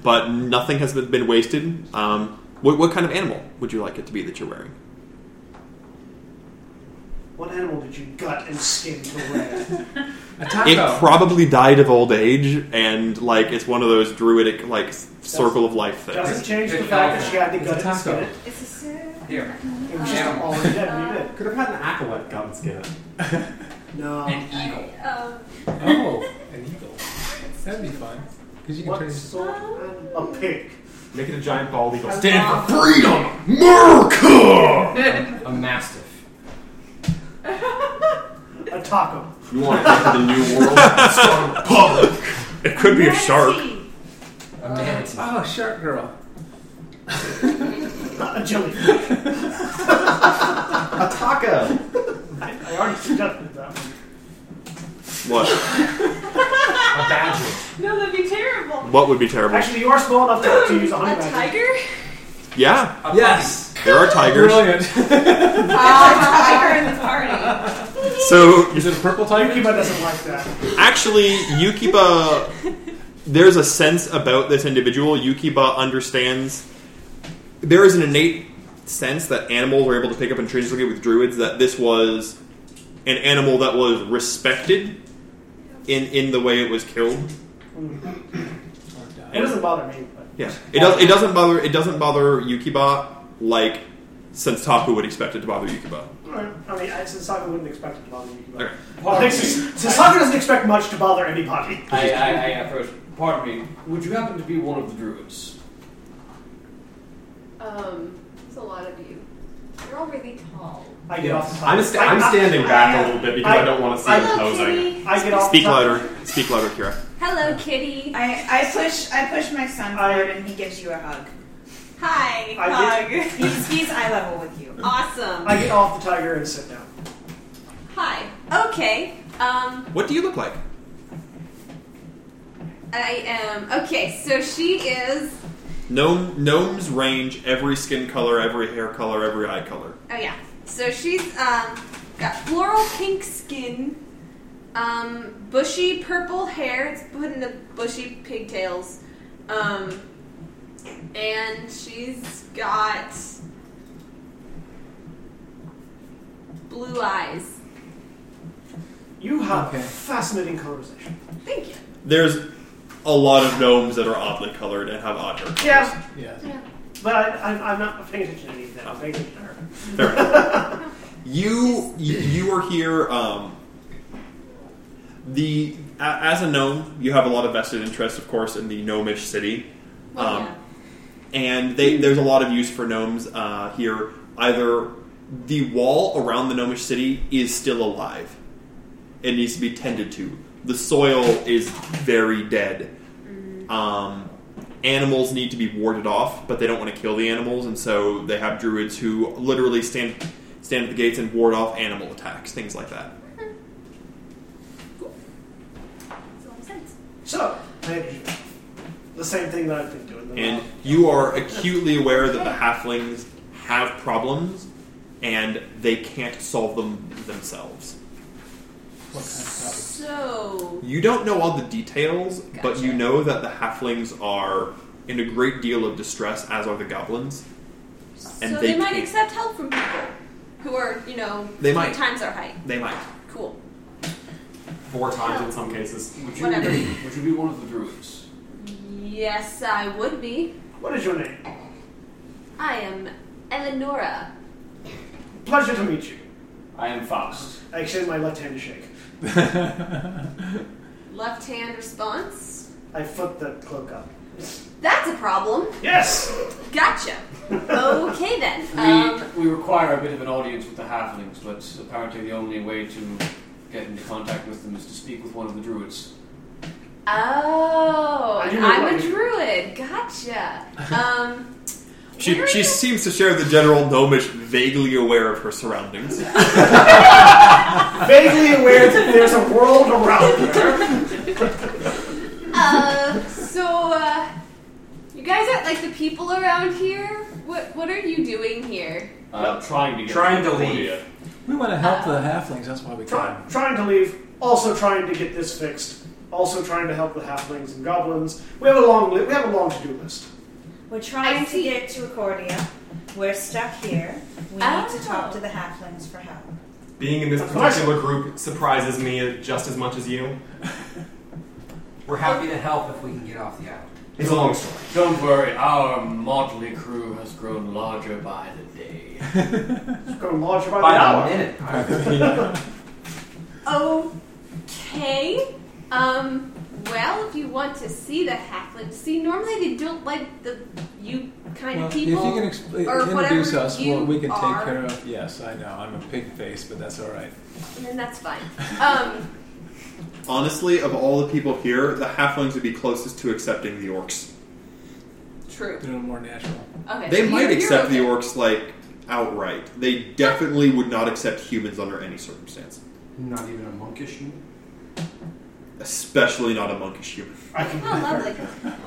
Speaker 2: but nothing has been, been wasted. Um, what, what kind of animal would you like it to be that you're wearing?
Speaker 1: What animal did you gut and skin to
Speaker 2: [LAUGHS]
Speaker 1: wear?
Speaker 3: A taco.
Speaker 2: It probably died of old age, and like it's one of those druidic like s- circle of life things.
Speaker 1: Doesn't change the fact that she had to
Speaker 3: It's
Speaker 1: gut
Speaker 3: a
Speaker 1: it and skin
Speaker 3: taco.
Speaker 1: it.
Speaker 6: It's a suit.
Speaker 11: Here.
Speaker 1: It was just
Speaker 11: Animal.
Speaker 1: already dead when you did.
Speaker 4: Could have had an acolyte gun skin.
Speaker 1: [LAUGHS] No.
Speaker 11: An eagle.
Speaker 7: um,
Speaker 3: Oh, an eagle. That'd be fun. Because you can
Speaker 1: What
Speaker 3: turn into
Speaker 1: sort of A pig.
Speaker 4: Make it a giant bald eagle.
Speaker 11: Stand for
Speaker 4: freedom, America.
Speaker 11: A mastiff.
Speaker 1: A taco.
Speaker 4: You want to enter the new [LAUGHS] world? Start a public.
Speaker 2: It could be a shark.
Speaker 6: Nancy.
Speaker 11: A manatee.
Speaker 3: Oh, shark girl.
Speaker 1: A jellyfish.
Speaker 4: A taco.
Speaker 1: I, I already suggested that one.
Speaker 2: What?
Speaker 4: [LAUGHS] A badger.
Speaker 7: no, that'd be terrible.
Speaker 2: What would be terrible?
Speaker 1: Actually, you are small enough to, to use a honey
Speaker 7: A
Speaker 1: badger.
Speaker 7: tiger?
Speaker 2: Yeah,
Speaker 11: A
Speaker 3: Yes.
Speaker 2: there are tigers.
Speaker 6: Oh, tiger in the party.
Speaker 2: So
Speaker 3: [LAUGHS] Is it a purple
Speaker 1: Yuki
Speaker 3: tiger?
Speaker 1: but doesn't like that.
Speaker 2: actually, Yukiba, there's a sense about this individual. Yukiba understands. There is an innate sense that animals were able to pick up and translate with druids. That this was an animal that was respected in in the way it was killed.
Speaker 1: It doesn't bother me. But
Speaker 2: Yeah, it does. It doesn't bother. It doesn't bother Yukiba like since Taku would expect it to bother Yukiba.
Speaker 1: Alright. I mean, I, Sasaka wouldn't expect it to bother you.
Speaker 2: Okay.
Speaker 1: Well, [LAUGHS] I think Sas- Sasaka doesn't expect much to bother anybody.
Speaker 10: I, I, I approach. Pardon me. Would you happen to be one of the druids?
Speaker 7: Um, it's a lot of you. You're all really tall.
Speaker 1: I get off the
Speaker 4: I'm, sta- I'm standing back a little bit because I, don't want to see
Speaker 1: I-
Speaker 4: him
Speaker 7: Kitty.
Speaker 4: posing.
Speaker 1: I get off
Speaker 2: Speak
Speaker 1: the top-
Speaker 2: louder. Speak louder, Kira.
Speaker 7: Hello, kitty.
Speaker 6: I, I push I push my son forward and he gives you a hug. Hi,
Speaker 1: I
Speaker 6: hug.
Speaker 1: get-
Speaker 6: He's, he's eye level with you.
Speaker 7: [LAUGHS] Awesome.
Speaker 1: I get off the tiger and sit down.
Speaker 7: Hi. Okay. Um,
Speaker 2: What do you look like?
Speaker 7: I am. Okay, so she is.
Speaker 2: Gnome, gnomes range every skin color, every hair color, every eye color.
Speaker 7: Oh yeah. So she's um, got floral pink skin, um, bushy purple hair. It's put in the bushy pigtails, um, and she's got blue eyes.
Speaker 1: You have a fascinating conversation.
Speaker 7: Thank
Speaker 2: Um,
Speaker 7: you.
Speaker 2: There's a lot of gnomes that are oddly colored and have odd hair.
Speaker 1: Yeah.
Speaker 3: Yeah.
Speaker 1: But I, I, I'm not paying attention to any of that. I'm paying attention to her.
Speaker 2: Fair enough. you you- you are here. Um, the a- as a gnome, you have a lot of vested interest, of course, in the gnomish city,
Speaker 7: Well,
Speaker 2: um, and they, there's a lot of use for gnomes uh, here. Either the wall around the gnomish city is still alive; it needs to be tended to. The soil is very dead. Um, animals need to be warded off, but they don't want to kill the animals, and so they have druids who literally stand stand at the gates and ward off animal attacks, things like that.
Speaker 7: So makes sense.
Speaker 1: So, thank you. The same thing that I've been doing. the
Speaker 2: And you are acutely aware that the halflings have problems, and they can't solve them themselves.
Speaker 7: So
Speaker 2: You don't know all the details, but you know that the halflings are in a great deal of distress, as are the goblins. And
Speaker 7: so they, might
Speaker 2: can't-
Speaker 7: accept help from people who are you know
Speaker 2: They
Speaker 7: three
Speaker 2: might.
Speaker 7: times our height.
Speaker 2: They might.
Speaker 7: Cool.
Speaker 4: Four times in some cases.
Speaker 10: Would you,
Speaker 7: Whatever.
Speaker 10: Would you be one of the druids?
Speaker 7: Yes, I would be.
Speaker 1: What is your name?
Speaker 7: I am Eleonora.
Speaker 1: Pleasure to meet you.
Speaker 10: I am Faust.
Speaker 1: I extend my left hand to shake.
Speaker 7: Left hand response.
Speaker 1: I flip the cloak up.
Speaker 7: That's a problem.
Speaker 1: [LAUGHS] Yes!
Speaker 7: Gotcha. Okay then.
Speaker 8: We,
Speaker 7: Um,
Speaker 8: we require a bit of an audience with the halflings, but apparently the only way to get into contact with them is to speak with one of the druids.
Speaker 7: oh,
Speaker 8: I do
Speaker 7: and
Speaker 8: know
Speaker 7: I'm
Speaker 8: why.
Speaker 7: a druid. Gotcha. Um,
Speaker 2: She, she seems to share the general gnomish, vaguely aware of her surroundings.
Speaker 1: Vaguely aware that there's a world around her.
Speaker 7: uh, so uh, you guys are like the people around here. What what are you doing here?
Speaker 10: Uh, trying to get
Speaker 11: Trying to
Speaker 10: Claudia.
Speaker 11: leave.
Speaker 3: [LAUGHS] We want to help the halflings. That's why we
Speaker 1: Try,
Speaker 3: came.
Speaker 1: trying to leave, also trying to get this fixed, also trying to help the halflings and goblins. We have a long li- we have a long to do list.
Speaker 6: We're trying
Speaker 7: I
Speaker 6: to
Speaker 7: see.
Speaker 6: get to Accordia. We're stuck here. We need
Speaker 7: Oh.
Speaker 6: to talk to the halflings for help.
Speaker 4: Being in this
Speaker 1: Of course.
Speaker 4: particular group surprises me just as much as you.
Speaker 11: We're happy to help if we can get off the island.
Speaker 4: It's a long story.
Speaker 10: Don't worry, our motley crew has grown larger by the day.
Speaker 1: It's going larger by,
Speaker 11: By
Speaker 1: the
Speaker 11: the
Speaker 1: hour.
Speaker 11: minute.
Speaker 7: Okay. Um. Well, if you want to see the halflings, see normally they don't like the you kind
Speaker 3: Well,
Speaker 7: of
Speaker 3: if
Speaker 7: people.
Speaker 3: you can exp-
Speaker 7: or
Speaker 3: introduce
Speaker 7: whatever
Speaker 3: us,
Speaker 7: you
Speaker 3: well, we can
Speaker 7: are.
Speaker 3: take care of. Yes, I know. I'm a pig face, but that's all right.
Speaker 7: And then that's fine. Um,
Speaker 2: Honestly, of all the people here, the halflings would be closest to accepting the orcs.
Speaker 7: true.
Speaker 3: They're more natural.
Speaker 7: Okay.
Speaker 2: They
Speaker 7: so
Speaker 2: might
Speaker 7: you're-
Speaker 2: accept
Speaker 7: you're
Speaker 2: the orcs like outright. They definitely would not accept humans under any circumstance,
Speaker 11: Not even a monkish you.
Speaker 2: especially not a monkish human.
Speaker 1: I can
Speaker 7: Oh, lovely.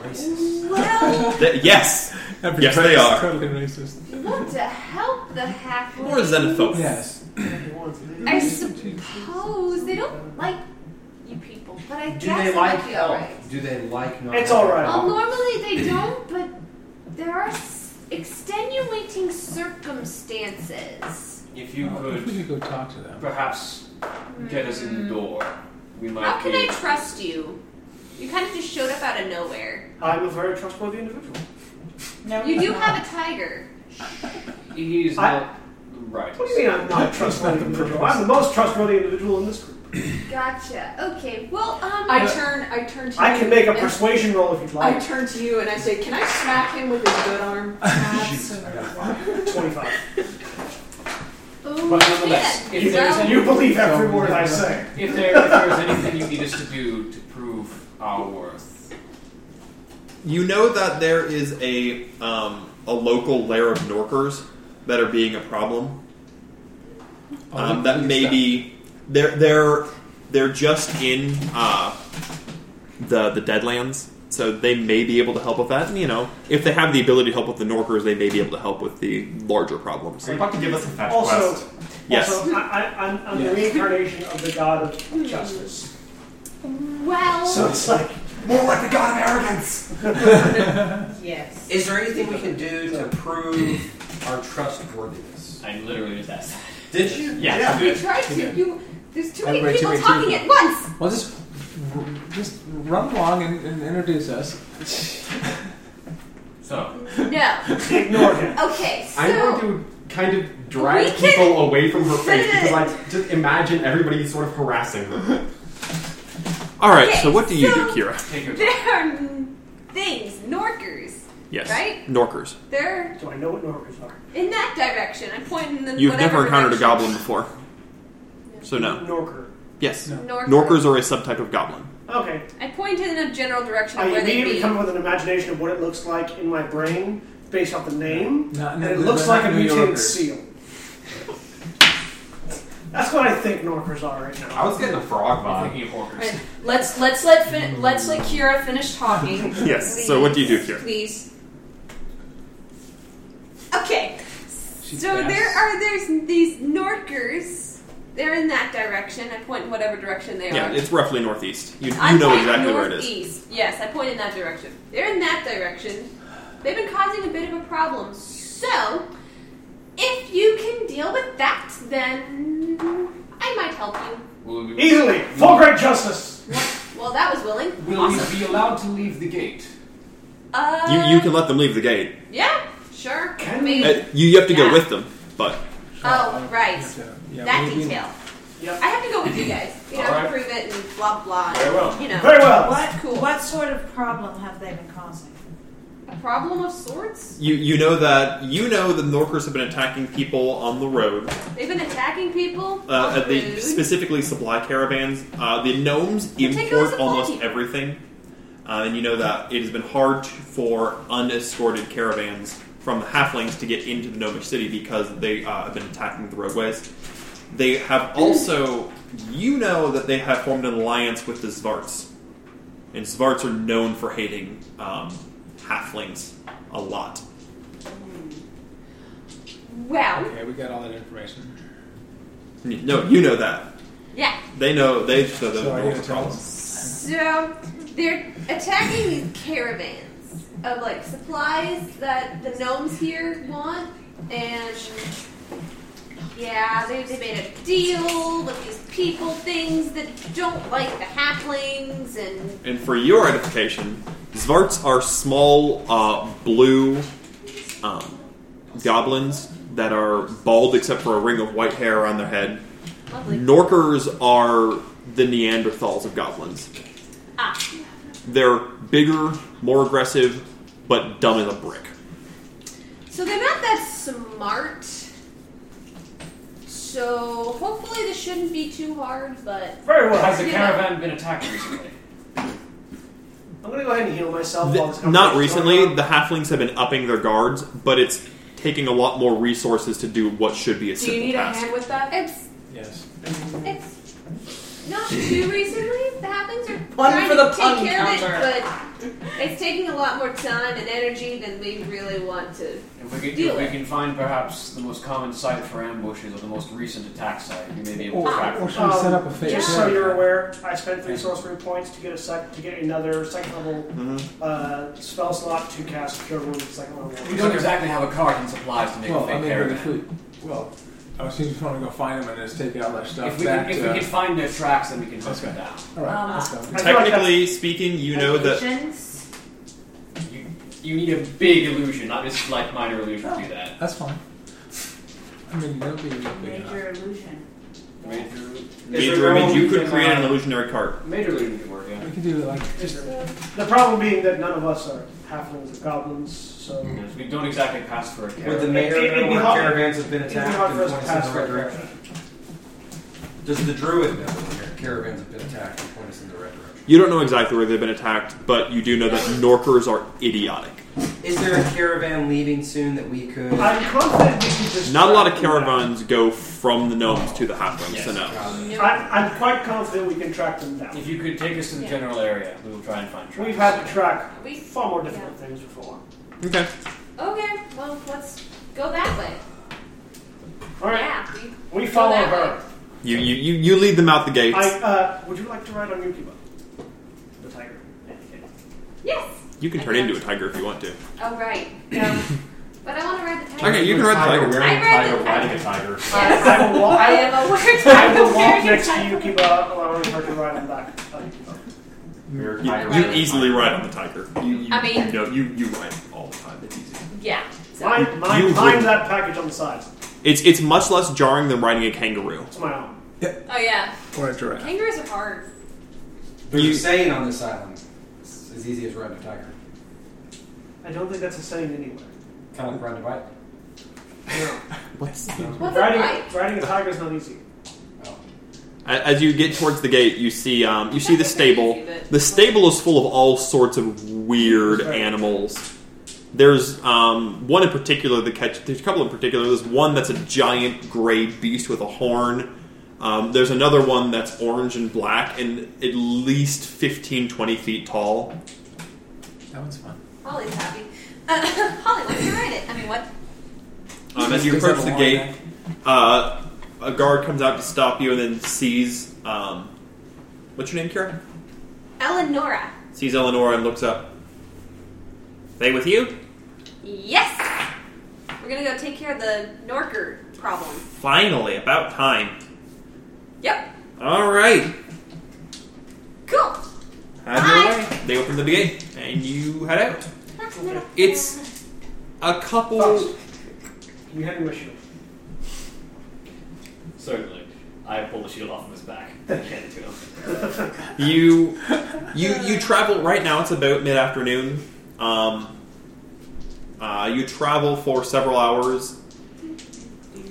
Speaker 11: Racist.
Speaker 7: Well,
Speaker 2: Th- yes, yes, they are.
Speaker 3: Totally racist.
Speaker 7: you want to help the halflings.
Speaker 2: More xenophobic.
Speaker 3: Yes.
Speaker 7: I suppose they don't like you people, but I
Speaker 11: Do
Speaker 7: guess
Speaker 11: they
Speaker 7: it
Speaker 11: like
Speaker 7: might be
Speaker 11: help?
Speaker 7: alright.
Speaker 11: Do they like not?
Speaker 1: It's all right.
Speaker 7: Well, normally they don't, but there are s- extenuating circumstances.
Speaker 10: If you
Speaker 3: Well, if we
Speaker 10: could
Speaker 3: could go talk to them.
Speaker 10: perhaps get us in the door, we might
Speaker 7: Hmm. Mm. How can
Speaker 10: be.
Speaker 7: I trust you? You kind of just showed up out of nowhere.
Speaker 1: I'm a very trustworthy individual.
Speaker 6: No,
Speaker 7: You do have a tiger.
Speaker 8: He's
Speaker 1: I-
Speaker 8: not right.
Speaker 1: What do you mean I'm not a trustworthy individual? I'm the most trustworthy individual in this group.
Speaker 7: Gotcha. Okay. Well, um,
Speaker 12: I turn. I turn to.
Speaker 1: I
Speaker 12: you
Speaker 1: can make a
Speaker 12: and-
Speaker 1: persuasion roll if you'd
Speaker 12: I
Speaker 1: like.
Speaker 12: turn to you and I say, "Can I smack him with his good arm?"
Speaker 6: [LAUGHS]
Speaker 1: Twenty-five.
Speaker 7: Ooh,
Speaker 8: But nonetheless,
Speaker 7: shit.
Speaker 8: if there's
Speaker 7: So-
Speaker 8: any-
Speaker 1: You believe every word I say.
Speaker 10: If there, if there is anything you need us to do to prove our worth,
Speaker 2: You know that there is a um, a local lair of Norkers that are being a problem.
Speaker 3: Oh,
Speaker 2: Um,
Speaker 3: they-
Speaker 2: that
Speaker 3: they
Speaker 2: may
Speaker 3: stop.
Speaker 2: be they're they're they're just in uh, the the Deadlands, so they may be able to help with that. And you know, if they have the ability to help with the Norkers, they may be able to help with the larger problems.
Speaker 4: Are you about to give us a fetch
Speaker 1: Also,
Speaker 4: quest?
Speaker 2: Yes.
Speaker 1: also I, I, I'm, I'm
Speaker 2: Yeah.
Speaker 1: the reincarnation of the god of justice.
Speaker 7: Well,
Speaker 1: So it's like more like the god of arrogance.
Speaker 6: Yes.
Speaker 11: Is there anything we can do to prove our trustworthiness?
Speaker 10: I literally just asked.
Speaker 11: Did you?
Speaker 4: Yeah.
Speaker 7: you tried to. You. There's too many
Speaker 3: Everybody, too
Speaker 7: people
Speaker 3: many
Speaker 7: talking
Speaker 3: people.
Speaker 7: at once.
Speaker 3: Well, just r- just run along and, and introduce us.
Speaker 10: So,
Speaker 7: No.
Speaker 1: Ignore him.
Speaker 7: Okay. So.
Speaker 4: I'm going to kind of
Speaker 7: We
Speaker 4: drag
Speaker 7: can-
Speaker 4: people away from her face because I just imagine everybody sort of harassing [LAUGHS] her.
Speaker 2: All right.
Speaker 7: Okay,
Speaker 2: so what do you
Speaker 7: so-
Speaker 2: do, Kira?
Speaker 10: take your time.
Speaker 7: There are n- things, Norkers.
Speaker 2: Yes.
Speaker 7: Right?
Speaker 2: Norkers.
Speaker 7: They're
Speaker 1: Do I know what Norkers are?
Speaker 7: in that direction. I'm pointing them.
Speaker 2: You've never encountered
Speaker 7: direction.
Speaker 2: a goblin before, so no.
Speaker 1: Norker.
Speaker 2: Yes.
Speaker 7: Norker.
Speaker 2: Norkers are a subtype of goblin.
Speaker 1: Okay.
Speaker 7: I pointed in a general direction of
Speaker 1: I
Speaker 7: where they'd
Speaker 1: immediately
Speaker 7: be.
Speaker 1: come up with an imagination of what it looks like in my brain based off the name,
Speaker 3: No,
Speaker 1: and
Speaker 3: no,
Speaker 1: it
Speaker 3: no,
Speaker 1: looks
Speaker 3: no,
Speaker 1: like a
Speaker 3: New
Speaker 1: mutated
Speaker 3: Yorkers.
Speaker 1: seal. That's what I think Norkers are right now.
Speaker 4: I was getting a frog
Speaker 10: I'm
Speaker 4: vibe.
Speaker 10: thinking of orcas.
Speaker 12: Right. Let's let's let fin- let's let Kira finish talking.
Speaker 2: [LAUGHS] Yes. So what do you do, Kira?
Speaker 7: Please. Okay.
Speaker 3: She's
Speaker 7: so
Speaker 3: fast.
Speaker 7: there are there's these Norkers. They're in that direction. I point in whatever direction they
Speaker 2: Yeah,
Speaker 7: are.
Speaker 2: it's roughly northeast. You,
Speaker 7: I
Speaker 2: you know
Speaker 7: point
Speaker 2: exactly where it
Speaker 7: northeast.
Speaker 2: is.
Speaker 7: Yes, I point in that direction. They're in that direction. They've been causing a bit of a problem. So, if you can deal with that, then I might help you.
Speaker 10: Will we,
Speaker 1: Easily, full great justice.
Speaker 7: Well, that was willing.
Speaker 10: will
Speaker 7: awesome.
Speaker 10: we be allowed to leave the gate?
Speaker 7: Uh,
Speaker 2: You, you can let them leave the gate.
Speaker 7: Yeah, sure.
Speaker 1: Can
Speaker 7: Maybe.
Speaker 2: Uh, you, you have to go
Speaker 7: Uh, Yeah.
Speaker 2: with them, but
Speaker 7: Oh, right.
Speaker 3: Yeah,
Speaker 7: that
Speaker 3: we- we-
Speaker 7: detail.
Speaker 1: Yep.
Speaker 7: I have to go with you guys. You know, I have to prove it and blah blah. and,
Speaker 10: Very well.
Speaker 7: You know,
Speaker 1: Very well.
Speaker 6: What
Speaker 7: Cool.
Speaker 6: what sort of problem have they been causing?
Speaker 7: a problem of sorts.
Speaker 2: you, you know that you know the Norkers have been attacking people on the road,
Speaker 7: They've been attacking people.
Speaker 2: uh, at the
Speaker 7: rude.
Speaker 2: specifically supply caravans. Uh, the gnomes
Speaker 7: Particular
Speaker 2: import
Speaker 7: supply.
Speaker 2: almost everything, uh, and you know that it has been hard to- for unescorted caravans from the halflings to get into the gnomish city because they uh, have been attacking the roadways. They have also, you know, that they have formed an alliance with the Zvarts. And Svarts are known for hating um, halflings a lot.
Speaker 7: Well,
Speaker 3: Okay, we got all that information.
Speaker 2: No, you know that.
Speaker 7: yeah.
Speaker 2: They know they so those
Speaker 3: So
Speaker 2: are
Speaker 3: are you
Speaker 2: all
Speaker 3: gonna
Speaker 2: the
Speaker 3: tell
Speaker 2: problems.
Speaker 3: us?
Speaker 7: So they're attacking these caravans of like supplies that the gnomes here want, and yeah, they, they made a deal with these people things that don't like the halflings and
Speaker 2: And for your edification, Zvarts are small uh, blue um, goblins that are bald except for a ring of white hair on their head.
Speaker 7: lovely.
Speaker 2: Norkers are the Neanderthals of goblins.
Speaker 7: Ah,
Speaker 2: They're bigger, more aggressive, but dumb as a brick.
Speaker 7: so they're not that smart. So hopefully this shouldn't be too hard, but
Speaker 1: Very well.
Speaker 10: Has the caravan been attacked recently?
Speaker 1: I'm gonna go ahead and heal myself.
Speaker 2: Th-
Speaker 1: while this
Speaker 2: not
Speaker 1: conversation's
Speaker 2: recently,
Speaker 1: going on.
Speaker 2: the halflings have been upping their guards, but it's taking a lot more resources to do what should be a
Speaker 12: Do
Speaker 2: simple
Speaker 12: you need a
Speaker 2: task.
Speaker 12: hand with that?
Speaker 7: it's
Speaker 3: Yes.
Speaker 7: it's not too recently. The halflings are
Speaker 12: Pun
Speaker 7: trying
Speaker 12: for the
Speaker 7: to
Speaker 12: pun
Speaker 7: take care of
Speaker 12: counter.
Speaker 7: it, but it's taking a lot more time and energy than we really want to.
Speaker 10: If we, can,
Speaker 7: Deal
Speaker 10: if we
Speaker 7: it.
Speaker 10: can find perhaps the most common site for ambushes or the most recent attack site, we may be able
Speaker 3: Or,
Speaker 10: to track
Speaker 3: or
Speaker 10: them.
Speaker 3: should we set up a fake?
Speaker 1: Just
Speaker 7: Yeah.
Speaker 1: so
Speaker 3: caravan?
Speaker 1: you're aware, I spent three sorcery points to get a sec to get another second level uh, spell slot to cast Cure Wounds at second level.
Speaker 10: We don't exactly have a cart and supplies to make
Speaker 3: Well,
Speaker 10: a
Speaker 3: I
Speaker 10: fake
Speaker 3: mean,
Speaker 10: caravan.
Speaker 3: if we, well, I was just want to go find them and just take all their stuff uh,
Speaker 10: If we,
Speaker 3: back
Speaker 10: can, if
Speaker 3: to.
Speaker 10: we can find their tracks, then we can hunt them down.
Speaker 3: all right,
Speaker 6: Um,
Speaker 3: let's go.
Speaker 1: I feel like
Speaker 2: Technically speaking, you know that
Speaker 6: Patience?
Speaker 10: You, you need a big illusion, not just like minor illusion to do that.
Speaker 3: That's fine. I mean, that'll be that'll be enough.
Speaker 6: Major illusion.
Speaker 8: Major,
Speaker 2: Major means you could create
Speaker 1: uh,
Speaker 11: uh,
Speaker 2: an illusionary card.
Speaker 8: Major illusion could work, yeah.
Speaker 3: uh, We can do like
Speaker 1: The problem being that none of us are halflings or goblins, so.
Speaker 2: Mm.
Speaker 8: We don't exactly pass for a
Speaker 11: Would the
Speaker 8: character.
Speaker 11: mayor
Speaker 1: It'd be
Speaker 11: know where
Speaker 1: hard-
Speaker 11: caravans have been
Speaker 1: it'd be
Speaker 11: attacked
Speaker 1: hard
Speaker 11: and
Speaker 1: for us to
Speaker 11: points in
Speaker 1: pass
Speaker 11: the right
Speaker 1: for a
Speaker 11: direction? Does the druid know where caravans have been attacked and point us in the right direction?
Speaker 2: You don't know exactly where they've been attacked, but you do know that Norkers are idiotic.
Speaker 11: Is there a caravan leaving soon that we could?
Speaker 1: I'm confident we can just.
Speaker 2: Not a lot of caravans go from the gnomes to the halflings, so no.
Speaker 1: I'm, I'm quite confident we can track them down.
Speaker 8: If you could take us to the general area, we will try and find tracks.
Speaker 1: We've had to track
Speaker 7: We-
Speaker 1: far more difficult things before.
Speaker 2: Okay.
Speaker 7: Okay, well, let's go that way.
Speaker 1: Alright,
Speaker 7: Yeah, we,
Speaker 1: we
Speaker 7: go
Speaker 1: follow
Speaker 7: that
Speaker 1: her.
Speaker 2: You, you, you, you lead them out the gates.
Speaker 1: I, uh, would you like to ride on Yukiba? The
Speaker 7: [LAUGHS]
Speaker 1: tiger.
Speaker 7: way. Yes.
Speaker 2: you can turn into a tiger if you want to.
Speaker 7: Oh right. No. but I want to ride the tiger.
Speaker 2: Okay, you can ride the
Speaker 4: Tiger
Speaker 2: tiger.
Speaker 4: wearing a
Speaker 7: I read
Speaker 4: tiger
Speaker 7: it.
Speaker 4: riding a tiger.
Speaker 7: Yes.
Speaker 1: I will walk,
Speaker 7: I
Speaker 1: I,
Speaker 7: am aware.
Speaker 1: I
Speaker 7: [LAUGHS]
Speaker 1: will walk
Speaker 7: wearing a
Speaker 1: next to
Speaker 7: tiger.
Speaker 1: Yukiba, allowing her to ride on the back of Yukiba.
Speaker 4: We're tiger
Speaker 2: You, you
Speaker 4: riding a
Speaker 2: easily
Speaker 4: tiger.
Speaker 2: ride on the tiger. You, you,
Speaker 7: I mean-
Speaker 2: you know, you, you ride all the time. It's easy.
Speaker 7: Yeah. So
Speaker 1: Mind, mind,
Speaker 2: You
Speaker 1: mind
Speaker 2: would-
Speaker 1: that package on the side.
Speaker 2: It's, it's much less jarring than riding a kangaroo.
Speaker 1: It's my own.
Speaker 7: Oh yeah.
Speaker 3: or a giraffe.
Speaker 7: Kangaroos are hard.
Speaker 11: There's
Speaker 2: You-
Speaker 11: a saying on this island. It's as easy as riding a tiger.
Speaker 1: I don't think that's a saying anywhere.
Speaker 11: Kind of like riding a bike.
Speaker 2: What's
Speaker 7: What's it like?
Speaker 1: Riding, riding a tiger is not easy.
Speaker 11: Oh.
Speaker 2: A- As you get towards the gate, you see um, you see the stable. The stable is full of all sorts of weird animals. There's um, one in particular that catch. There's a couple in particular. There's one that's a giant gray beast with a horn. Um, there's another one that's orange and black and at least 15, 20 feet tall.
Speaker 3: That one's fun.
Speaker 7: Holly's happy. Uh, [LAUGHS] Holly wants to ride it. I mean, what?
Speaker 2: Um, as you
Speaker 11: Picks up
Speaker 2: approach
Speaker 11: a
Speaker 2: the
Speaker 11: horn
Speaker 2: gate,
Speaker 11: neck.
Speaker 2: uh, a guard comes out to stop you and then sees. Um, what's your name, Kira?
Speaker 7: Eleonora.
Speaker 2: Sees Eleanor and looks up. They with you?
Speaker 7: Yes. We're gonna go take care of the Norker problem.
Speaker 2: Finally, about time.
Speaker 7: Yep.
Speaker 2: All right.
Speaker 7: Cool.
Speaker 2: Have your way. They open the gate, and you head out. It's a couple.
Speaker 1: Thoughts? Can you hand me my shield?
Speaker 10: Certainly. I pull the shield off of
Speaker 3: [LAUGHS]
Speaker 10: his back. I hand it to him.
Speaker 2: You, you, you travel right now. It's about mid afternoon. Um, uh, you travel for several hours.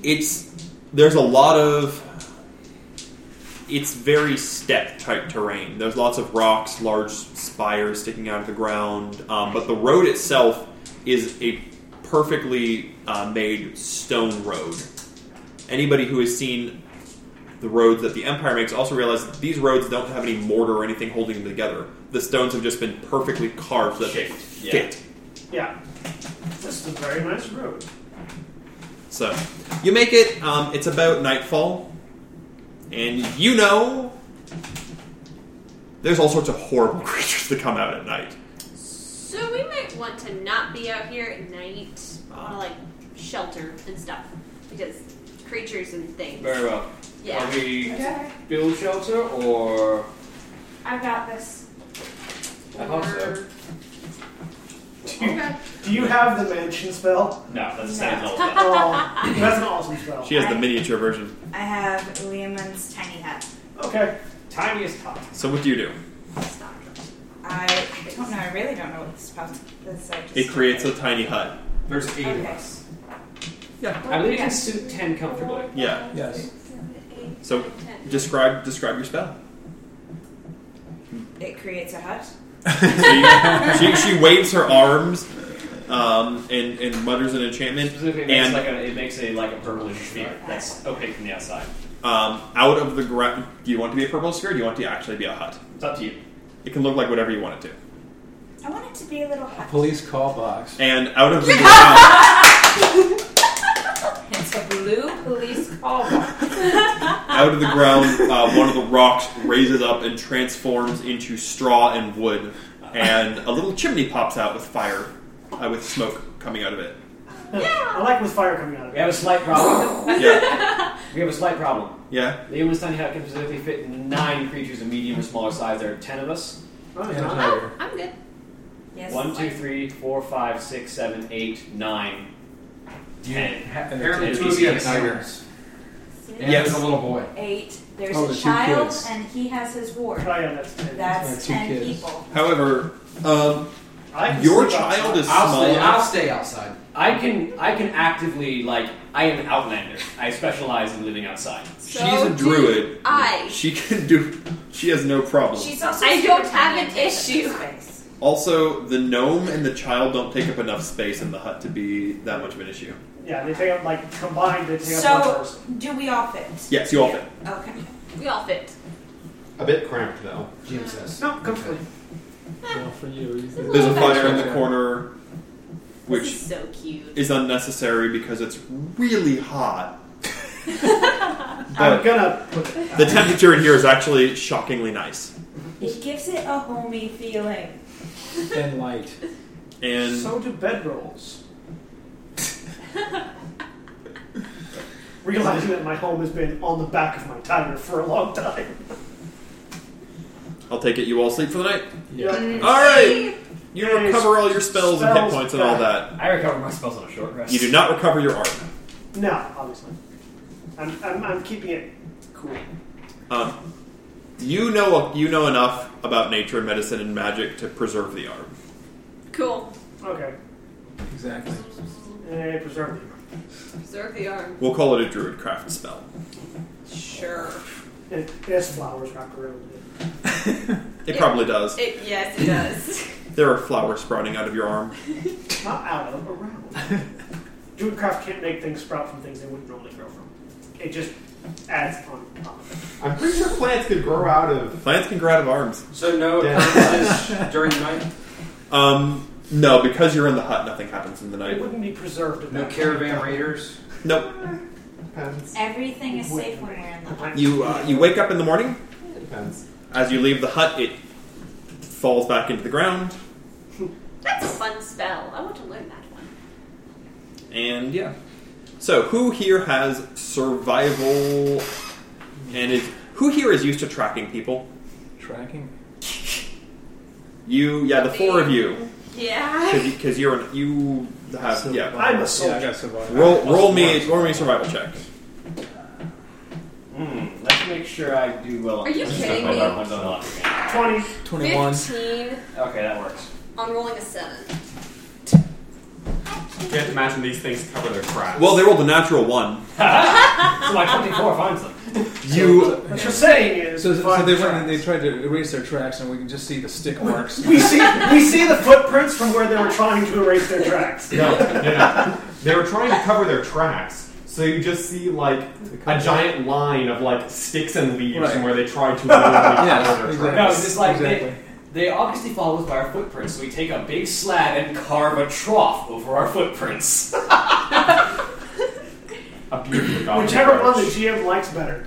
Speaker 2: It's there's a lot of. It's very step type terrain. There's lots of rocks, large spires sticking out of the ground, um, but the road itself is a perfectly uh, made stone road. Anybody who has seen the roads that the Empire makes also realize that these roads don't have any mortar or anything holding them together. The stones have just been perfectly carved so that they
Speaker 10: Shaped, yeah.
Speaker 2: fit.
Speaker 1: Yeah. This is a very nice road.
Speaker 2: So you make it. Um, it's about nightfall, and you know there's all sorts of horrible [LAUGHS] creatures that come out at night.
Speaker 7: So we might want to not be out here at night. I want to like shelter and stuff because creatures and things.
Speaker 10: Very well.
Speaker 7: Yeah.
Speaker 10: Are we
Speaker 6: Okay.
Speaker 10: build shelter or
Speaker 6: I've got this.
Speaker 10: I hope so.
Speaker 7: Or-
Speaker 1: Do you, do you have the mansion
Speaker 7: [LAUGHS]
Speaker 1: spell?
Speaker 10: no? That's a
Speaker 6: No.
Speaker 10: standard level.
Speaker 1: Oh, that's an awesome spell.
Speaker 2: She has the miniature version.
Speaker 6: I have Liamon's tiny hut.
Speaker 1: Okay.
Speaker 10: Tiniest top.
Speaker 2: So what do you do?
Speaker 6: I don't know. I really don't know what this spell. This I just
Speaker 2: It creates a tiny hut.
Speaker 11: There's eight of
Speaker 6: Okay. Oh,
Speaker 11: us.
Speaker 10: I believe it can suit ten comfortably.
Speaker 2: Yeah.
Speaker 3: Yes.
Speaker 2: So describe describe your spell.
Speaker 6: It creates a hut.
Speaker 2: So you- she, she waves her arms um, and, and mutters an enchantment,
Speaker 10: Specifically, it makes
Speaker 2: and
Speaker 10: like a it makes a like a purplish sphere that's opaque from the outside.
Speaker 2: um, out of the ground. Do you want it to be a purple sphere? Or do you want it to actually be a hut?
Speaker 10: It's up to you.
Speaker 2: It can look like whatever you want it to.
Speaker 6: I want it to be a little hut.
Speaker 3: Police call box.
Speaker 2: And out of the ground,
Speaker 7: It's a blue police call. box.
Speaker 2: out of the ground, uh, one of the rocks raises up and transforms into straw and wood, and a little chimney pops out with fire, uh, with smoke coming out of it.
Speaker 1: I like with fire coming out of
Speaker 10: We
Speaker 1: it.
Speaker 10: have a slight problem.
Speaker 2: Yeah,
Speaker 10: we have a slight problem.
Speaker 2: yeah.
Speaker 10: The human's tiny hut can specifically fit nine creatures of medium or smaller size. There are ten of us.
Speaker 1: Oh,
Speaker 3: And a
Speaker 1: yeah.
Speaker 3: tiger.
Speaker 7: I'm good.
Speaker 6: Yes.
Speaker 10: One, two, three, four, five, six, seven, eight, nine.
Speaker 11: You-
Speaker 10: and ha-
Speaker 11: and
Speaker 10: apparently
Speaker 11: the
Speaker 10: to
Speaker 11: two
Speaker 10: these
Speaker 11: of you have
Speaker 10: kids
Speaker 11: nightmares.
Speaker 6: Six,
Speaker 11: And there's a little boy.
Speaker 6: Eight. There's
Speaker 11: Oh,
Speaker 6: a
Speaker 11: the two
Speaker 6: child,
Speaker 11: kids.
Speaker 6: and he has his ward.
Speaker 1: Oh, yeah, that's ten.
Speaker 6: That's
Speaker 11: Yeah, two
Speaker 6: ten
Speaker 11: kids.
Speaker 6: people.
Speaker 2: However, um,
Speaker 1: I can
Speaker 2: your
Speaker 1: sleep
Speaker 2: child
Speaker 1: outside.
Speaker 2: is
Speaker 11: I'll
Speaker 2: small
Speaker 11: stay-
Speaker 2: enough.
Speaker 11: I'll stay outside.
Speaker 10: I can I can actively like I am an outlander. I specialize in living outside.
Speaker 2: She's a druid.
Speaker 7: I.
Speaker 2: She can do. She has no problem.
Speaker 6: also
Speaker 7: I
Speaker 6: super
Speaker 7: don't have an
Speaker 6: talented at this
Speaker 7: issue.
Speaker 6: space.
Speaker 2: also, the gnome and the child don't take up enough space in the hut to be that much of an issue.
Speaker 1: Yeah, they take up like combined. They take up one
Speaker 6: So,
Speaker 1: person.
Speaker 6: do we all fit?
Speaker 2: Yes, you all fit.
Speaker 6: Okay.
Speaker 7: We all fit.
Speaker 4: A bit cramped though.
Speaker 11: Jim says.
Speaker 1: No, comfortably.
Speaker 3: Well, for you, you think-
Speaker 1: Oh,
Speaker 2: There's a fire in the corner,
Speaker 7: This
Speaker 2: which
Speaker 7: is so cute.
Speaker 2: is unnecessary because it's really hot.
Speaker 1: I'm
Speaker 2: but
Speaker 1: gonna. Put
Speaker 2: the temperature in here is actually shockingly nice
Speaker 6: It gives it a homey feeling.
Speaker 3: and light.
Speaker 2: and
Speaker 1: So do bedrolls.
Speaker 7: [LAUGHS]
Speaker 1: Realizing that my home has been on the back of my tire for a long time.
Speaker 2: I'll take it you all sleep for the night.
Speaker 1: Yeah.
Speaker 2: All right, you
Speaker 1: Yes.
Speaker 2: recover all your spells, and hit
Speaker 1: Spells
Speaker 2: points and all that.
Speaker 10: I recover my spells on a short rest.
Speaker 2: You do not recover your armor.
Speaker 1: No, obviously. I'm, I'm, I'm keeping it cool.
Speaker 2: Um, you know you know enough about nature, medicine, and magic to preserve the arm.
Speaker 7: Cool.
Speaker 1: Okay.
Speaker 3: Exactly.
Speaker 1: Eh, preserve
Speaker 7: Preserve the arm.
Speaker 2: We'll call it a druid craft spell.
Speaker 7: Sure.
Speaker 1: it. It has Eh, flowers wrapped around it.
Speaker 2: It
Speaker 7: Yeah.
Speaker 2: probably does.
Speaker 7: It, yes, it does. [LAUGHS]
Speaker 2: There are flowers sprouting out of your arm.
Speaker 1: Not out of, around. Druidcraft can't make things sprout from things they wouldn't normally grow from. It just adds on top of it.
Speaker 4: I'm pretty sure plants could grow out of.
Speaker 2: Plants can grow out of arms.
Speaker 11: So no
Speaker 4: Yeah.
Speaker 11: occurrences during the night.
Speaker 2: Um, no, because you're in the hut, nothing happens in the
Speaker 1: It
Speaker 2: night.
Speaker 1: wouldn't be preserved. in
Speaker 11: No
Speaker 1: that
Speaker 11: caravan raiders.
Speaker 2: Nope.
Speaker 4: Depends.
Speaker 6: Everything is safe when we're in the home.
Speaker 2: You uh, you wake up in the morning.
Speaker 4: Depends.
Speaker 2: As you leave the hut, it falls back into the ground,
Speaker 7: That's a fun spell. I want to learn that one.
Speaker 2: and yeah. So who here has survival? And is who here is used to tracking people?
Speaker 3: Tracking.
Speaker 2: You, yeah, the four of you,
Speaker 7: Yeah.
Speaker 2: because you, are you have Uh, yeah.
Speaker 1: I'm a
Speaker 3: uh, Yeah, I
Speaker 1: soldier.
Speaker 3: got survival.
Speaker 2: Roll roll me roll me a survival check.
Speaker 10: Hmm, let's make sure I do well. on
Speaker 7: Are you
Speaker 10: this.
Speaker 7: kidding
Speaker 10: Hold
Speaker 7: me?
Speaker 10: on, hold on, hold on.
Speaker 1: 20.
Speaker 3: 21.
Speaker 7: 15
Speaker 10: Okay, that works.
Speaker 7: on rolling a 7.
Speaker 4: You have to imagine these things cover their cracks.
Speaker 2: Well, they rolled a natural one.
Speaker 10: So my 24 finds them.
Speaker 2: You
Speaker 1: What you're saying is.
Speaker 3: So, so
Speaker 1: find
Speaker 3: they
Speaker 1: tracks.
Speaker 3: went and they tried to erase their tracks, and we can just see the stick marks.
Speaker 1: We see we see the footprints from where they were trying to erase their
Speaker 4: [LAUGHS]
Speaker 1: tracks.
Speaker 4: No, no, no. They were trying to cover their tracks, so you just see like
Speaker 2: [LAUGHS]
Speaker 4: a giant line of like sticks and leaves
Speaker 3: Right.
Speaker 4: from where they tried to [LAUGHS] literally
Speaker 3: Yes,
Speaker 4: cover their
Speaker 3: exactly.
Speaker 10: No,
Speaker 4: tracks.
Speaker 10: it's just like
Speaker 3: Exactly.
Speaker 10: they, they obviously follow us by our footprints, so we take a big slab and carve a trough over our footprints.
Speaker 4: A beautiful
Speaker 10: Oh,
Speaker 4: goblin
Speaker 1: Whichever one the
Speaker 4: approach.
Speaker 1: GM likes better.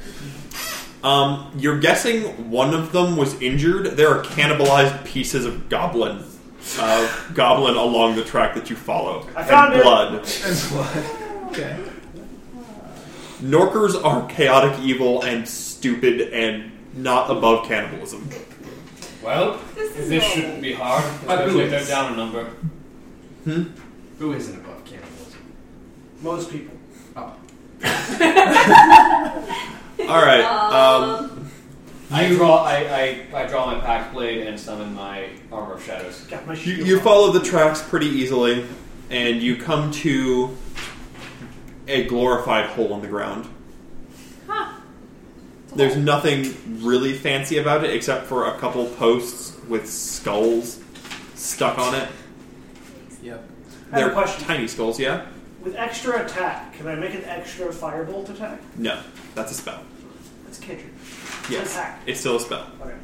Speaker 2: um you're guessing one of them was injured. There are cannibalized pieces of goblin uh, goblin along the track that you follow.
Speaker 1: I found
Speaker 2: and
Speaker 1: it.
Speaker 2: blood.
Speaker 3: [LAUGHS] and blood. Okay.
Speaker 2: Norkers are chaotic evil and stupid and not above cannibalism.
Speaker 10: well,
Speaker 7: This is
Speaker 10: this
Speaker 7: all-
Speaker 10: shouldn't be hard.
Speaker 11: But who
Speaker 10: Especially if they're
Speaker 11: is?
Speaker 10: down a number.
Speaker 11: Who isn't above cannibalism?
Speaker 1: Most people.
Speaker 2: All right. Um,
Speaker 10: I draw. I, I, I draw my pack blade and summon my armor of shadows.
Speaker 1: Got my
Speaker 2: you,
Speaker 1: shield.
Speaker 2: you follow the tracks pretty easily, and you come to a glorified hole in the ground.
Speaker 7: Huh.
Speaker 2: There's nothing really fancy about it except for a couple posts with skulls stuck on it.
Speaker 3: Yep.
Speaker 1: I have
Speaker 2: They're
Speaker 1: a question.
Speaker 2: tiny skulls, yeah?
Speaker 1: With extra attack, can I make an extra firebolt attack?
Speaker 2: No, that's a spell.
Speaker 1: That's cantrip.
Speaker 2: Yes,
Speaker 1: Attack.
Speaker 2: it's still a spell.
Speaker 1: Okay.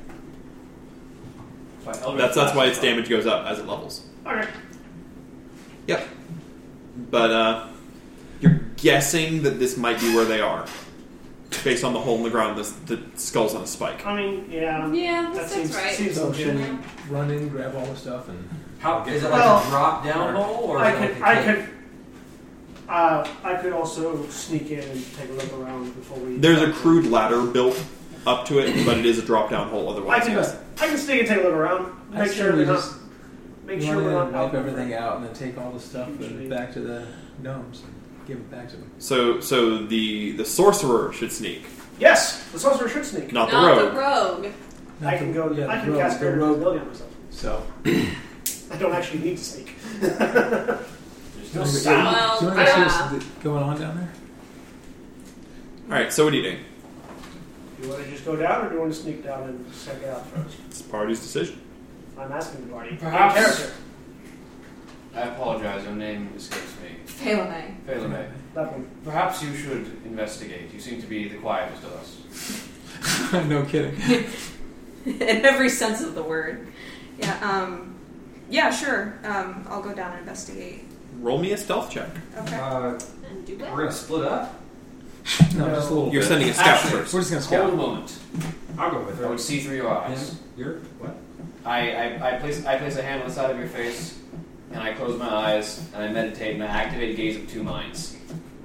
Speaker 10: My Eldritch
Speaker 2: That's that's why its
Speaker 10: Blast.
Speaker 2: damage goes up as it levels.
Speaker 1: Okay.
Speaker 2: Yep. But uh, you're guessing that this might be where they are, based on the hole in the ground. The, the skulls on a spike.
Speaker 1: I mean,
Speaker 2: um,
Speaker 1: yeah.
Speaker 7: Yeah,
Speaker 1: That
Speaker 7: that's,
Speaker 1: seems,
Speaker 7: right.
Speaker 1: seems
Speaker 3: So should
Speaker 1: legit.
Speaker 3: we run in, grab all the stuff, and
Speaker 11: How is it like
Speaker 1: Well,
Speaker 11: a drop down hole or
Speaker 1: I
Speaker 11: is it
Speaker 1: could.
Speaker 11: like
Speaker 1: I
Speaker 11: a cave?
Speaker 1: could. Uh, I could also sneak in and take a look around before we.
Speaker 2: There's a crude ladder built up to it, but it is a drop down hole.
Speaker 1: I
Speaker 2: Otherwise,
Speaker 1: can.
Speaker 2: yes.
Speaker 1: I can sneak and take a look around.
Speaker 3: I
Speaker 1: Make
Speaker 3: say
Speaker 1: sure
Speaker 3: we
Speaker 1: we're not.
Speaker 3: just
Speaker 1: Make
Speaker 3: run
Speaker 1: sure
Speaker 3: in
Speaker 1: we're
Speaker 3: and
Speaker 1: not
Speaker 3: wipe everything out, and then take all the stuff and back to the gnomes. Give it back to him.
Speaker 2: So, so the the sorcerer should sneak,
Speaker 1: Yes, the sorcerer should sneak.
Speaker 2: not the rogue.
Speaker 7: rogue.
Speaker 1: I can go.
Speaker 3: Yeah,
Speaker 1: I
Speaker 3: the
Speaker 1: can
Speaker 3: rogue,
Speaker 1: cast
Speaker 3: the
Speaker 1: greater
Speaker 3: rogue.
Speaker 1: invisibility on myself. [CLEARS THROAT]
Speaker 3: So
Speaker 1: I don't actually need to
Speaker 3: [LAUGHS]
Speaker 1: sneak.
Speaker 3: Do you
Speaker 1: no
Speaker 3: want to
Speaker 1: sound.
Speaker 3: do you want to see what's going on down there?
Speaker 2: All right. So what do you do?
Speaker 1: Do you want to just go down, or do you want to sneak down and check it out first?
Speaker 2: It's the party's decision.
Speaker 1: I'm asking the party.
Speaker 10: Perhaps-
Speaker 1: Your character.
Speaker 10: I apologize, your name escapes me.
Speaker 7: Phelan.
Speaker 10: Phelan.
Speaker 1: That one.
Speaker 10: Perhaps you should investigate. You seem to be the quietest of us.
Speaker 3: [LAUGHS] no kidding.
Speaker 7: [LAUGHS] in every sense of the word. Yeah, um, yeah, sure. Um, I'll go down and investigate.
Speaker 2: Roll me a stealth check.
Speaker 7: Okay.
Speaker 11: Uh,
Speaker 7: And do
Speaker 11: we're gonna split up.
Speaker 3: No, just a little.
Speaker 2: You're
Speaker 3: bit.
Speaker 2: sending a scout
Speaker 3: Actually,
Speaker 2: first.
Speaker 3: We're just gonna
Speaker 10: Hold a
Speaker 3: scout.
Speaker 10: moment.
Speaker 11: I'll go with
Speaker 10: I would
Speaker 11: it.
Speaker 10: see through your eyes.
Speaker 11: And You're what?
Speaker 10: I, I, I place I place a hand on the side of your face, and I close my eyes, and I meditate, and I activate gaze of two minds.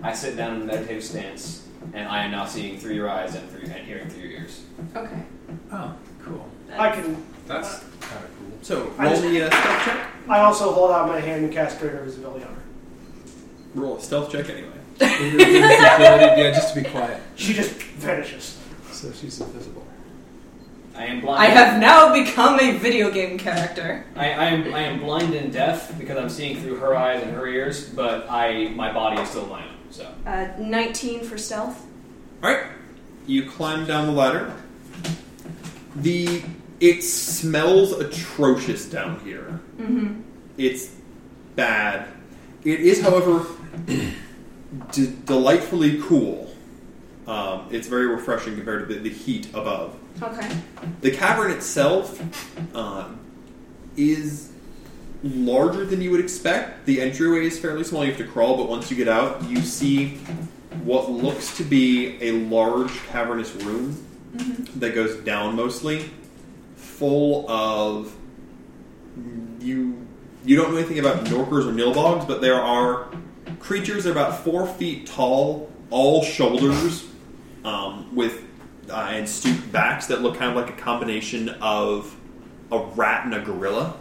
Speaker 10: I sit down in a meditative stance, and I am now seeing through your eyes and through and hearing through your ears.
Speaker 7: Okay.
Speaker 3: Oh, [LAUGHS] cool.
Speaker 1: I can.
Speaker 11: That's
Speaker 3: Kind of cool.
Speaker 2: So
Speaker 1: I
Speaker 2: roll
Speaker 1: just-
Speaker 2: me a stealth check.
Speaker 1: I also hold out my hand and cast greater visibility on her.
Speaker 2: Roll a stealth check anyway.
Speaker 3: yeah, just to be quiet.
Speaker 1: She just vanishes.
Speaker 3: So she's invisible.
Speaker 10: I am blind.
Speaker 7: I have now become a video game character.
Speaker 10: I, I am I am blind and deaf because I'm seeing through her eyes and her ears, but I my body is still my own. So
Speaker 7: Uh, 19 for stealth.
Speaker 2: All right, you climb down the ladder. The it smells atrocious down here.
Speaker 7: Mm-hmm.
Speaker 2: It's bad. It is, however, d- delightfully cool. Um, it's very refreshing compared to the, the heat above.
Speaker 7: Okay.
Speaker 2: The cavern itself um, is larger than you would expect. The entryway is fairly small. You have to crawl, but once you get out, you see what looks to be a large cavernous room that goes down mostly, full of you. You don't know anything about Norkers or Nilbogs, but there are creatures that are about four feet tall, all shoulders, um, with uh, and stooped backs that look kind of like a combination of a rat and a gorilla.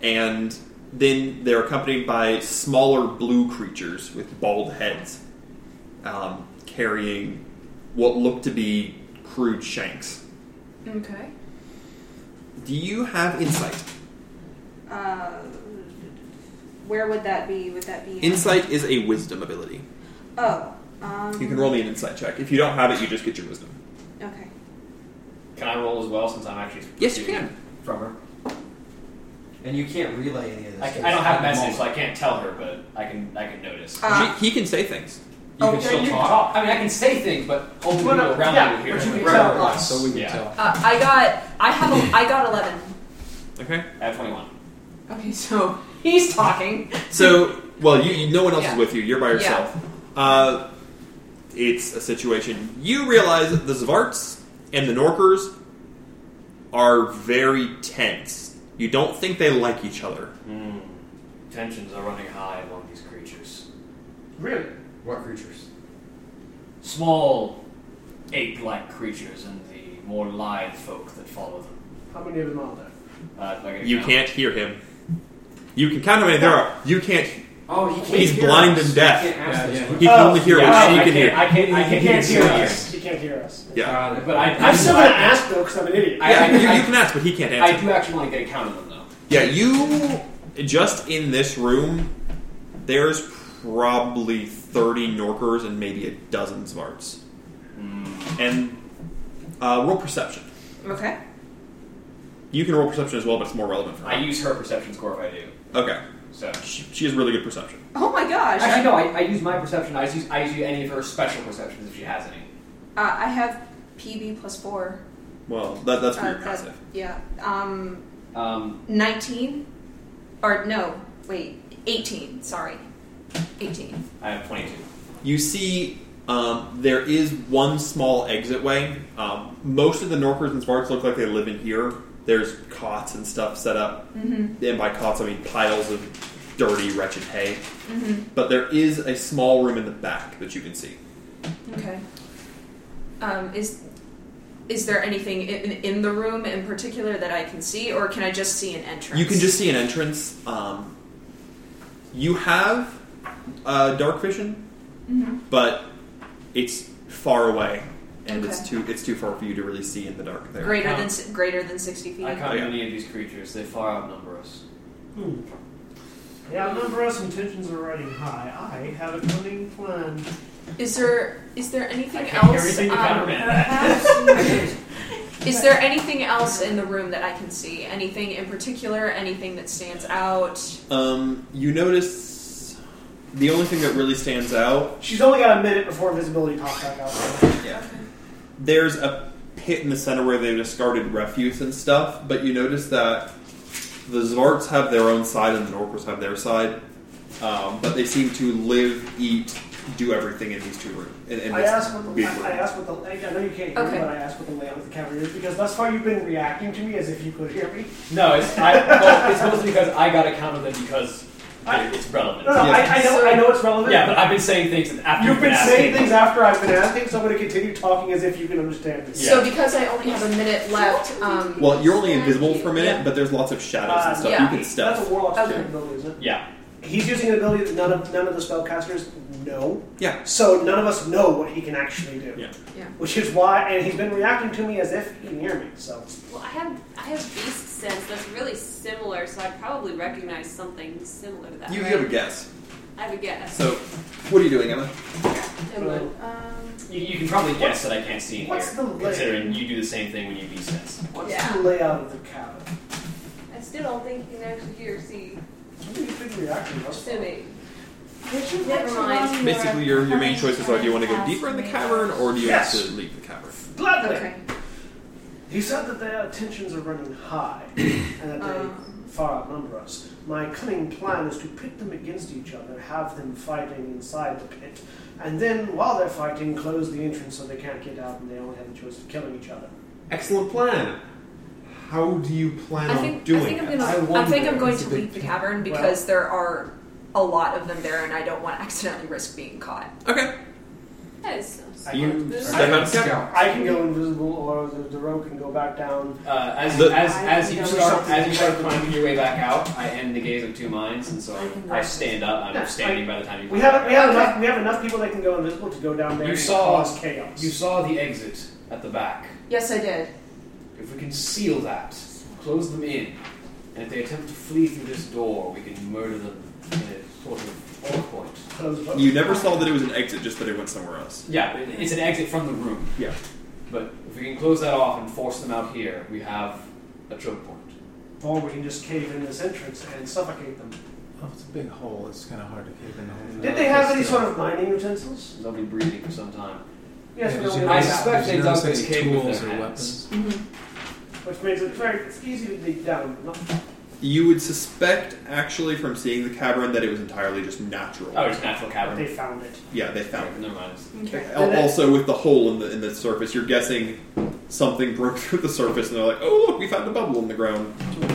Speaker 2: And then they're accompanied by smaller blue creatures with bald heads, um, carrying what look to be crude shanks.
Speaker 7: Okay.
Speaker 2: Do you have insight?
Speaker 7: Uh, where would that be? Would that be
Speaker 2: Insight is a wisdom ability.
Speaker 7: Oh. Um,
Speaker 2: You can roll me an insight check. If you don't have it, you just get your wisdom.
Speaker 7: Okay.
Speaker 10: can I roll as well since I'm actually
Speaker 2: Yes, you
Speaker 10: receiving
Speaker 2: can.
Speaker 10: from her?
Speaker 11: And you can't relay any of this.
Speaker 10: I, can- I don't have a message, so I can't tell her, but I can I can
Speaker 1: Oh,
Speaker 10: notice.
Speaker 7: Uh,
Speaker 2: She- he can say things.
Speaker 11: You
Speaker 10: Oh,
Speaker 11: can
Speaker 10: yeah,
Speaker 11: still
Speaker 10: you
Speaker 11: talk.
Speaker 10: I mean, I can say things, but only
Speaker 1: Well, no,
Speaker 10: people around
Speaker 1: yeah,
Speaker 10: me will
Speaker 1: but
Speaker 10: hear.
Speaker 1: you
Speaker 10: it.
Speaker 1: can tell
Speaker 3: Right,
Speaker 1: us.
Speaker 3: So we can
Speaker 10: Yeah.
Speaker 3: tell.
Speaker 12: Uh, I got. I have. A, I got eleven.
Speaker 2: Okay.
Speaker 10: I have 21.
Speaker 12: Okay, so
Speaker 7: He's talking.
Speaker 2: So, well, you, you no one else
Speaker 12: Yeah.
Speaker 2: is with you. You're by yourself. Uh, it's a situation. You realize that the Zvarts and the Norkers are very tense. You don't think they like each other.
Speaker 10: Mm. Tensions are running high among these creatures.
Speaker 1: Really?
Speaker 11: What creatures?
Speaker 10: Small, ape like creatures and the more lithe folk that follow them.
Speaker 1: How many of them are there?
Speaker 10: Uh, if I get a
Speaker 2: You
Speaker 10: count.
Speaker 2: can't hear him. You can count how many there are. You can't.
Speaker 11: Oh, he can't
Speaker 2: He's
Speaker 11: hear
Speaker 2: blind
Speaker 11: us.
Speaker 2: and deaf.
Speaker 11: He can't ask
Speaker 3: Yeah,
Speaker 11: this.
Speaker 2: He can
Speaker 1: Oh,
Speaker 2: only hear
Speaker 10: Yeah,
Speaker 2: what she
Speaker 10: I, I
Speaker 2: can hear.
Speaker 10: I can't, I
Speaker 1: He
Speaker 10: can't,
Speaker 1: can't hear
Speaker 10: us.
Speaker 1: us. He can't hear us.
Speaker 2: Yeah.
Speaker 11: Got it.
Speaker 10: But I,
Speaker 1: I'm still
Speaker 10: I,
Speaker 1: gonna ask though, because I'm an idiot.
Speaker 10: I-
Speaker 2: Yeah, you, you can ask, but he can't
Speaker 10: I
Speaker 2: answer.
Speaker 10: do actually want to get a count of them, though.
Speaker 2: Yeah, you just in this room, there's probably thirty Norkers and maybe a dozen Zvarts. And uh, roll perception.
Speaker 7: Okay.
Speaker 2: You can roll perception as well, but it's more relevant for
Speaker 10: I
Speaker 2: her.
Speaker 10: use her perception score if I do.
Speaker 2: Okay,
Speaker 10: So
Speaker 2: she, she has really good perception.
Speaker 7: Oh my gosh.
Speaker 10: actually, no. I, I use my perception. I use I use any of her special perceptions if she has any.
Speaker 7: Uh, I have PB plus four.
Speaker 2: Well, that, that's for
Speaker 7: Uh,
Speaker 6: Oh,
Speaker 2: your
Speaker 7: that-
Speaker 2: passive.
Speaker 7: yeah. Um,
Speaker 10: Um,
Speaker 7: 19 or no wait 18 sorry 18
Speaker 10: I have twenty-two.
Speaker 2: You see, um, there is one small exit way. Um, most of the Norkers and Zvarts look like they live in here. There's cots and stuff set up. Mm-hmm. And by cots, I mean piles of dirty, wretched hay. But there is a small room in the back that you can see.
Speaker 7: okay um, is is there anything in, in the room in particular that I can see or can I just see an entrance
Speaker 2: You can just see an entrance. Um, You have uh, dark vision, Mm-hmm.
Speaker 5: Mhm.
Speaker 2: but it's far away, and
Speaker 5: Okay.
Speaker 2: it's too it's too far for you to really see in the dark. There,
Speaker 5: Greater than si- greater than sixty feet.
Speaker 10: I can't do any of these creatures. They far outnumber us.
Speaker 1: Hmm. They outnumber us and tensions are running high. I have a cunning plan.
Speaker 7: Is there is there anything
Speaker 1: I can't hear
Speaker 7: else?
Speaker 1: anything but Counterman.
Speaker 7: perhaps- [LAUGHS] is there anything else in the room that I can see? Anything in particular? Anything that stands out?
Speaker 2: Um, you notice the only thing that really stands out.
Speaker 1: She's only got a minute before invisibility pops back out.
Speaker 2: Yeah. There's a pit in the center where they've discarded refuse and stuff, but you notice that the Zvarts have their own side and the Norkers have their side, um, but they seem to live, eat, do everything in these two rooms. In, in
Speaker 1: I
Speaker 2: this
Speaker 1: asked what the
Speaker 2: big
Speaker 1: I, I
Speaker 2: room.
Speaker 1: asked what the I know you can't hear
Speaker 7: Okay.
Speaker 1: me, but I asked what the layout of the cavern is because thus far you've been reacting to me as if you could hear me.
Speaker 10: No, it's I, well, it's mostly because I got to counter them because
Speaker 1: I-
Speaker 10: it's relevant.
Speaker 1: No, no, I, I know I know it's relevant.
Speaker 10: Yeah,
Speaker 1: but
Speaker 10: but I've been saying things and after
Speaker 1: You've been saying
Speaker 10: asking.
Speaker 1: things after I've been asking, so I'm going to continue talking as if you can understand me.
Speaker 7: So because I only have a minute left, um,
Speaker 2: Well, you're only invisible for a minute, but there's lots of shadows
Speaker 1: Uh,
Speaker 2: and stuff.
Speaker 7: yeah.
Speaker 2: You can stuff.
Speaker 1: That's a warlock's
Speaker 7: Okay.
Speaker 1: ability, isn't it?
Speaker 10: Yeah.
Speaker 1: He's using an ability that none of none of the spellcasters know.
Speaker 2: Yeah.
Speaker 1: So none of us know what he can actually do.
Speaker 2: Yeah.
Speaker 7: Yeah.
Speaker 1: Which is why, and he's been reacting to me as if he can hear me. So
Speaker 15: Well, I have I have beast sense that's really similar, so I'd probably recognize something similar to that.
Speaker 2: You, you
Speaker 15: right?
Speaker 2: have a guess.
Speaker 15: I have a guess.
Speaker 2: So, what are you doing, Emma?
Speaker 10: You, you can probably guess that I can't see in
Speaker 1: What's
Speaker 10: here,
Speaker 1: the layer?
Speaker 10: considering you do the same thing when you beast sense.
Speaker 1: what's
Speaker 15: Yeah.
Speaker 1: the layout of the cavern?
Speaker 15: I still don't think you can actually hear or see.
Speaker 1: You've been reacting thus far.
Speaker 15: Simi.
Speaker 6: Never mind.
Speaker 2: Basically, your, your main choices are: do you want to go deeper in the cavern, or do you
Speaker 1: Yes.
Speaker 2: want to leave the cavern?
Speaker 1: Gladly.
Speaker 7: okay.
Speaker 1: He said that their tensions are running high [COUGHS] and that they far outnumber us. My cunning plan is to pit them against each other, have them fighting inside the pit, and then while they're fighting, close the entrance so they can't get out and they only have the choice of killing each other.
Speaker 4: Excellent plan. How do you plan
Speaker 7: I
Speaker 4: on
Speaker 7: think, I
Speaker 4: doing
Speaker 7: think I'm
Speaker 4: it?
Speaker 7: gonna.
Speaker 1: I
Speaker 7: I,
Speaker 1: wonder
Speaker 7: think I'm
Speaker 1: if
Speaker 7: going
Speaker 1: it's
Speaker 7: to
Speaker 1: a big
Speaker 7: leave the
Speaker 1: thing.
Speaker 7: cavern because there are a lot of them there, and I don't want to accidentally risk being caught.
Speaker 2: Okay.
Speaker 15: That is so
Speaker 1: I
Speaker 2: You
Speaker 1: can,
Speaker 2: step out of the cavern.
Speaker 1: I can go invisible, or the, the rogue can go back down.
Speaker 10: Uh, as,
Speaker 2: The-
Speaker 10: as, as you
Speaker 1: I-
Speaker 10: start as you start climbing your way back out, I end the gaze of two minds, and so I stand up. I'm
Speaker 1: Yeah,
Speaker 10: standing by the time you.
Speaker 1: We
Speaker 10: come
Speaker 1: have we
Speaker 10: back
Speaker 1: have
Speaker 10: out.
Speaker 1: enough we have enough people that can go invisible to go down there
Speaker 10: You
Speaker 1: and
Speaker 10: saw-
Speaker 1: cause chaos.
Speaker 10: You saw the exit at the back.
Speaker 7: Yes, I did.
Speaker 10: If we can seal that, close them in, and if they attempt to flee through this door, we can murder them in a sort of all point.
Speaker 1: Close both.
Speaker 2: You never saw that it was an exit, just that it went somewhere else.
Speaker 10: Yeah, it- it's an exit from the room.
Speaker 2: Yeah.
Speaker 10: But if we can close that off and force them out here, we have a choke point.
Speaker 1: or we can just cave in this entrance and suffocate them.
Speaker 3: Oh, it's a big hole. It's kind of hard to cave in the hole.
Speaker 1: Did they have any sort of mining utensils?
Speaker 10: They'll be breathing for some time.
Speaker 1: Yes,
Speaker 3: Yeah,
Speaker 1: we
Speaker 3: did
Speaker 1: all
Speaker 3: you
Speaker 1: know
Speaker 10: I
Speaker 3: notice-
Speaker 1: that.
Speaker 10: suspect
Speaker 3: did you
Speaker 10: they dug
Speaker 3: notice
Speaker 10: this
Speaker 3: any
Speaker 10: cave with
Speaker 3: tools
Speaker 10: their
Speaker 3: or
Speaker 10: hands.
Speaker 3: weapons.
Speaker 1: Which makes it very it's easy to dig down. but not-
Speaker 2: You would suspect, actually, from seeing the cavern, that it was entirely just natural.
Speaker 10: Oh, it's a natural
Speaker 1: But they
Speaker 10: cavern.
Speaker 1: found it.
Speaker 2: Yeah, they
Speaker 10: Never
Speaker 2: found it.
Speaker 10: mind.
Speaker 7: Okay.
Speaker 2: Al- Also, with the hole in the in the surface, you're guessing something [LAUGHS] broke through the surface, and they're like, "Oh, look, we found a bubble in the ground."
Speaker 10: Mhm.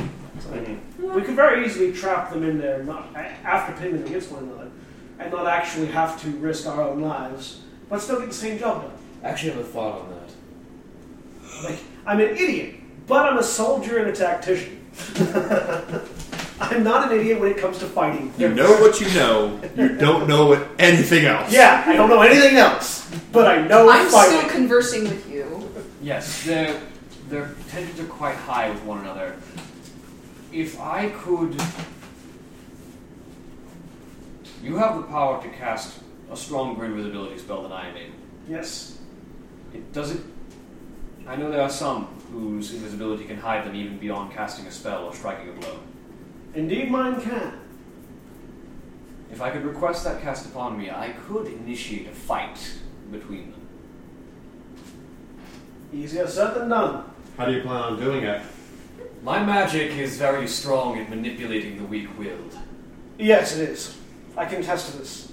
Speaker 1: We could very easily trap them in there, not a- after pitting them against one another, and not actually have to risk our own lives, but still get the same job done.
Speaker 10: Actually, I have a thought on that.
Speaker 1: Like I'm an idiot, but I'm a soldier and a tactician. [LAUGHS] I'm not an idiot when it comes to fighting.
Speaker 2: You know what you know. You don't know what anything else.
Speaker 1: Yeah, I don't know anything else, but I know
Speaker 7: I'm
Speaker 1: fighting.
Speaker 7: still conversing with you.
Speaker 10: Yes, their their tensions are quite high with one another. If I could, you have the power to cast a stronger invisibility spell than I am able.
Speaker 1: yes,
Speaker 10: It doesn't. I know there are some whose invisibility can hide them even beyond casting a spell or striking a blow.
Speaker 1: indeed, mine can.
Speaker 10: If I could request that cast upon me, I could initiate a fight between them.
Speaker 1: Easier said than done.
Speaker 4: How do you plan on doing it?
Speaker 10: My magic is very strong at manipulating the weak-willed.
Speaker 1: Yes, it is. I can attest to this.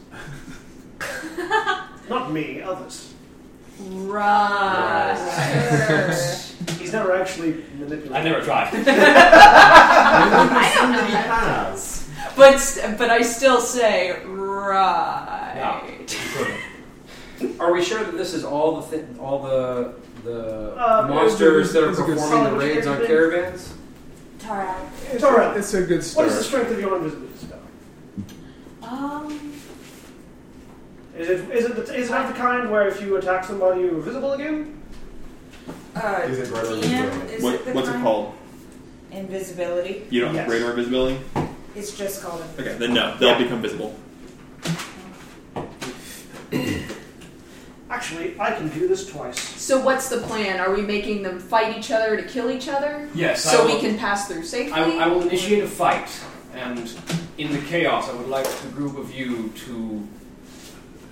Speaker 1: Not me, others.
Speaker 7: Right.
Speaker 1: He's never actually manipulated.
Speaker 10: I never tried. [LAUGHS]
Speaker 4: I
Speaker 7: don't know
Speaker 4: He has.
Speaker 7: but s- but I still say right.
Speaker 11: Are we sure that this is all the thi- all the the
Speaker 1: Uh,
Speaker 11: monsters that are
Speaker 3: it's a good-
Speaker 11: performing the
Speaker 1: Solid
Speaker 11: raids on
Speaker 1: everything.
Speaker 11: caravans?
Speaker 6: Tara.
Speaker 1: It's all right.
Speaker 3: It's a good
Speaker 1: What
Speaker 3: start.
Speaker 1: is the strength of your invisibility spell?
Speaker 12: Um,
Speaker 1: Is it is it is it not the kind where if you attack somebody, you're visible again?
Speaker 6: Uh,
Speaker 4: Is it greater
Speaker 6: DM,
Speaker 4: invisibility?
Speaker 6: is
Speaker 2: What-
Speaker 6: it the
Speaker 2: what's it
Speaker 6: kind-
Speaker 2: called?
Speaker 6: Invisibility.
Speaker 2: You don't have radar visibility?
Speaker 6: It's just called
Speaker 2: Okay, then no, they'll become visible.
Speaker 1: Actually, I can do this twice.
Speaker 12: so what's the plan? Are we making them fight each other to kill each other?
Speaker 10: Yes, I
Speaker 12: So
Speaker 10: will-
Speaker 12: we can pass through safely.
Speaker 10: I, I will initiate a fight, and in the chaos, I would like the group of you to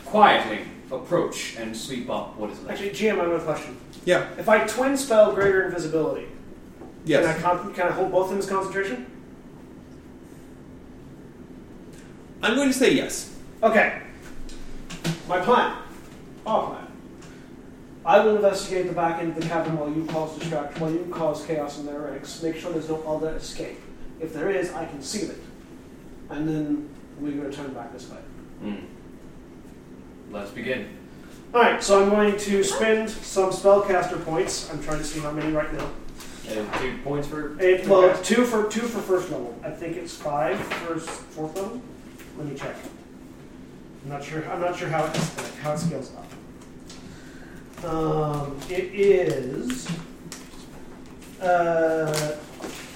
Speaker 10: quietly approach and sweep up what is left.
Speaker 1: Actually, GM, I have a question.
Speaker 2: Yeah.
Speaker 1: If I twin spell greater invisibility,
Speaker 2: Yes.
Speaker 1: can I con- can I hold both things concentration?
Speaker 2: I'm going to say yes.
Speaker 1: Okay. My plan. Our plan. I will investigate the back end of the cavern while you cause distraction, while you cause chaos in their ranks. Make sure there's no other escape. If there is, I can seal it. And then we're going to turn back this way.
Speaker 10: Let's begin.
Speaker 1: Alright, so I'm going to spend some spellcaster points. I'm trying to see how many right now.
Speaker 10: And two uh, points for
Speaker 1: Eight, well, two for two for first level. I think it's five for s- fourth level. Let me check. I'm not sure. I'm not sure how it how it scales up. Um, it is uh,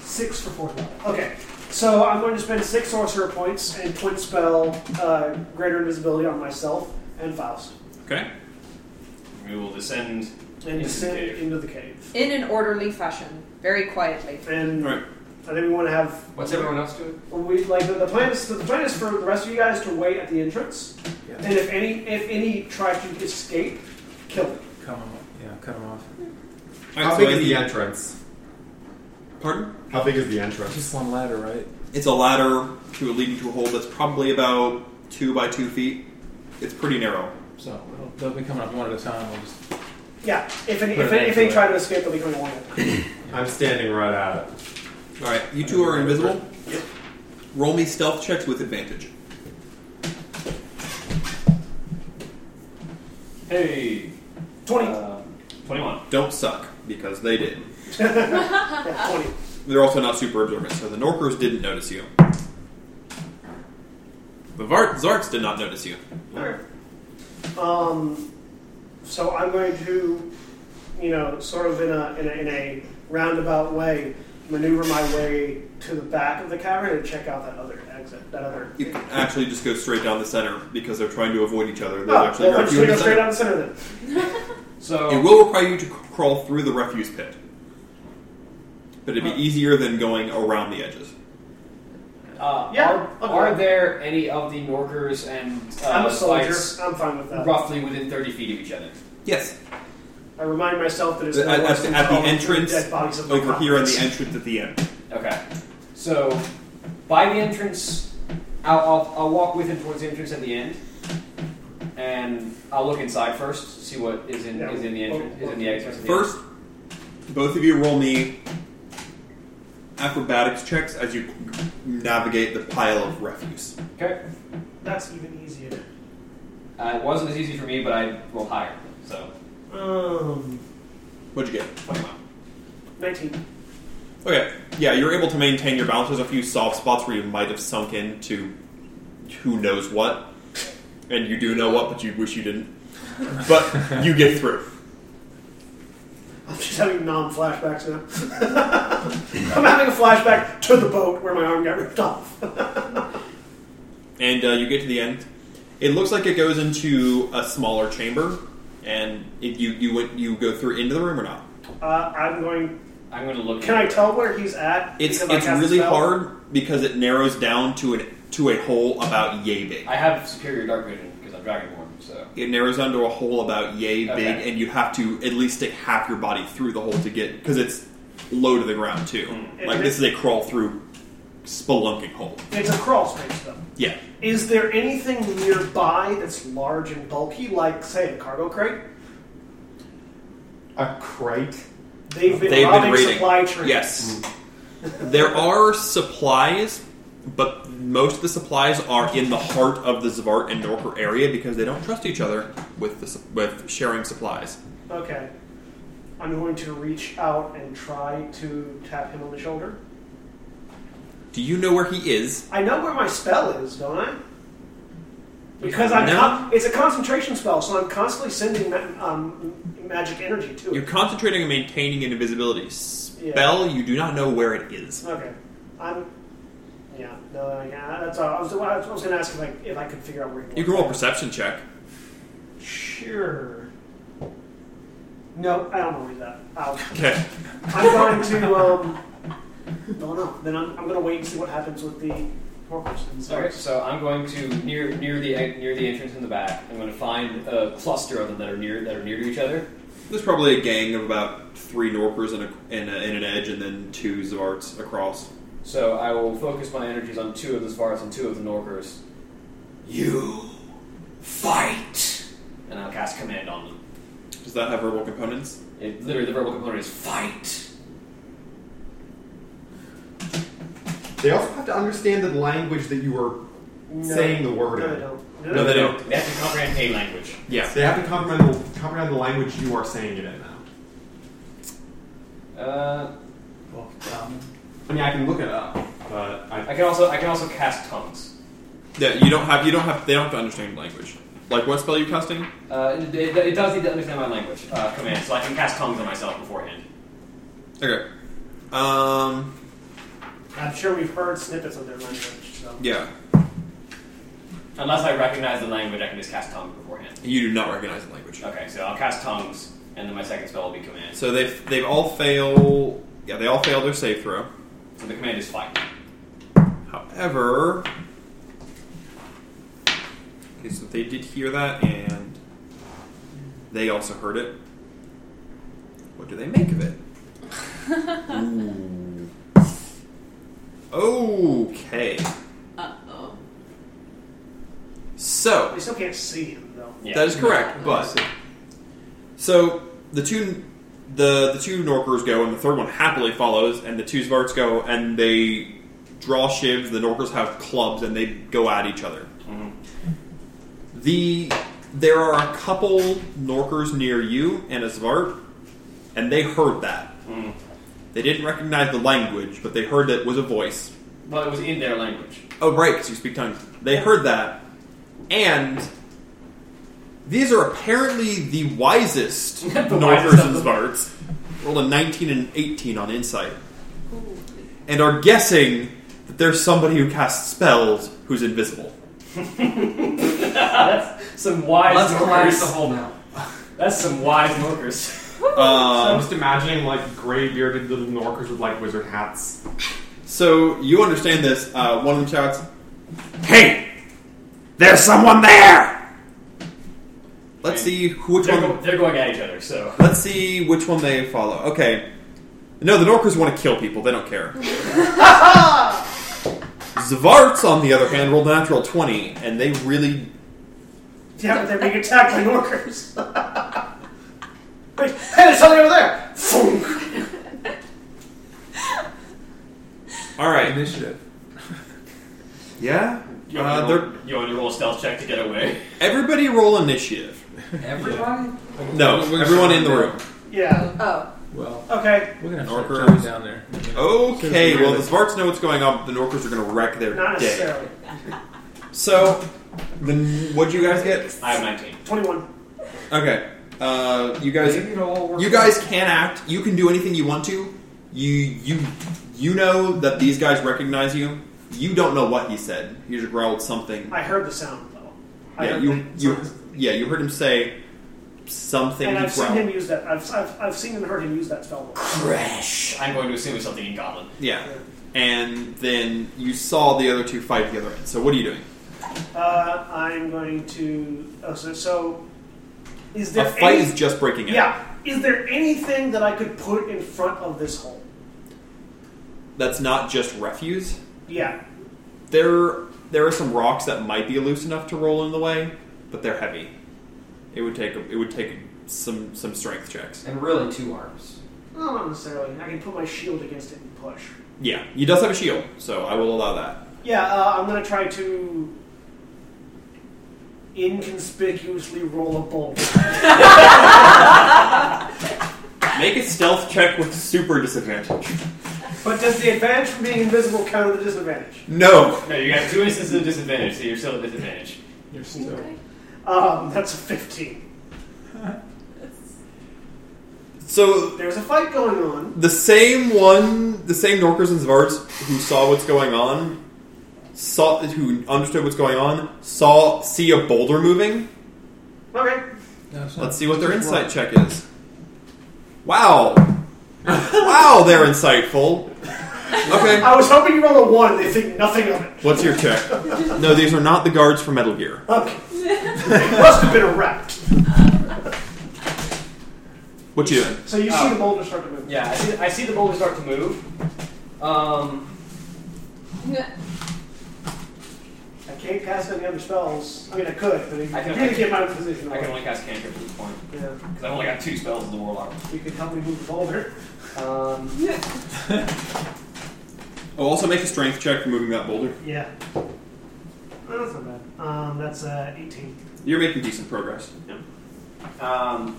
Speaker 1: six for fourth level. Okay, so I'm going to spend six sorcerer points and twin spell uh, greater invisibility on myself and Faust
Speaker 10: Okay. We will descend
Speaker 1: and
Speaker 10: into the
Speaker 1: descend
Speaker 10: cave.
Speaker 1: into the cave.
Speaker 12: In an orderly fashion, very quietly.
Speaker 1: And I think we want to have.
Speaker 11: What's everyone else doing?
Speaker 1: We like the, the plan is the plan is for the rest of you guys to wait at the entrance,
Speaker 3: Yeah.
Speaker 1: and if any if any try to escape, kill them.
Speaker 3: Cut 'em off. Yeah, cut 'em off.
Speaker 4: How
Speaker 2: so
Speaker 4: big
Speaker 2: I
Speaker 4: is the
Speaker 2: need-
Speaker 4: entrance?
Speaker 2: Pardon?
Speaker 4: How big is the entrance?
Speaker 3: Just one ladder, right?
Speaker 2: It's a ladder to lead you to a hole that's probably about two by two feet. It's pretty narrow.
Speaker 3: So well, they'll be coming up one at a time. We'll just
Speaker 1: Yeah, if any
Speaker 3: Put
Speaker 1: if,
Speaker 3: it
Speaker 1: any- if
Speaker 3: into
Speaker 1: they
Speaker 3: it.
Speaker 1: try to escape, they'll be going one. at a time.
Speaker 4: I'm standing right at it.
Speaker 2: All right, you two are invisible. Yep. Roll me stealth checks with advantage.
Speaker 10: Hey.
Speaker 1: Twenty.
Speaker 10: [LAUGHS] Uh, 21.
Speaker 2: Don't suck because they did.
Speaker 1: Yeah, Twenty.
Speaker 2: They're also not super observant, so the Norkers didn't notice you. The Vart- Zarts did not notice you.
Speaker 1: Alright. Um, so I'm going to, you know, sort of in a, in a in a roundabout way, maneuver my way to the back of the cavern and check out that other exit, that other.
Speaker 2: You can actually just go straight down the center because they're trying to avoid each other.
Speaker 1: Oh,
Speaker 2: There's
Speaker 1: well,
Speaker 2: actually
Speaker 1: I'm just
Speaker 2: refuse
Speaker 1: going
Speaker 2: in
Speaker 1: to
Speaker 2: the
Speaker 1: go straight
Speaker 2: center.
Speaker 1: down the center then.
Speaker 10: So
Speaker 2: It will require you to c- crawl through the refuse pit, but it'd be easier than going around the edges.
Speaker 10: Uh,
Speaker 1: Yeah,
Speaker 10: Are,
Speaker 1: okay.
Speaker 10: are there any of the Norkers and uh,
Speaker 1: I'm a soldier.
Speaker 10: fights
Speaker 1: I'm fine with that.
Speaker 10: roughly within thirty feet of each other?
Speaker 2: Yes,
Speaker 1: I remind myself that it's
Speaker 2: at,
Speaker 1: no
Speaker 2: at-
Speaker 1: worse
Speaker 2: at
Speaker 1: than
Speaker 2: the
Speaker 1: crawling through
Speaker 2: entrance
Speaker 1: dead bodies of my
Speaker 2: over here, and the
Speaker 1: comrades.
Speaker 2: entrance at the end.
Speaker 10: Okay. So by the entrance, I'll, I'll, I'll walk with him towards the entrance at the end, and I'll look inside first, see what is in
Speaker 1: Yeah.
Speaker 10: is in the entrance, is in the exit.
Speaker 2: First, both of you roll me acrobatics checks as you navigate the pile of refuse.
Speaker 10: okay.
Speaker 1: That's even easier.
Speaker 10: Uh, it wasn't as easy for me, but I rolled higher, so
Speaker 1: Um,
Speaker 2: What'd you get?
Speaker 10: 21.
Speaker 1: 19.
Speaker 2: Okay, yeah, you're able to maintain your balance. There's a few soft spots where you might have sunk into who knows what, and you do know what, but you wish you didn't. [LAUGHS] But you get through.
Speaker 1: [LAUGHS] I'm just having non flashbacks now. [LAUGHS] I'm having a flashback to the boat where my arm got ripped off. [LAUGHS] Uh,
Speaker 2: and uh, you get to the end. It looks like it goes into a smaller chamber, and it, you you went, you go through into the room or not?
Speaker 1: Uh, I'm going.
Speaker 10: I'm going to look.
Speaker 1: Can I tell where he's at?
Speaker 2: It's
Speaker 1: because I
Speaker 2: it's
Speaker 1: cast a
Speaker 2: really
Speaker 1: spell?
Speaker 2: hard because it narrows down to an to a hole about yay big.
Speaker 10: I have superior dark vision because I'm dragonborn, so
Speaker 2: It narrows down to a hole about yay
Speaker 10: Okay.
Speaker 2: big, and you have to at least stick half your body through the hole to get because it's low to the ground too.
Speaker 1: Mm.
Speaker 2: Like this is a crawl through spelunking hole.
Speaker 1: It's a crawl space, though.
Speaker 2: Yeah.
Speaker 1: Is there anything nearby that's large and bulky, like, say, a cargo crate?
Speaker 4: A crate?
Speaker 1: They've been
Speaker 2: They've been
Speaker 1: robbing
Speaker 2: raiding.
Speaker 1: supply trains.
Speaker 2: Yes.
Speaker 1: Mm.
Speaker 2: there are supplies, but most of the supplies are in the heart of the Zvart and Norker area because they don't trust each other with the, sup- with sharing supplies.
Speaker 1: Okay. I'm going to reach out and try to tap him on the shoulder.
Speaker 2: Do you know where he is?
Speaker 1: I know where my spell is, don't I? Because I'm
Speaker 2: No.
Speaker 1: con- it's a concentration spell, so I'm constantly sending ma- um, magic energy to
Speaker 2: You're
Speaker 1: it.
Speaker 2: concentrating on maintaining an invisibility spell. You do not know where it is.
Speaker 1: Okay, I'm. Yeah, no, I- yeah, that's all. I was, I was going to ask if I, if I could figure out where it
Speaker 2: You can roll a perception check.
Speaker 1: was. Sure. No, I don't believe that. I'll,
Speaker 2: Okay.
Speaker 1: I'm going to. Um, [LAUGHS] no, no. Then I'm, I'm going to wait and see what happens with the porpoise.
Speaker 10: All right, so I'm going to near near the en- near the entrance in the back. I'm going to find a cluster of them that are near that are near to each other.
Speaker 2: There's probably a gang of about three Norkers and, a, and, a, and an edge, and then two Zvarts across.
Speaker 10: So I will focus my energies on two of the Svarts and two of the Norkers. You fight, and I'll cast command on them.
Speaker 2: Does that have verbal components?
Speaker 10: It, literally, the verbal component is fight.
Speaker 4: They also have to understand the language that you were
Speaker 1: No.
Speaker 4: saying the word
Speaker 1: No,
Speaker 4: in.
Speaker 1: they don't.
Speaker 10: No, they don't. They have to comprehend a language.
Speaker 4: Yes, they have to comprehend the, comprehend the language you are saying it in now.
Speaker 10: Uh,
Speaker 3: well, um,
Speaker 4: I mean, I can look it up, but I,
Speaker 10: I can also I can also cast tongues.
Speaker 2: Yeah, you don't have. You don't have. They don't have to understand language. Like what spell are you casting?
Speaker 10: Uh, it, it, it does need to understand my language uh, command, so I can cast tongues on myself beforehand.
Speaker 2: Okay. Um.
Speaker 1: I'm sure we've heard snippets of their language. So.
Speaker 2: Yeah.
Speaker 10: Unless I recognize the language, I can just cast tongues beforehand.
Speaker 2: You do not recognize the language.
Speaker 10: Okay, so I'll cast tongues, and then my second spell will be command.
Speaker 2: So they've they've all fail. Yeah, they all fail their save throw.
Speaker 10: So the command is fight.
Speaker 2: However, okay, so they did hear that, and they also heard it. What do they make of it? Ooh. Okay.
Speaker 15: Uh oh.
Speaker 2: So
Speaker 1: We still can't see him though.
Speaker 2: That is correct. But so the two the the two Norkers go, and the third one happily follows, and the two Zvarts go, and they draw shivs. The Norkers have clubs, and they go at each other. The there are a couple Norkers near you and a Zvart, and they heard that. They didn't recognize the language, but they heard that it was a voice.
Speaker 10: Well, it was in their language.
Speaker 2: Oh, right, 'cause you speak tongues. They heard that, and these are apparently the wisest
Speaker 10: [LAUGHS] The
Speaker 2: Norkers
Speaker 10: wisest
Speaker 2: and
Speaker 10: of them.
Speaker 2: Zvarts. Rolled a 19 and 18 on insight. And are guessing that there's somebody who casts spells who's
Speaker 10: [LAUGHS]
Speaker 2: invisible.
Speaker 10: That's some wise.
Speaker 11: Let's
Speaker 10: Norkers.
Speaker 11: collapse the hole now.
Speaker 10: That's some wise [LAUGHS] Norkers.
Speaker 4: So I'm
Speaker 2: Um,
Speaker 4: just imagining like gray bearded little Norkers with like wizard hats.
Speaker 2: so you understand this. Uh, one of them shouts, Hey! There's someone there! Let's see who- which
Speaker 10: they're,
Speaker 2: one.
Speaker 10: go- they're going at each other, so
Speaker 2: Let's see which one they follow. Okay. No, the Norkers want to kill people. They don't care. Zvarts, on the other hand, rolled a natural 20, and they really.
Speaker 1: Yeah, but they're being attacked by Norkers. Wait, hey, there's something over there! Foonk.
Speaker 2: Alright.
Speaker 3: initiative.
Speaker 2: Yeah?
Speaker 10: you want,
Speaker 2: Uh,
Speaker 10: me to
Speaker 2: they're,
Speaker 10: roll, you want me to roll a stealth check to get away. [LAUGHS]
Speaker 2: everybody roll initiative.
Speaker 11: Everybody?
Speaker 2: No, everyone in the room.
Speaker 1: Yeah.
Speaker 12: Oh.
Speaker 3: Well,
Speaker 1: Okay.
Speaker 3: we're gonna have to
Speaker 2: Norkers.
Speaker 3: shut John down there.
Speaker 2: Oh. Okay, well, the Zvarts know what's going on, but the Norkers are going to wreck their
Speaker 1: Not
Speaker 2: day.
Speaker 1: necessarily.
Speaker 2: So, the, what'd you guys get?
Speaker 10: I have 19.
Speaker 1: 21.
Speaker 2: Okay. Uh, you guys
Speaker 11: Maybe it'll all work
Speaker 2: You guys can act. You can do anything you want to. You you you know that these guys recognize you. You don't know what he said. He just growled something.
Speaker 1: I heard the sound though. I
Speaker 2: yeah,
Speaker 1: heard
Speaker 2: you
Speaker 1: the-
Speaker 2: you yeah you heard him say something.
Speaker 1: and
Speaker 2: he
Speaker 1: I've seen
Speaker 2: growled.
Speaker 1: him use that. I've, I've, I've seen and heard him use that spell.
Speaker 2: crash.
Speaker 10: I'm going to assume it's something in Goblin.
Speaker 2: Yeah, and then you saw the other two fight the other end. So what are you doing?
Speaker 1: Uh, I'm going to. Oh, so, so is
Speaker 2: A
Speaker 1: there
Speaker 2: fight
Speaker 1: any-
Speaker 2: is just breaking out.
Speaker 1: yeah. Is there anything that I could put in front of this hole?
Speaker 2: that's not just refuse.
Speaker 1: Yeah.
Speaker 2: There there are some rocks that might be loose enough to roll in the way, but they're heavy. It would take it would take some some strength checks.
Speaker 11: And really two arms.
Speaker 1: No, not necessarily. I can put my shield against it and push.
Speaker 2: Yeah, he does have a shield, so I will allow that.
Speaker 1: Yeah, uh, I'm gonna try to inconspicuously roll a bolt.
Speaker 2: Make a stealth check with super disadvantage.
Speaker 1: But does the advantage from being invisible counter the disadvantage?
Speaker 2: No.
Speaker 10: No, you got two instances of disadvantage, so you're still at disadvantage.
Speaker 3: You're still.
Speaker 1: Um, that's a 15.
Speaker 2: So
Speaker 1: There's a fight going on.
Speaker 2: the same one, the same Norkers and Zvarts who saw what's going on, saw who understood what's going on, saw see a boulder moving.
Speaker 1: Okay.
Speaker 2: Let's see what their insight check is. Wow, wow, they're insightful. Okay.
Speaker 1: I was hoping you roll a 1 and they think nothing of it.
Speaker 2: What's your check? No, these are not the guards from Metal Gear.
Speaker 1: Okay. [LAUGHS] Must have been a rat.
Speaker 2: What you doing?
Speaker 1: So you see
Speaker 10: Oh.
Speaker 1: the boulder start to move.
Speaker 10: Yeah, I see, I see the boulder start to move. Um,
Speaker 1: I can't cast any other spells. I mean, I could, but it
Speaker 10: I can
Speaker 1: really get my position.
Speaker 10: I
Speaker 1: away.
Speaker 10: can only cast cantrips at this point
Speaker 1: Yeah.
Speaker 10: because I've only got two spells in the warlock.
Speaker 1: You could help me move the boulder.
Speaker 10: Um,
Speaker 2: Oh, also make a strength check for moving that boulder.
Speaker 1: Yeah. Oh, that's not bad. Um, that's uh, 18.
Speaker 2: You're making decent progress.
Speaker 10: Um,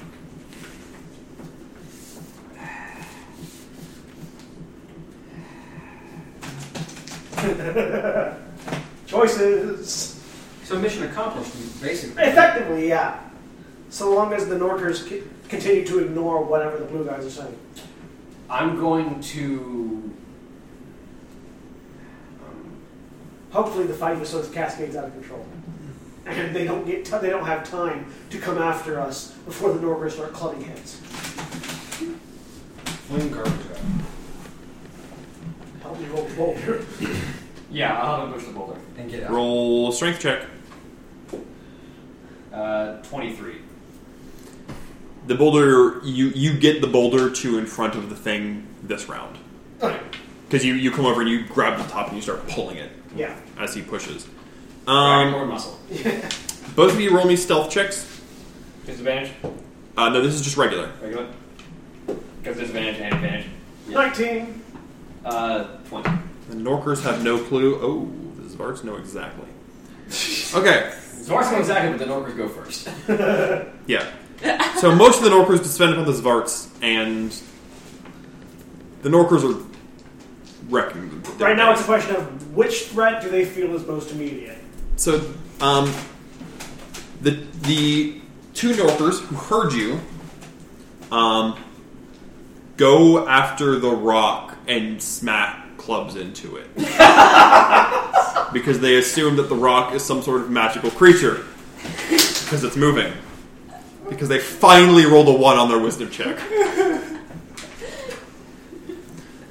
Speaker 1: [LAUGHS] Choices.
Speaker 11: So mission accomplished, basically.
Speaker 1: Effectively, yeah. So long as the Norkers c- continue to ignore whatever the blue guys are saying.
Speaker 10: I'm going to. Um,
Speaker 1: Hopefully, the fight with sort of cascades out of control, and they don't get t- they don't have time to come after us before the Norkers start clubbing heads.
Speaker 11: Fling garbage out.
Speaker 1: Help me roll the boulder.
Speaker 10: yeah, I'll have him push the boulder.
Speaker 11: And get out.
Speaker 2: Roll a strength check.
Speaker 10: Uh, 23.
Speaker 2: The boulder, you you get the boulder to in front of the thing this round
Speaker 1: Okay.
Speaker 2: because you you come over and you grab the top and you start pulling it
Speaker 1: Yeah.
Speaker 2: as he pushes.
Speaker 10: Dragon
Speaker 2: Um,
Speaker 10: Lord muscle.
Speaker 2: both of you roll me stealth checks.
Speaker 10: Disadvantage?
Speaker 2: Uh, no, this is just regular.
Speaker 10: Regular? Because disadvantage and advantage.
Speaker 1: Nineteen.
Speaker 10: Uh, 20.
Speaker 2: The Norkers have no clue. Oh, the Zvarts know exactly. Okay,
Speaker 10: Zwart's going second, but the Norkers go first.
Speaker 2: yeah. So most of the Norkers descend upon the Zvarts, and the Norkers are wrecking them.
Speaker 1: Right now, it's a question of which threat do they feel is most immediate.
Speaker 2: So, um, the the two Norkers who heard you, um, go after the rock and smack clubs into it because they assume that the rock is some sort of magical creature because it's moving. Because they finally rolled a one on their wisdom check.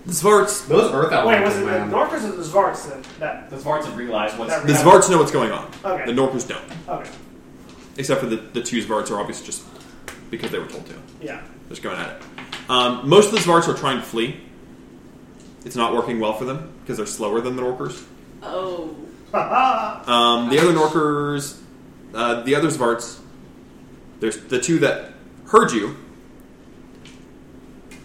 Speaker 2: The Zvarts,
Speaker 4: Those Earth
Speaker 1: Wait,
Speaker 4: elements,
Speaker 1: was it the
Speaker 4: man.
Speaker 1: Norkers or the Zvarts that? that
Speaker 10: The Zwarts have realized what's.
Speaker 2: the Zvarts know what's going on.
Speaker 1: Okay.
Speaker 2: The Norkers don't.
Speaker 1: okay.
Speaker 2: Except for the, the two Zvarts are obviously just because they were told to.
Speaker 1: Yeah. [LAUGHS]
Speaker 2: Just going at it. Um, most of the Zvarts are trying to flee. It's not working well for them because they're slower than the Norkers.
Speaker 15: Oh.
Speaker 1: Ha
Speaker 2: Um, the other Norkers, uh, the other Zvarts, there's the two that heard you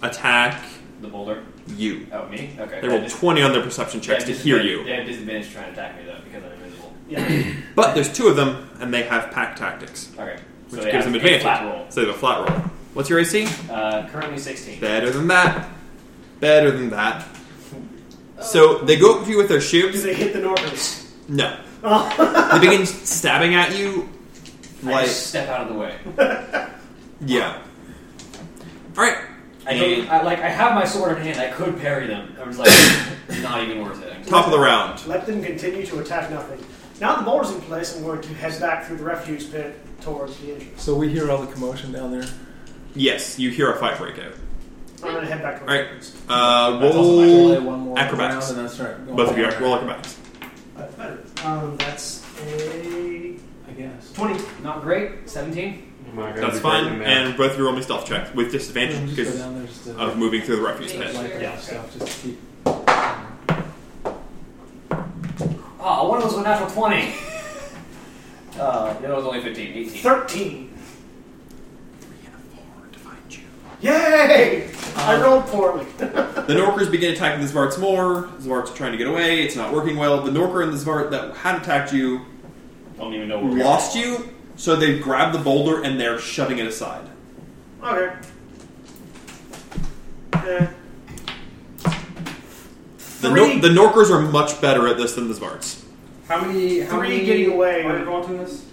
Speaker 2: attack
Speaker 10: The boulder.
Speaker 2: you.
Speaker 10: Oh, me? Okay.
Speaker 2: They
Speaker 10: I
Speaker 2: rolled
Speaker 10: just-
Speaker 2: 20 on their perception checks
Speaker 10: they
Speaker 2: to
Speaker 10: have
Speaker 2: hear
Speaker 10: disadvantage- They
Speaker 2: you.
Speaker 10: have disadvantage trying to attack me, though, because I'm invisible.
Speaker 1: yeah.
Speaker 2: But there's two of them, and they have pack tactics,
Speaker 10: Okay. So
Speaker 2: which
Speaker 10: they
Speaker 2: gives
Speaker 10: have
Speaker 2: them
Speaker 10: a
Speaker 2: advantage.
Speaker 10: flat roll.
Speaker 2: So they have a flat roll. What's your AC?
Speaker 10: Uh, currently 16.
Speaker 2: Better than that. Better than that. So they go up to you with their
Speaker 1: Do
Speaker 2: shields.
Speaker 1: they hit the Norkers?
Speaker 2: No.
Speaker 1: Oh.
Speaker 2: They begin stabbing at you.
Speaker 10: I
Speaker 2: Like,
Speaker 10: just step out of the way.
Speaker 2: yeah. Alright.
Speaker 10: I, don't, I like I have my sword in hand. I could parry them. I was like, [COUGHS] not even worth it. I'm just-
Speaker 2: Top of the round.
Speaker 1: Let them continue to attack nothing. Now the boulder's in place, I'm going to head back through the refuge pit towards the entrance.
Speaker 3: So we hear all the commotion down there.
Speaker 2: Yes, you hear a fight break out.
Speaker 1: I'm going to head back towards
Speaker 2: Alright.
Speaker 1: the entrance.
Speaker 2: Uh,
Speaker 3: That's also my
Speaker 2: roll.
Speaker 3: delay, one more
Speaker 2: acrobatics.
Speaker 3: round, and that's right.
Speaker 2: Both of you roll acrobatics.
Speaker 1: That's better. Um, that's a
Speaker 3: I guess.
Speaker 1: 20.
Speaker 10: Not great. Seventeen.
Speaker 4: Oh my God,
Speaker 2: That's
Speaker 4: you're
Speaker 2: fine.
Speaker 4: breaking that.
Speaker 2: And both of you roll me stealth checks with disadvantage
Speaker 3: Just go
Speaker 2: because
Speaker 3: down there just to
Speaker 2: of moving through the refuse pit.
Speaker 3: like
Speaker 15: Yeah.
Speaker 3: stuff, just to keep. um,
Speaker 10: Oh, one of those was a natural twenty. [LAUGHS] Uh, the other was only 15, 18.
Speaker 1: 13. Yay! I rolled poorly.
Speaker 2: The Norkers begin attacking the Zvarts more. Zvarts are trying to get away. It's not working well. The Norker and the Zvart that had attacked you
Speaker 10: Don't even know where we are.
Speaker 2: lost you, so they grab the boulder and they're shoving it aside.
Speaker 1: Okay. Eh.
Speaker 2: The,
Speaker 1: Three.
Speaker 2: Nor- the Norkers are much better at this than the Zvarts.
Speaker 11: [LAUGHS] How many? How
Speaker 1: Three
Speaker 11: many
Speaker 1: getting away.
Speaker 11: Are involved in this?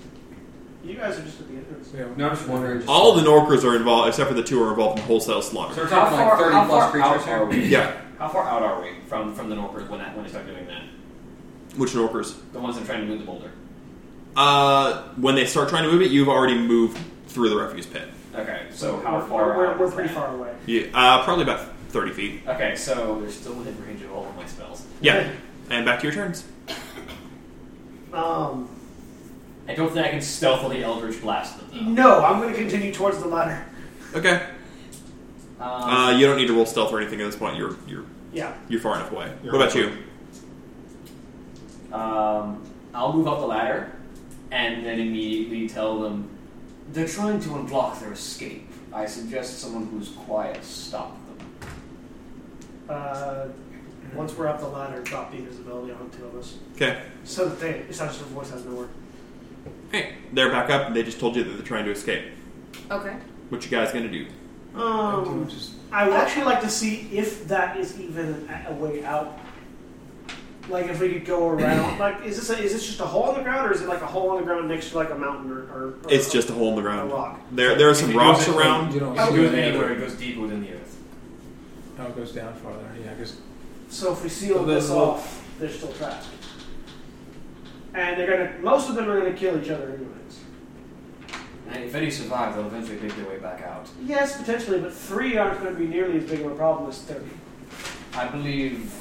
Speaker 1: You guys are just at the entrance.
Speaker 11: Yeah, no, I'm just wondering. Just
Speaker 2: All the Norkers are involved, except for the two are involved in wholesale slaughter.
Speaker 11: So we're talking like 30
Speaker 10: how
Speaker 11: plus
Speaker 10: far
Speaker 11: creatures
Speaker 10: out
Speaker 11: here?
Speaker 10: Are we?
Speaker 2: Yeah.
Speaker 10: How far out are we from, from the Norkers when, I- when I start doing that?
Speaker 2: Which Norkers?
Speaker 10: The ones that are trying to move the boulder.
Speaker 2: Uh, when they start trying to move it, you've already moved through the refuse pit.
Speaker 10: Okay, so how
Speaker 1: We're-
Speaker 10: far
Speaker 1: We're,
Speaker 10: out
Speaker 1: we're
Speaker 10: is
Speaker 1: pretty
Speaker 10: that?
Speaker 1: far away.
Speaker 2: Yeah, uh, probably about 30 feet.
Speaker 10: Okay, so they're still within range of all of my spells.
Speaker 2: Yeah. And back to your turns.
Speaker 1: Um,
Speaker 10: I don't think I can stealthily Eldritch Blast them.
Speaker 1: no, I'm going to continue towards the ladder.
Speaker 2: Okay. Uh, you don't need to roll stealth or anything at this point. You're you're
Speaker 1: Yeah.
Speaker 2: you're far enough away.
Speaker 10: You're
Speaker 2: what about you?
Speaker 10: Um, I'll move up the ladder and then immediately tell them they're trying to unblock their escape. I suggest someone who's quiet stop them.
Speaker 1: Uh, once we're up the ladder, drop the invisibility on the two of us.
Speaker 2: Okay.
Speaker 1: So that they, it's not just a voice out of nowhere.
Speaker 2: They're back up. and They just told you that they're trying to escape.
Speaker 1: Okay.
Speaker 2: What you guys gonna do?
Speaker 1: Um, I would actually like to see if that is even a a way out. Like if we could go around.
Speaker 2: [CLEARS THROAT]
Speaker 1: Like, is this a, is this just a hole in the ground, or is it like a hole in the ground next to like a mountain or? or, or
Speaker 2: It's just a hole in the ground.
Speaker 1: A rock.
Speaker 2: There there are some rocks
Speaker 3: goes-
Speaker 2: around.
Speaker 3: you don't-
Speaker 10: If it
Speaker 3: you
Speaker 10: goes
Speaker 3: don't-
Speaker 10: anywhere, it goes deep within the earth.
Speaker 3: No, it goes down farther. Yeah, because
Speaker 1: So if we seal
Speaker 3: So then
Speaker 1: this
Speaker 3: we'll-
Speaker 1: off, they're still trapped. And they're gonna. Most of them are gonna kill each other anyways.
Speaker 10: And if any survive, they'll eventually make their way back out.
Speaker 1: Yes, potentially, but three aren't gonna be nearly as big of a problem as thirty.
Speaker 10: I believe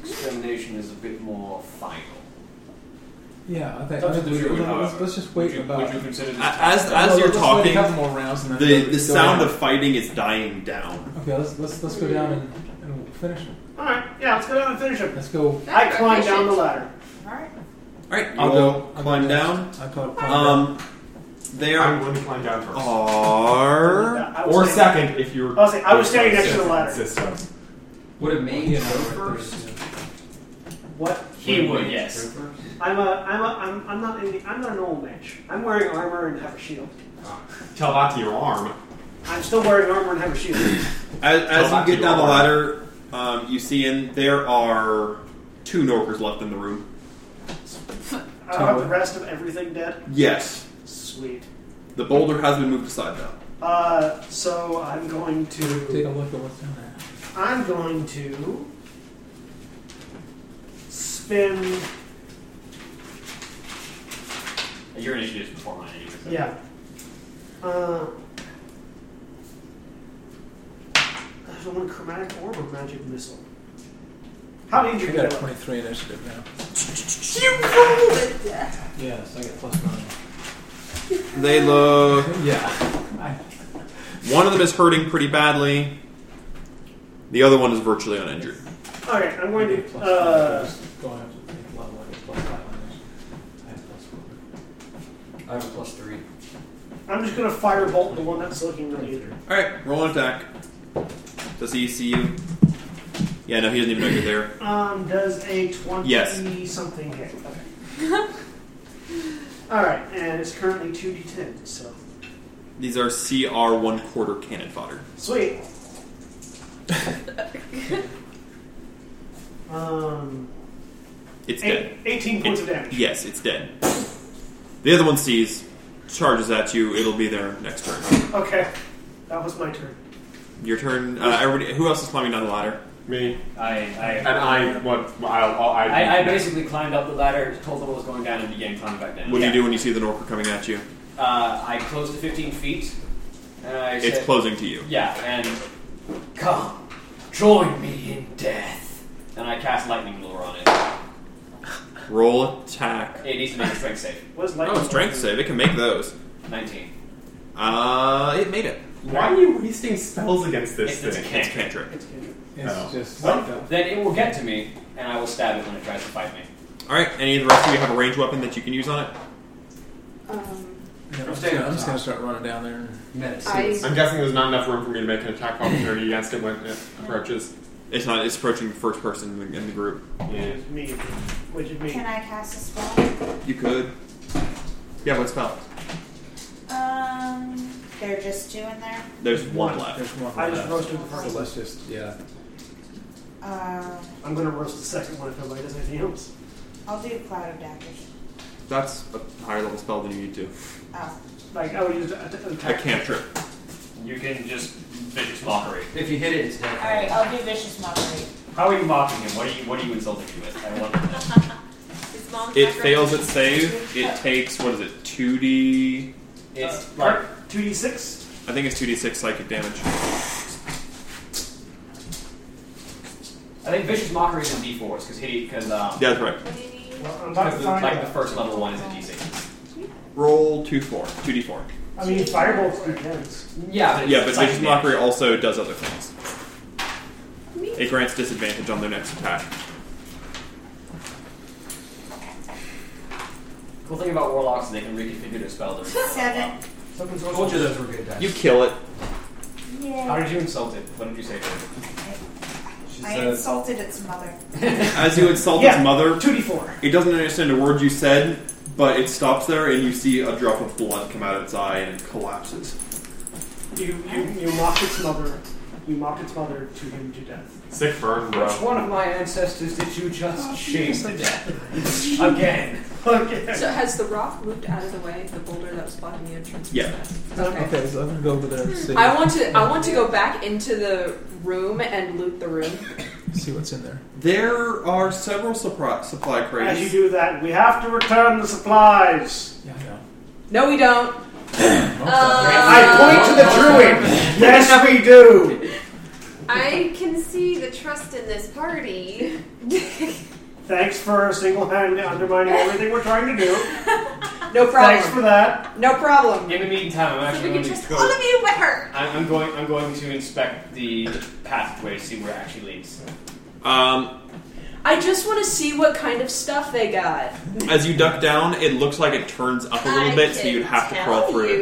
Speaker 10: extermination is a bit more final.
Speaker 3: yeah, I think
Speaker 10: Up to
Speaker 3: I think
Speaker 10: the
Speaker 3: we should-
Speaker 10: jury,
Speaker 3: let's,
Speaker 10: however.
Speaker 3: let's just wait
Speaker 10: Would you-
Speaker 3: about.
Speaker 10: would you consider this-
Speaker 2: As
Speaker 3: Well,
Speaker 2: as you're
Speaker 3: let's wait a
Speaker 2: talking,
Speaker 3: couple more rounds and then
Speaker 2: the
Speaker 3: go-
Speaker 2: the
Speaker 3: go
Speaker 2: sound
Speaker 3: down.
Speaker 2: of fighting is dying down.
Speaker 3: Okay, let's let's let's go down and, and we'll finish them.
Speaker 1: All right. Yeah, let's go down and finish them.
Speaker 3: Let's go.
Speaker 1: I climb down the ladder.
Speaker 6: All right.
Speaker 2: All right, you
Speaker 3: I'll
Speaker 2: all
Speaker 3: go- I'll
Speaker 2: climb
Speaker 3: go
Speaker 2: down.
Speaker 3: next. I'll go climb
Speaker 2: Um, they are.
Speaker 4: I'm going to climb down first.
Speaker 2: Are
Speaker 1: I was
Speaker 4: Oh. or
Speaker 1: standing-
Speaker 4: second, if you're.
Speaker 1: I was saying- I was standing next to the ladder.
Speaker 4: System.
Speaker 11: Would it mage
Speaker 3: Yeah,
Speaker 11: go
Speaker 3: right there,
Speaker 11: first?
Speaker 1: What?
Speaker 10: He would,
Speaker 11: mage
Speaker 10: yes.
Speaker 11: go first?
Speaker 1: I'm a, I'm a, I'm, I'm not in the, I'm not a normal mage. I'm wearing armor and have a shield.
Speaker 4: Tell that to your arm.
Speaker 1: I'm still wearing armor and have a
Speaker 3: [CLEARS THROAT]
Speaker 1: shield. Uh,
Speaker 2: as,
Speaker 4: Tell
Speaker 2: as
Speaker 4: that
Speaker 2: you get
Speaker 4: to your
Speaker 2: down the
Speaker 4: arm.
Speaker 2: ladder, um, you see in there are two Norkers left in the room.
Speaker 1: I have the rest of everything dead.
Speaker 2: Yes,
Speaker 1: Sweet.
Speaker 2: the boulder has been moved aside now.
Speaker 1: Uh, so I'm going
Speaker 3: Take a
Speaker 1: to,
Speaker 3: look at what's down there.
Speaker 1: I'm going to spin.
Speaker 10: Your initiative is before mine, anyway. so-
Speaker 1: Yeah. Uh, I don't want a chromatic orb or magic missile. How did you
Speaker 3: I
Speaker 1: get
Speaker 3: got a
Speaker 1: that?
Speaker 3: 23 initiative now.
Speaker 12: You rolled it. Dad.
Speaker 3: Yes, I get plus nine.
Speaker 2: They look.
Speaker 3: Yeah.
Speaker 2: One of them is hurting pretty badly. The other one is virtually uninjured.
Speaker 1: Okay, I'm going
Speaker 3: Plus
Speaker 1: to.
Speaker 3: five,
Speaker 1: Uh,
Speaker 3: just Going up to the next level, I get plus five on this. I have plus four.
Speaker 10: I have a plus three.
Speaker 1: I'm just gonna firebolt the one that's looking at either.
Speaker 2: All right, roll an attack. Does he see you? Yeah, no, he doesn't even know you're there.
Speaker 1: Um, does a twenty
Speaker 2: Yes.
Speaker 1: something hit? Okay. All right, and it's currently two d10. So
Speaker 2: These are CR one quarter cannon fodder.
Speaker 1: sweet. um,
Speaker 2: It's dead.
Speaker 1: eight, eighteen points
Speaker 2: It-
Speaker 1: of damage.
Speaker 2: Yes, it's dead. The other one sees, charges at you. It'll be their next turn.
Speaker 1: Okay, that was my turn.
Speaker 2: Your turn. Uh, everybody, who else is climbing down the ladder?
Speaker 4: Me.
Speaker 10: I,
Speaker 4: And
Speaker 10: I,
Speaker 4: I. What? I'll, I'll, I, [LAUGHS]
Speaker 10: I, I basically climbed up the ladder, told them what was going down, and began climbing back down.
Speaker 2: What do you do when you see the Norker coming at you?
Speaker 10: Uh, I closed to 15 feet, and I
Speaker 2: It's
Speaker 10: said,
Speaker 2: closing to you.
Speaker 10: Yeah, and come, join me in death. And I cast lightning lure on it.
Speaker 2: Roll attack.
Speaker 10: It needs to make a strength save.
Speaker 1: Was lightning
Speaker 2: Oh, strength save. It can make those.
Speaker 10: 19.
Speaker 2: Uh, it made it.
Speaker 4: Why are you wasting spells against this
Speaker 10: It's, it's a
Speaker 4: thing?
Speaker 2: It's
Speaker 10: cantrip.
Speaker 2: cantrip.
Speaker 1: It's injured.
Speaker 3: It's
Speaker 4: Oh.
Speaker 3: just
Speaker 10: Well,
Speaker 3: like a-
Speaker 10: then it will get to me, and I will stab it when it tries to fight me.
Speaker 2: All right. Any of the rest of you have a range weapon that you can use on it?
Speaker 12: Um,
Speaker 3: Yeah,
Speaker 11: I'm
Speaker 3: I'm,
Speaker 11: staying
Speaker 3: staying,
Speaker 11: up
Speaker 3: I'm just
Speaker 11: top.
Speaker 3: gonna start running down there.
Speaker 12: I
Speaker 4: I'm guessing there's not enough room for me to make an attack of opportunity against it when it approaches.
Speaker 2: It's not. It's approaching the first person in the, in the group.
Speaker 4: Yeah.
Speaker 1: It's me. Which is me.
Speaker 6: Can I cast a spell?
Speaker 2: You could. Yeah. What spell?
Speaker 6: Um, they're just two in there.
Speaker 2: There's one
Speaker 1: One.
Speaker 2: left.
Speaker 3: There's one
Speaker 1: I
Speaker 3: left.
Speaker 1: just roasted the
Speaker 3: So
Speaker 1: first. one.
Speaker 3: let's just yeah.
Speaker 6: Uh,
Speaker 1: I'm gonna roast the second one if nobody does anything else.
Speaker 6: I'll do Cloud of Daggers.
Speaker 2: That's a higher level spell than you need to.
Speaker 6: Oh.
Speaker 1: Like, I would use a, a,
Speaker 2: I can't trip.
Speaker 10: You can just vicious mockery.
Speaker 11: If you hit it, it's dead.
Speaker 6: Alright, I'll do Vicious Mockery.
Speaker 10: How are you mocking him? What are you What are you insulting him with? I want to
Speaker 2: It fails its save. It takes what is it? Two D.
Speaker 10: It's
Speaker 1: like two d six.
Speaker 2: I think it's two D six psychic damage.
Speaker 10: I think vicious mockery is in D4s because he because um.
Speaker 2: Yeah, that's right.
Speaker 1: Well, I'm about to
Speaker 10: Because the,
Speaker 1: find
Speaker 10: like
Speaker 1: out.
Speaker 10: the first level one is a D6.
Speaker 2: Roll two four. Two D four.
Speaker 1: I mean, Firebolt's pretty dense.
Speaker 10: Yeah, but it's
Speaker 2: Yeah, but
Speaker 10: psychic
Speaker 2: vicious
Speaker 10: damage.
Speaker 2: mockery also does other things. It grants disadvantage on their next attack.
Speaker 10: Cool thing about warlocks is they can reconfigure their spell during.
Speaker 6: Seven.
Speaker 10: Told you those were good
Speaker 2: You kill it.
Speaker 10: How
Speaker 6: Yeah.
Speaker 10: did you insult it? What did you say to it?
Speaker 6: I insulted its mother.
Speaker 2: As you insult
Speaker 1: Yeah,
Speaker 2: its mother,
Speaker 1: 2d4.
Speaker 2: It doesn't understand a word you said, but it stops there, and you see a drop of blood come out of its eye, and it collapses.
Speaker 1: You, you, you mock its mother. You mock its mother to him to death. Oh,
Speaker 4: Sick burn,
Speaker 1: [LAUGHS]
Speaker 4: bro.
Speaker 8: Which one of my ancestors did you just shame to death? Again.
Speaker 1: [LAUGHS] Okay.
Speaker 12: So has the rock moved out of the way? The boulder that was blocking the entrance. was
Speaker 2: Yeah.
Speaker 12: that?
Speaker 16: Okay. so I'm gonna go over there and see.
Speaker 12: I want to. I want to go back into the room and loot the room.
Speaker 16: see what's in there.
Speaker 2: There are several supply, supply
Speaker 1: As you
Speaker 2: crates.
Speaker 1: do that, we have to return the supplies.
Speaker 3: Yeah,
Speaker 12: No, we don't.
Speaker 15: Uh,
Speaker 1: Uh, I point to the druid. Yes, we do.
Speaker 15: I can see the trust in this party.
Speaker 12: [LAUGHS]
Speaker 1: Thanks for single-handedly undermining everything we're trying to do.
Speaker 12: No
Speaker 1: Thanks
Speaker 12: problem.
Speaker 1: for that.
Speaker 12: No problem.
Speaker 10: In the meantime, I'm actually going to go.
Speaker 12: All of you with her.
Speaker 10: I'm, I'm going. I'm going to inspect the pathway, see where it actually leads.
Speaker 2: Um,
Speaker 12: I just want to see what kind of stuff they got.
Speaker 2: as you duck down, it looks like it turns up a little
Speaker 12: I
Speaker 2: bit, so
Speaker 12: can
Speaker 2: you'd have to
Speaker 12: tell
Speaker 2: crawl through it.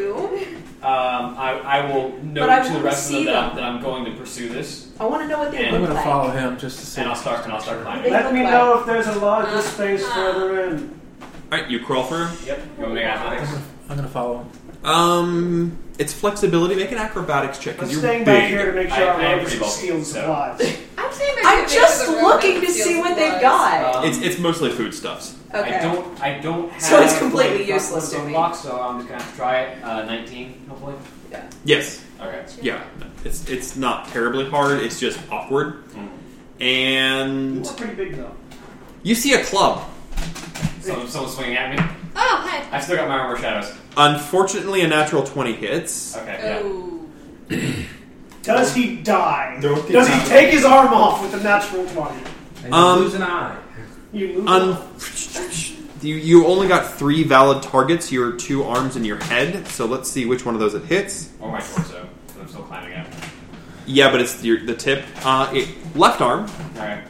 Speaker 12: you.
Speaker 10: Um, I, I will note
Speaker 12: But I
Speaker 10: to the
Speaker 12: wanna
Speaker 10: rest of
Speaker 12: see
Speaker 10: them that, I'm-
Speaker 12: them.
Speaker 10: that I'm going to pursue this,
Speaker 12: I want to know what they
Speaker 10: And
Speaker 12: look
Speaker 10: I'm
Speaker 12: like.
Speaker 3: Follow him just to see.
Speaker 10: and I'll start. And I'll start climbing.
Speaker 12: They
Speaker 1: Let
Speaker 12: look
Speaker 1: me
Speaker 12: like-
Speaker 1: know if there's a larger space further in.
Speaker 2: Alright, you crawl through.
Speaker 10: Yep. You want to make athletics?
Speaker 3: I'm gonna follow him.
Speaker 2: Um, it's flexibility. Make an acrobatics check,
Speaker 1: I'm
Speaker 2: because you're
Speaker 1: staying
Speaker 2: big.
Speaker 1: back here to make sure
Speaker 10: I- I am
Speaker 1: I, don't
Speaker 10: pretty bulky,
Speaker 1: steal
Speaker 10: so-
Speaker 1: supplies.
Speaker 15: I'm saying there's a
Speaker 12: I'm
Speaker 15: bit
Speaker 12: just
Speaker 15: of a road
Speaker 12: looking
Speaker 15: that
Speaker 12: to see
Speaker 15: steals
Speaker 12: what they've
Speaker 15: supplies.
Speaker 12: got.
Speaker 10: Um,
Speaker 2: It's, it's mostly food stuffs.
Speaker 12: Okay.
Speaker 10: I don't. I don't. Have
Speaker 12: So it's completely useless to me.
Speaker 10: Block, so I'm just gonna have to try it. Uh, 19, hopefully.
Speaker 2: Yes.
Speaker 10: Okay.
Speaker 2: Yeah. It's it's not terribly hard. It's just awkward. And
Speaker 1: It's pretty big though.
Speaker 2: you see a club.
Speaker 10: So someone's swinging at me.
Speaker 15: Oh, hey.
Speaker 10: I've still got my armor shadows.
Speaker 2: Unfortunately, a natural twenty hits.
Speaker 10: Okay. Yeah.
Speaker 15: Oh.
Speaker 1: Does he die?
Speaker 16: Don't get
Speaker 1: Does he
Speaker 16: out.
Speaker 1: take his arm off with a natural twenty?
Speaker 11: And
Speaker 2: Um,
Speaker 11: you lose an eye.
Speaker 1: You lose.
Speaker 2: Un- you, you only got three valid targets your two arms and your head, so let's see which one of those it hits.
Speaker 12: Oh.
Speaker 10: Or my torso. 'cause I'm still climbing up.
Speaker 2: Yeah, but it's your, the tip. Uh, it, left arm.
Speaker 10: All right.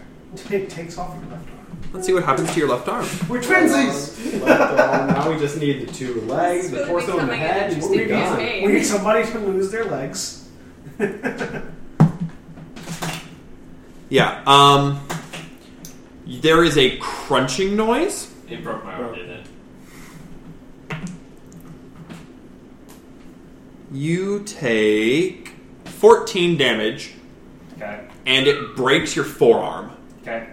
Speaker 1: it takes off your left arm.
Speaker 2: Let's see what happens to your left arm.
Speaker 1: We're twinsies.
Speaker 4: Left arm. Now we just need the two legs,
Speaker 15: It's
Speaker 4: the
Speaker 15: really
Speaker 4: torso, and the
Speaker 15: becoming an
Speaker 4: head. and we'll be
Speaker 15: interesting
Speaker 4: done.
Speaker 15: game.
Speaker 1: We need somebody to lose their legs. [LAUGHS]
Speaker 2: Yeah. Um, there is a crunching noise.
Speaker 10: It broke my arm, didn't it?
Speaker 2: You take 14 damage,
Speaker 10: Okay.
Speaker 2: and it breaks your forearm.
Speaker 10: Okay.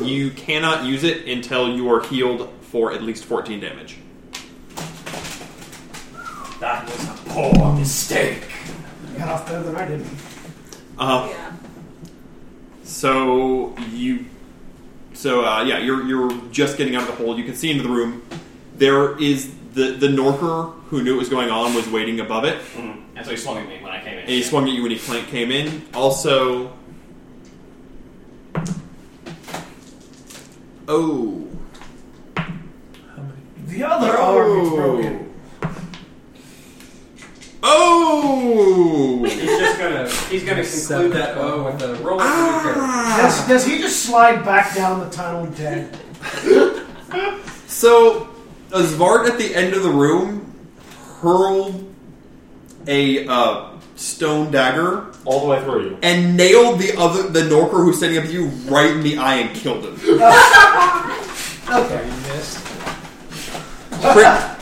Speaker 2: You cannot use it until you are healed for at least 14 damage.
Speaker 10: That was a poor mistake.
Speaker 1: You got off better than I did.
Speaker 2: Uh,
Speaker 15: Yeah.
Speaker 2: So you, so uh, yeah, you're you're just getting out of the hole. You can see into the room. There is the the Norker who knew what was going on was waiting above it,
Speaker 10: Mm. And so he swung at me when I came in.
Speaker 2: and Hmm. he swung at you when he cl- came in. Also, oh,
Speaker 1: The other arm is broken.
Speaker 2: oh,
Speaker 11: He's just gonna. He's gonna conclude that
Speaker 2: uh,
Speaker 11: O with a roll. Ah.
Speaker 1: Does, does he just slide back down the tunnel dead?
Speaker 2: So, Asvart at the end of the room hurled a uh, stone dagger
Speaker 4: All the way through you.
Speaker 2: and nailed the other the Norker who's standing up to you right in the eye and killed him.
Speaker 1: Okay.
Speaker 11: You missed.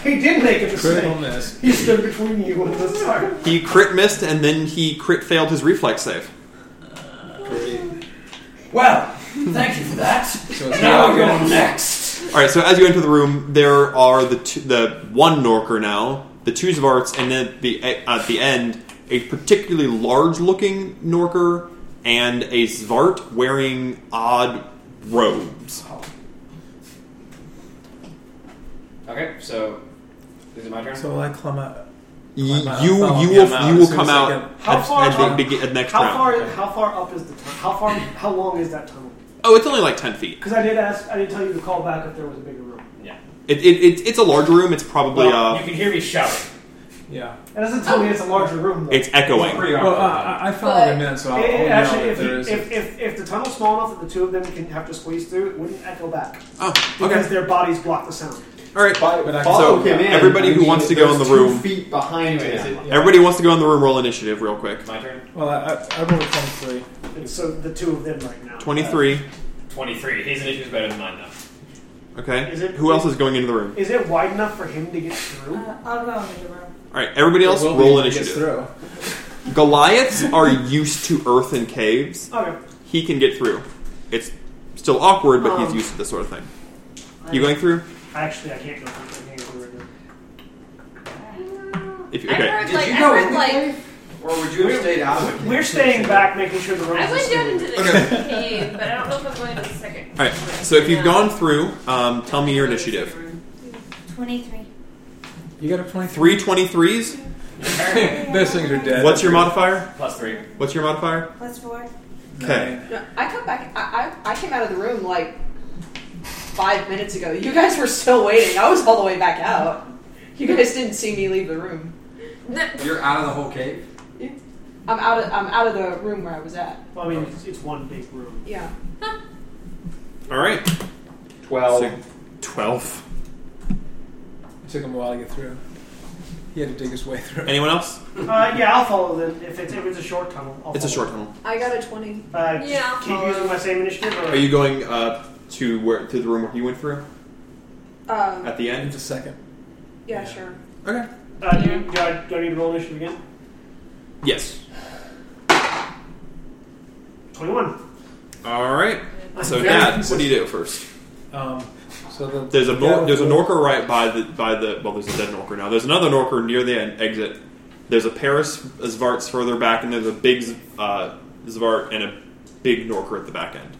Speaker 1: he did make a mistake.
Speaker 11: Critical miss.
Speaker 1: He stood between you and the start.
Speaker 2: He crit missed and then he crit failed his reflex save. [LAUGHS]
Speaker 8: Well, thank you for that.
Speaker 3: So it's
Speaker 2: Oh,
Speaker 10: Oh,
Speaker 9: Now
Speaker 3: not
Speaker 9: you're
Speaker 3: good.
Speaker 9: next.
Speaker 2: All right. So as you enter the room, there are the two, the one Norker now, the two Zvarts, and then at the at the end a particularly large-looking Norker and a Zvart wearing odd robes.
Speaker 10: Okay, so is it my turn?
Speaker 16: So will I climb out?
Speaker 2: Y-
Speaker 16: Climb out?
Speaker 2: you
Speaker 16: Oh,
Speaker 2: you
Speaker 16: yeah,
Speaker 2: will
Speaker 16: I'm
Speaker 2: you
Speaker 16: out.
Speaker 2: will
Speaker 16: So
Speaker 2: come
Speaker 16: it's
Speaker 2: out
Speaker 16: like a-
Speaker 1: How
Speaker 2: at,
Speaker 1: far?
Speaker 2: at the begin, at next
Speaker 1: how
Speaker 2: round.
Speaker 1: far? How far up is the tunnel? How far? How long is that tunnel?
Speaker 2: Oh, it's only like ten feet.
Speaker 1: Because I did ask. I did tell you to call back if there was a bigger room.
Speaker 10: Yeah.
Speaker 2: It, it, it, it's a large room. It's probably
Speaker 10: Well,
Speaker 2: uh,
Speaker 10: you can hear me shouting.
Speaker 3: Yeah.
Speaker 1: That doesn't tell me it's a larger room. Though.
Speaker 2: It's echoing. It's pretty
Speaker 3: Well, I, I- I found what I meant, so I'll,
Speaker 1: It- it
Speaker 3: I'll know
Speaker 1: actually,
Speaker 3: that
Speaker 1: if,
Speaker 3: there
Speaker 1: you-
Speaker 3: is.
Speaker 1: if, if, if the tunnel's small enough that the two of them can have to squeeze through, it wouldn't echo back.
Speaker 2: Oh,
Speaker 1: Because their bodies block the sound.
Speaker 2: All right.
Speaker 1: I-
Speaker 2: so
Speaker 1: Follow him in.
Speaker 2: everybody
Speaker 1: I
Speaker 2: who
Speaker 1: mean,
Speaker 2: wants to go in
Speaker 1: there's
Speaker 2: the
Speaker 1: two
Speaker 2: room,
Speaker 1: feet behind
Speaker 2: Anyway,
Speaker 1: him.
Speaker 2: is it-
Speaker 1: Yeah.
Speaker 2: Everybody wants to go in the room. Roll initiative, real quick.
Speaker 10: My turn.
Speaker 1: Well, I, I rolled 23. And so the two of them right now.
Speaker 2: Twenty-three.
Speaker 1: Uh,
Speaker 10: 23. His initiative's better than mine, though.
Speaker 2: Okay.
Speaker 1: Is it-
Speaker 2: who else is going into the room?
Speaker 1: Is it wide enough for him to get through?
Speaker 6: I'll go into the room.
Speaker 2: All right, everybody
Speaker 1: It
Speaker 2: else,
Speaker 1: will be
Speaker 2: roll
Speaker 1: when he gets
Speaker 2: initiative. Goliaths are used to earth and caves.
Speaker 1: Okay.
Speaker 2: He can get through. It's still awkward, but he's
Speaker 1: Um,
Speaker 2: used to this sort of thing.
Speaker 1: I-
Speaker 2: You going through?
Speaker 1: Actually, I can't go through. I can't go through right now.
Speaker 2: If you,
Speaker 15: I
Speaker 2: okay.
Speaker 15: heard,
Speaker 11: Did
Speaker 15: like,
Speaker 11: you
Speaker 15: I
Speaker 11: go
Speaker 15: heard,
Speaker 11: in
Speaker 15: like,
Speaker 11: Or would you have stayed out of it?
Speaker 1: We're staying back, making sure the room
Speaker 15: I went
Speaker 1: is
Speaker 15: down into the cave, but I don't know if I'm going to the second.
Speaker 2: All right. So if you've gone through, um, tell me your initiative.
Speaker 6: 23.
Speaker 3: You got a 23.
Speaker 2: Three twenty-threes.
Speaker 3: [LAUGHS] Those things are dead.
Speaker 2: What's your modifier?
Speaker 10: [LAUGHS] Plus three.
Speaker 2: What's your modifier?
Speaker 6: Plus four.
Speaker 2: Okay.
Speaker 12: No, I come back. I, I I came out of the room like five minutes ago. You guys were still waiting. I was all the way back out. You guys didn't see me leave the room.
Speaker 11: You're out of the whole cave.
Speaker 12: I'm out of I'm out of the room where I was at.
Speaker 1: Well, I mean, it's, it's one big room.
Speaker 12: Yeah.
Speaker 2: All right.
Speaker 4: Twelve.
Speaker 2: Twelve.
Speaker 3: It took him a while to get through. He had to dig his way through.
Speaker 2: Anyone else?
Speaker 1: Uh, yeah, I'll follow them. If it's, if it's a short tunnel, I'll
Speaker 2: It's a
Speaker 1: follow
Speaker 2: short tunnel.
Speaker 12: I got a twenty.
Speaker 1: them. Uh, just
Speaker 12: Yeah, I'll
Speaker 1: keep
Speaker 12: follow.
Speaker 1: using my same initiative. Or
Speaker 2: Are you going uh, to where to the room where you went through
Speaker 12: Um,
Speaker 2: at the end?
Speaker 3: [LAUGHS] It's a second.
Speaker 12: yeah, sure.
Speaker 2: Okay.
Speaker 1: Uh, do, you- do, I, do I need to roll initiative again?
Speaker 2: Yes.
Speaker 1: 21.
Speaker 2: All right. So,
Speaker 1: Very
Speaker 2: Dad, what
Speaker 1: consistent.
Speaker 2: do you do first?
Speaker 3: Um, so the,
Speaker 2: There's a
Speaker 3: the
Speaker 2: nor-
Speaker 3: guy
Speaker 2: there's a
Speaker 3: with the-
Speaker 2: Norker right by the by the well. There's a dead Norker now. There's another Norker near the en- exit. There's a Paris Zvart's further back, and there's a big Z- uh, Zvart and a big Norker at the back end.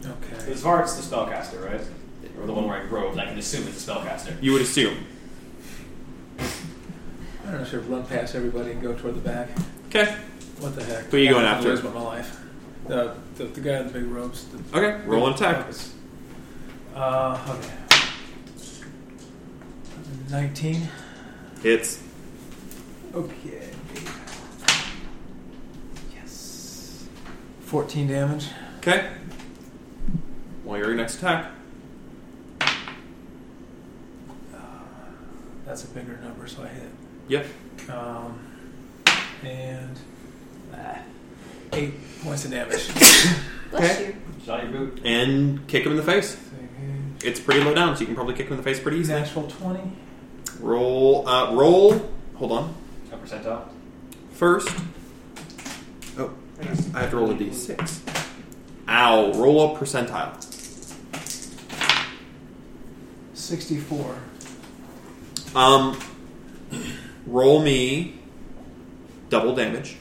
Speaker 10: The Zvart's the spellcaster, right? Or the one wearing robes. I can assume it's a spellcaster.
Speaker 2: You would assume.
Speaker 3: I don't know, should run past everybody and go toward the back.
Speaker 2: Okay.
Speaker 3: What the heck?
Speaker 2: Who are you
Speaker 3: I
Speaker 2: going
Speaker 3: don't know
Speaker 2: after?
Speaker 3: What my life. The, the, the guy in the big robes. The,
Speaker 2: Okay, roll an attack.
Speaker 3: Uh, okay. 19.
Speaker 2: Hits.
Speaker 3: Okay. Yes. 14 damage.
Speaker 2: Okay. Well, your next attack.
Speaker 3: Uh, That's a bigger number, so I hit.
Speaker 2: Yep.
Speaker 3: Um, and uh, 8 points of damage.
Speaker 12: Bless you.
Speaker 10: Shot your boot.
Speaker 2: And kick him in the face. It's pretty low down, so you can probably kick him in the face pretty easily.
Speaker 3: Natural 20.
Speaker 2: Roll. Uh, roll. Hold on.
Speaker 10: A [CLEARS THROAT] percentile.
Speaker 2: First. Oh, I have to roll a d6. Ow. Roll a percentile.
Speaker 3: 64.
Speaker 2: Um, roll me double damage.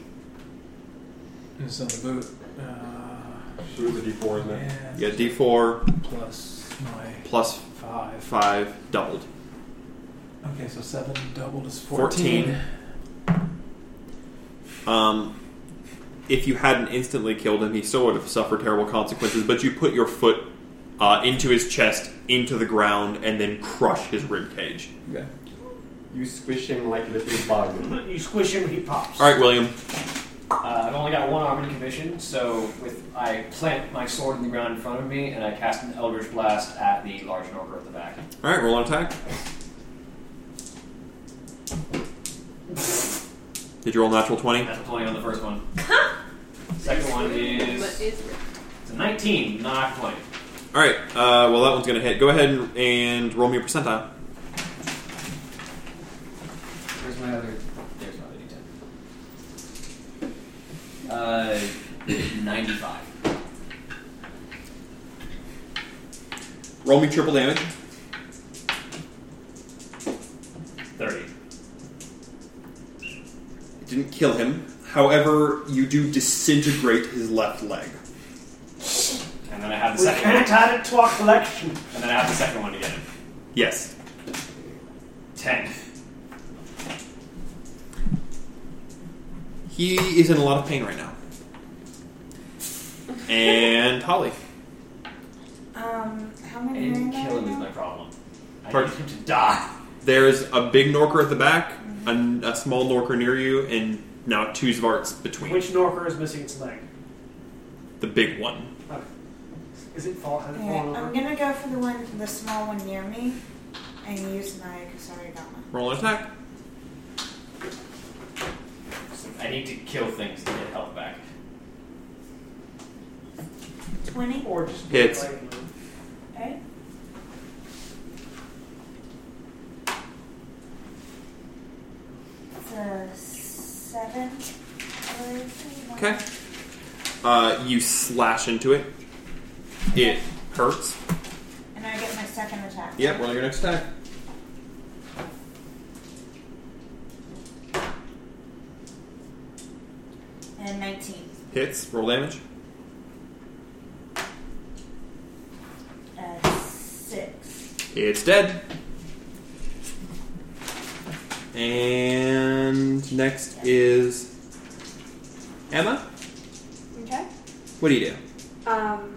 Speaker 3: It's on the boot. Uh,
Speaker 4: It was a D4, isn't it?
Speaker 3: and
Speaker 2: Yeah, d4
Speaker 3: Plus my
Speaker 2: plus
Speaker 3: Five.
Speaker 2: five doubled.
Speaker 3: Okay, so seven doubled is
Speaker 2: 14.
Speaker 3: 14.
Speaker 2: Um, if you hadn't instantly killed him, he still would have suffered terrible consequences. But you put your foot uh, into his chest, into the ground, and then crush his rib cage.
Speaker 3: Okay.
Speaker 4: You squish him like a little bug.
Speaker 1: You squish him, he pops.
Speaker 2: All right, William.
Speaker 10: Uh, I've only got one arm in commission, so with I plant my sword in the ground in front of me and I cast an Eldritch Blast at the large Norker at the back.
Speaker 2: All right, roll on attack. Did you roll natural twenty?
Speaker 10: That's a 20 on the first one. Second one is.
Speaker 15: [LAUGHS]
Speaker 10: It's a 19, not 20.
Speaker 2: All right. Uh, well, that one's gonna hit. Go ahead and, and roll me a percentile.
Speaker 10: Where's my other. There's my other d10. Uh, 95.
Speaker 2: Roll me triple damage.
Speaker 10: 30.
Speaker 2: It didn't kill him. However, you do disintegrate his left leg.
Speaker 10: And then I have the
Speaker 1: We
Speaker 10: second
Speaker 1: can't
Speaker 10: one.
Speaker 1: add it to our collection.
Speaker 10: And then I have the second one to get him.
Speaker 2: Yes.
Speaker 10: 10.
Speaker 2: He is in a lot of pain right now. And Holly.
Speaker 6: Um, how
Speaker 10: I
Speaker 6: many are in
Speaker 10: didn't
Speaker 6: there
Speaker 10: kill him
Speaker 6: right
Speaker 10: is
Speaker 6: now?
Speaker 10: my problem. I
Speaker 2: Pardon?
Speaker 10: need him to die.
Speaker 2: There's a big Norker at the back, a, a small Norker near you, and now two Zvarts between.
Speaker 1: Which Norker is missing its leg?
Speaker 2: The big one.
Speaker 1: Okay. Is it fall? Has it fallen
Speaker 6: Alright, I'm
Speaker 1: over?
Speaker 6: gonna go for the one, the small one near me, and use my Kasari Dama.
Speaker 2: Roll an attack.
Speaker 10: I need to kill things to get health back.
Speaker 6: Twenty.
Speaker 1: Or just
Speaker 2: Hits.
Speaker 6: Okay. It's a seven. or three, one.
Speaker 2: Okay. Uh, you slash into it. It hurts.
Speaker 6: And I get my second attack.
Speaker 2: Yep, roll your next attack.
Speaker 6: And nineteen.
Speaker 2: Hits. Roll damage.
Speaker 6: Uh, six.
Speaker 2: It's dead. And next is Emma.
Speaker 7: Okay.
Speaker 2: What do you do?
Speaker 7: Um.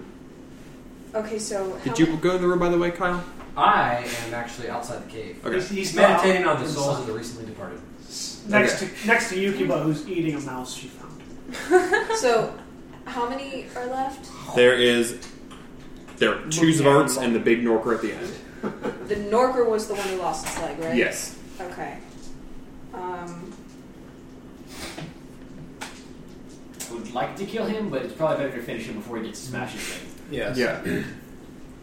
Speaker 7: Okay, so how
Speaker 2: Did you go in the room, by the way, Kyle?
Speaker 11: I am actually outside the cave.
Speaker 2: Okay. He's- he's
Speaker 11: meditating
Speaker 1: not
Speaker 11: on the
Speaker 1: inside.
Speaker 11: souls of the recently departed.
Speaker 1: Next to next to Yukiba, who's eating a mouse she found.
Speaker 7: so how many are left?
Speaker 2: There is there are two Zvarts and the big Norker at the end.
Speaker 12: The Norker was the one who lost his leg, right?
Speaker 2: Yes.
Speaker 12: Okay. Um,
Speaker 10: I would like to kill him, but it's probably better to finish him before he gets to smash his thing.
Speaker 3: Yes.
Speaker 2: Yeah.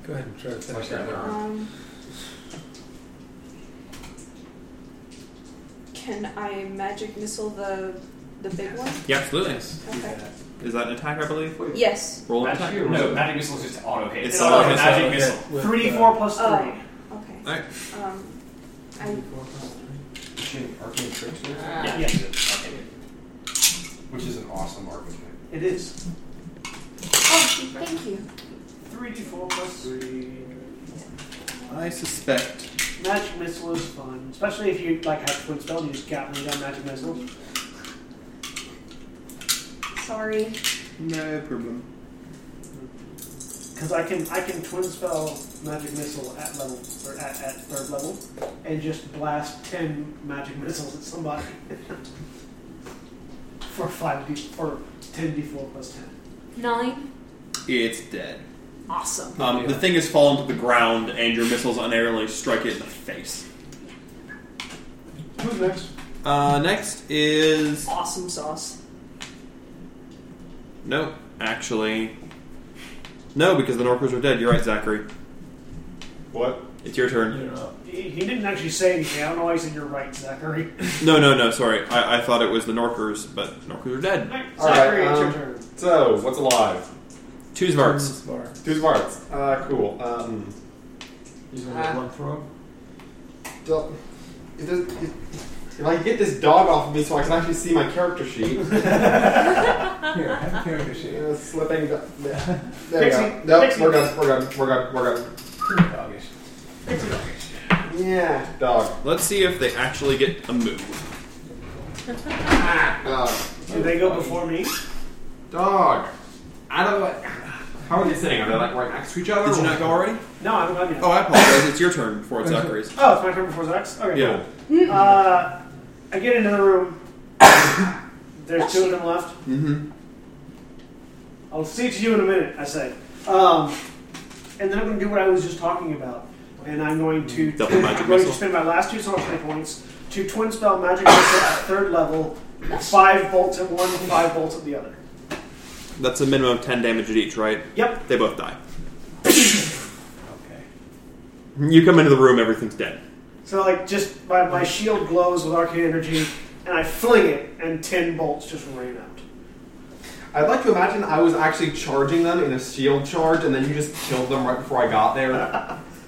Speaker 3: Go ahead and try to finish
Speaker 11: Okay.
Speaker 3: that one.
Speaker 12: um, can I magic missile the the big one?
Speaker 2: Yeah, absolutely.
Speaker 12: Okay.
Speaker 2: Is that an attack? I believe.
Speaker 12: Yes.
Speaker 2: Roll an
Speaker 10: Magic-
Speaker 2: attack.
Speaker 10: no, magic missile is just auto hit.
Speaker 2: It's uh,
Speaker 10: not like
Speaker 2: auto-hit.
Speaker 10: magic
Speaker 2: Auto-hit
Speaker 10: missile.
Speaker 1: With,
Speaker 3: uh,
Speaker 1: Three, four plus three.
Speaker 12: Oh. Okay.
Speaker 2: Alright.
Speaker 12: Um, I
Speaker 11: Arcane tricks.
Speaker 10: Yeah.
Speaker 1: Yeah.
Speaker 11: Which is an awesome arcane.
Speaker 1: It is.
Speaker 7: Oh, thank you.
Speaker 1: Three, four plus three.
Speaker 2: I suspect.
Speaker 1: Magic missile is fun, especially if you like have twin spell. You just gap me down magic missile.
Speaker 7: Sorry.
Speaker 2: No problem.
Speaker 1: Because I can I can twin spell magic missile at level or at, at third level, and just blast ten magic [LAUGHS] missiles at somebody for five d or ten d four plus ten.
Speaker 7: Nine.
Speaker 2: It's dead.
Speaker 7: Awesome.
Speaker 2: Um, The thing has fallen to the ground, and your missiles unerringly strike it in the face.
Speaker 1: Who's next?
Speaker 2: Uh, next is
Speaker 12: awesome sauce.
Speaker 2: no, actually, no, because the Norkers are dead. You're right, Zachary.
Speaker 4: What?
Speaker 2: It's your turn.
Speaker 1: He, he didn't actually say anything. I don't know why he said you're right, Zachary. [LAUGHS]
Speaker 2: No, no, no. Sorry, I, I thought it was the Norkers, but Norkers are dead.
Speaker 1: Zachary,
Speaker 4: All right,
Speaker 1: it's your
Speaker 4: um,
Speaker 1: turn.
Speaker 4: So, what's alive?
Speaker 2: Two Zvarts.
Speaker 4: Two Zvarts. Uh, cool. Um,
Speaker 16: He's gonna get one
Speaker 3: [LAUGHS]
Speaker 16: throw.
Speaker 4: do- it does- it- if I could get this dog off of me so I can actually see my character [LAUGHS] sheet.
Speaker 16: Here, have a character sheet.
Speaker 4: Uh, slipping. the- [LAUGHS] There there we go.
Speaker 1: Pixie,
Speaker 4: Nope,
Speaker 1: pixie.
Speaker 4: we're good. We're good. We're good. We're good.
Speaker 16: Doggish.
Speaker 4: Yeah, dog.
Speaker 2: Let's see if they actually get a move.
Speaker 4: Dog.
Speaker 1: Do they go before me?
Speaker 4: Dog. I don't know. what- How are they sitting? Are they like right next to each other?
Speaker 2: Did you not go already?
Speaker 1: No, I haven't gone yet.
Speaker 2: Oh, I apologize. It's your turn before it's Zachary's.
Speaker 1: Oh, it's my turn before Zach's. Okay.
Speaker 2: Yeah.
Speaker 1: Uh, I get into the room. [COUGHS] There's two of them left.
Speaker 2: Mm-hmm.
Speaker 1: I'll see to you in a minute, I say. Um, and then I'm going to do what I was just talking about. And I'm going to,
Speaker 2: Mm-hmm. Double magic
Speaker 1: I'm going
Speaker 2: missile.
Speaker 1: to spend my last two sorcery points to twin spell magic missile at third level, five bolts at one, five bolts at the other.
Speaker 2: That's a minimum of ten damage at each, right?
Speaker 1: Yep.
Speaker 2: They both die.
Speaker 1: Okay.
Speaker 2: You come into the room, everything's dead.
Speaker 1: So like just my, my shield glows with arcane energy, and I fling it, and ten bolts just rain out.
Speaker 4: I'd like to imagine I was actually charging them in a shield charge, and then you just killed them right before I
Speaker 1: [LAUGHS]
Speaker 4: got there.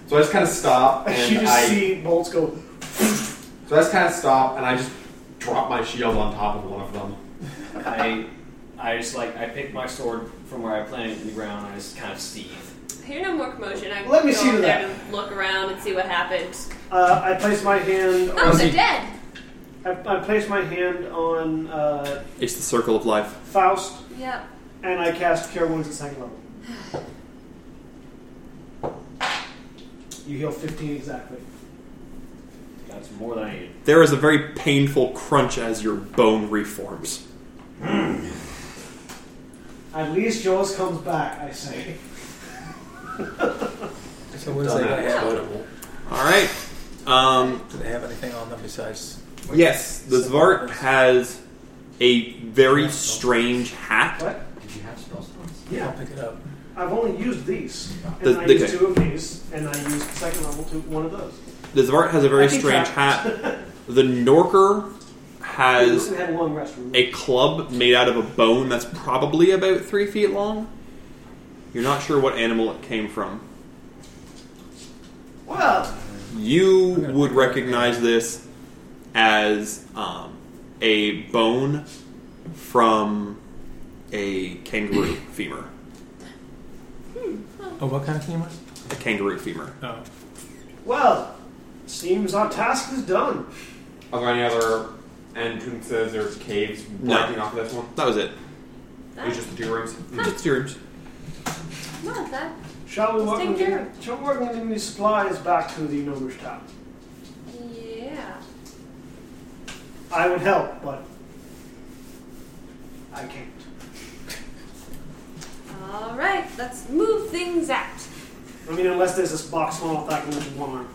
Speaker 4: so I just kind of stop, and
Speaker 1: you just
Speaker 4: I
Speaker 1: see bolts go.
Speaker 4: so I just kind of stop, and I just drop my shield on top of one of them.
Speaker 10: I, I just like I pick my sword from where I planted it in the ground. and I just kind of seethe.
Speaker 15: I hear no more commotion. I
Speaker 1: Let me
Speaker 15: go
Speaker 1: see
Speaker 15: up
Speaker 1: to
Speaker 15: there to look around and see what happened.
Speaker 1: Uh, I place my hand.
Speaker 15: Oh,
Speaker 1: on-
Speaker 15: they're dead.
Speaker 1: I, I place my hand on uh,
Speaker 2: It's the circle of life.
Speaker 1: Faust,
Speaker 15: Yep.
Speaker 1: and I cast Cure Wounds at second level. You heal 15 exactly.
Speaker 10: That's more than I needed.
Speaker 2: There is a very painful crunch as your bone reforms.
Speaker 1: At least yours comes back, I say.
Speaker 3: So what is they gonna have? Notable.
Speaker 2: All right. Um,
Speaker 3: Do they have anything on them besides?
Speaker 2: yes, the Zvart has a very strange hat.
Speaker 1: Did you have spell
Speaker 3: Yeah,
Speaker 1: Yeah.
Speaker 3: I'll pick it up.
Speaker 1: I've only used these. And
Speaker 2: The-
Speaker 1: I
Speaker 2: the-
Speaker 1: used two of these, and I used second level to one of those.
Speaker 2: The Zvart has a
Speaker 1: I
Speaker 2: very
Speaker 1: keep
Speaker 2: strange
Speaker 1: track.
Speaker 2: hat.
Speaker 1: [LAUGHS]
Speaker 2: The Norker has
Speaker 1: We had a long rest. remember?
Speaker 2: a club made out of a bone that's probably about three feet long. You're not sure what animal it came from.
Speaker 1: Well,
Speaker 2: You would recognize this as um, a bone from a kangaroo femur.
Speaker 3: Oh, what kind of femur?
Speaker 2: A kangaroo femur.
Speaker 3: Oh.
Speaker 1: well, seems our task is done.
Speaker 4: Are there any other entrances or caves branching off of this one?
Speaker 2: That was it.
Speaker 4: It was just the two rooms.
Speaker 10: Mm-hmm.
Speaker 2: Just your rooms.
Speaker 15: Not that.
Speaker 1: Shall we
Speaker 15: Let's
Speaker 1: work
Speaker 15: take
Speaker 1: on
Speaker 15: care
Speaker 1: getting- shall we work on getting these supplies back to the Gnomish town?
Speaker 15: Yeah.
Speaker 1: I would help, but I can't.
Speaker 15: All right. Let's move things out.
Speaker 1: I mean, unless there's this box small enough that I can lift one arm.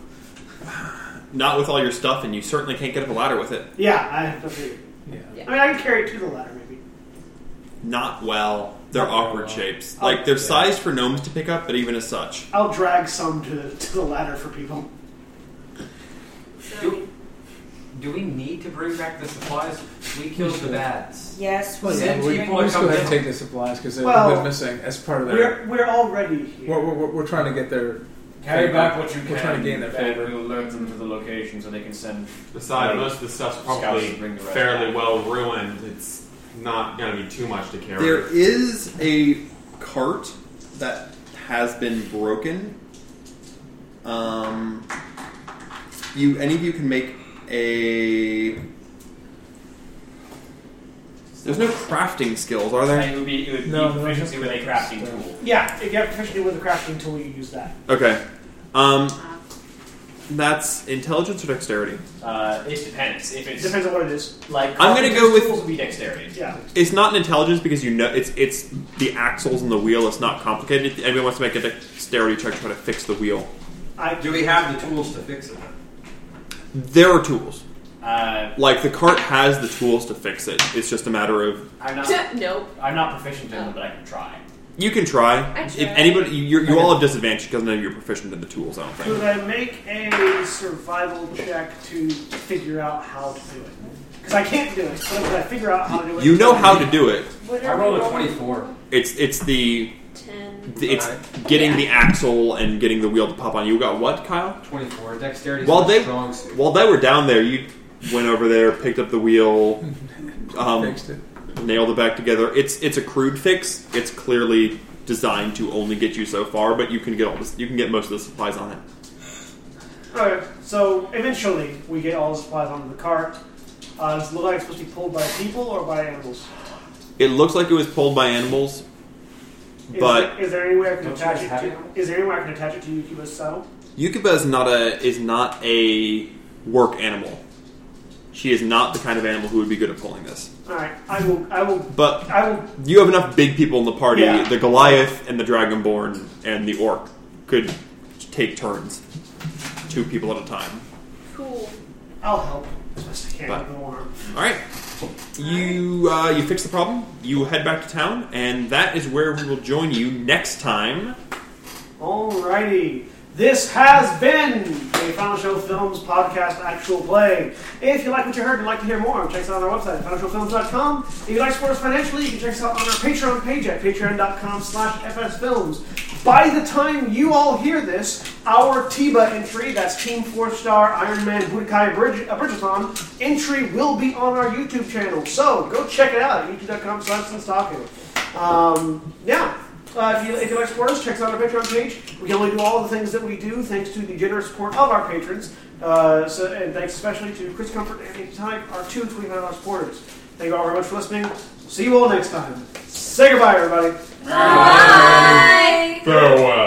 Speaker 2: Not with all your stuff, and you certainly can't get up a ladder with it.
Speaker 1: Yeah, I have to figure.
Speaker 3: Yeah.
Speaker 1: I mean, I can carry it to the ladder, maybe.
Speaker 2: Not well. Oh, They're awkward shapes. Like, they're sized for gnomes to pick up, but even as such.
Speaker 1: I'll drag some to, to the ladder for people.
Speaker 15: So
Speaker 17: Do we need to bring back the supplies? We killed the bats.
Speaker 6: Yes,
Speaker 17: Well,
Speaker 3: yeah,
Speaker 17: Send
Speaker 3: we,
Speaker 17: people
Speaker 3: we
Speaker 17: to
Speaker 3: just
Speaker 17: come
Speaker 3: go ahead and
Speaker 17: down.
Speaker 3: take the supplies because they've
Speaker 1: Well,
Speaker 3: been missing as part of their.
Speaker 1: We're, we're already here.
Speaker 3: We're, we're, we're, we're trying to get their.
Speaker 10: Carry
Speaker 3: favor.
Speaker 10: back what you can.
Speaker 3: We're trying to gain their
Speaker 10: and
Speaker 3: favor.
Speaker 10: We'll alert them to the location so they can send.
Speaker 4: Besides,
Speaker 10: like,
Speaker 4: most of the stuff's
Speaker 10: scouts
Speaker 4: probably
Speaker 10: to bring the rest
Speaker 4: fairly
Speaker 10: back.
Speaker 4: well ruined. It's not going to be too much to carry.
Speaker 2: There is a cart that has been broken. Um, you, any of you can make a. There's no crafting skills, are there?
Speaker 10: And it would be it would
Speaker 2: No,
Speaker 10: be
Speaker 2: no,
Speaker 10: proficiency with a crafting tool.
Speaker 1: Yeah, if you have proficiency with a crafting tool, you use that.
Speaker 2: Okay. Um, that's intelligence or dexterity.
Speaker 10: Uh, it depends. If it's
Speaker 1: Depends on what it is.
Speaker 10: Like
Speaker 2: I'm gonna go with-
Speaker 10: tools would be dexterity.
Speaker 1: Yeah.
Speaker 2: It's not an intelligence because you know it's it's the axles and the wheel. It's not complicated. If anyone wants to make a dexterity check to try to fix the wheel,
Speaker 17: Do we have the tools to fix it?
Speaker 2: there are tools.
Speaker 10: Uh,
Speaker 2: Like the cart has the tools to fix it. It's just a matter of
Speaker 10: I'm
Speaker 15: Duh, [LAUGHS]
Speaker 10: not.
Speaker 15: nope.
Speaker 10: I'm not proficient in them, but I can try.
Speaker 2: you can try.
Speaker 15: I
Speaker 2: If
Speaker 15: tried.
Speaker 2: anybody, you you all have disadvantage because none of you are proficient in the tools. I don't
Speaker 1: Could
Speaker 2: think.
Speaker 1: I make a survival check to figure out how to do it? Because I can't do it, but if I figure out how to do it.
Speaker 2: You know how to do it.
Speaker 1: What
Speaker 17: I
Speaker 1: are we
Speaker 17: rolled a
Speaker 1: rolling?
Speaker 17: 24.
Speaker 2: It's it's the
Speaker 15: Ten.
Speaker 2: it's getting the axle and getting the wheel to pop on. You got what, Kyle?
Speaker 17: 24. Dexterity is
Speaker 2: While
Speaker 17: my
Speaker 2: they
Speaker 17: strong suit.
Speaker 2: while they were down there, you went over there, picked up the wheel, um,
Speaker 3: Fixed it.
Speaker 2: nailed it back together. It's it's a crude fix. It's clearly designed to only get you so far, but you can get all this, you can get most of the supplies on it.
Speaker 1: Alright, so eventually we get all the supplies onto the cart. Uh, does it look like it's supposed to be pulled by people or by animals?
Speaker 2: It looks like it was pulled by animals,
Speaker 1: Is
Speaker 2: but
Speaker 1: there, is there any way I can
Speaker 17: Don't you
Speaker 1: attach
Speaker 17: guys
Speaker 1: it
Speaker 17: have
Speaker 1: to? Is there any way I can attach it to Yukiba's saddle?
Speaker 2: Yukiba is not a is not a work animal. She is not the kind of animal who would be good at pulling this.
Speaker 1: All right, I will. I will.
Speaker 2: But
Speaker 1: I will.
Speaker 2: you have enough big people in the party.
Speaker 1: Yeah.
Speaker 2: The Goliath and the Dragonborn and the Orc could take turns, two people at a time.
Speaker 15: Cool.
Speaker 1: I'll help as best I can.
Speaker 2: But-
Speaker 1: with no arm.
Speaker 2: All right. You uh, you fix the problem. You head back to town, and that is where we will join you next time.
Speaker 1: Alrighty. This has been a Final Show Films podcast actual play. If you like what you heard and like to hear more, check us out on our website, finalshowfilms.com. If you'd like to support us financially, you can check us out on our Patreon page at patreon.com slash fsfilms. By the time you all hear this, our TIBA entry, that's Team 4-Star Iron Man Budokai Bridge, uh, Bridgethon, entry will be on our YouTube channel. So, go check it out, youtube.com slash Senstaku. Um, yeah. Uh, if, you, if you like support us, check us out on our Patreon page. We can only do all the things that we do thanks to the generous support of our patrons. Uh, so, and thanks especially to Chris Comfort and Andy Type, our two $25 supporters. Thank you all very much for listening. See you all next time. Say goodbye, everybody.
Speaker 4: Farewell.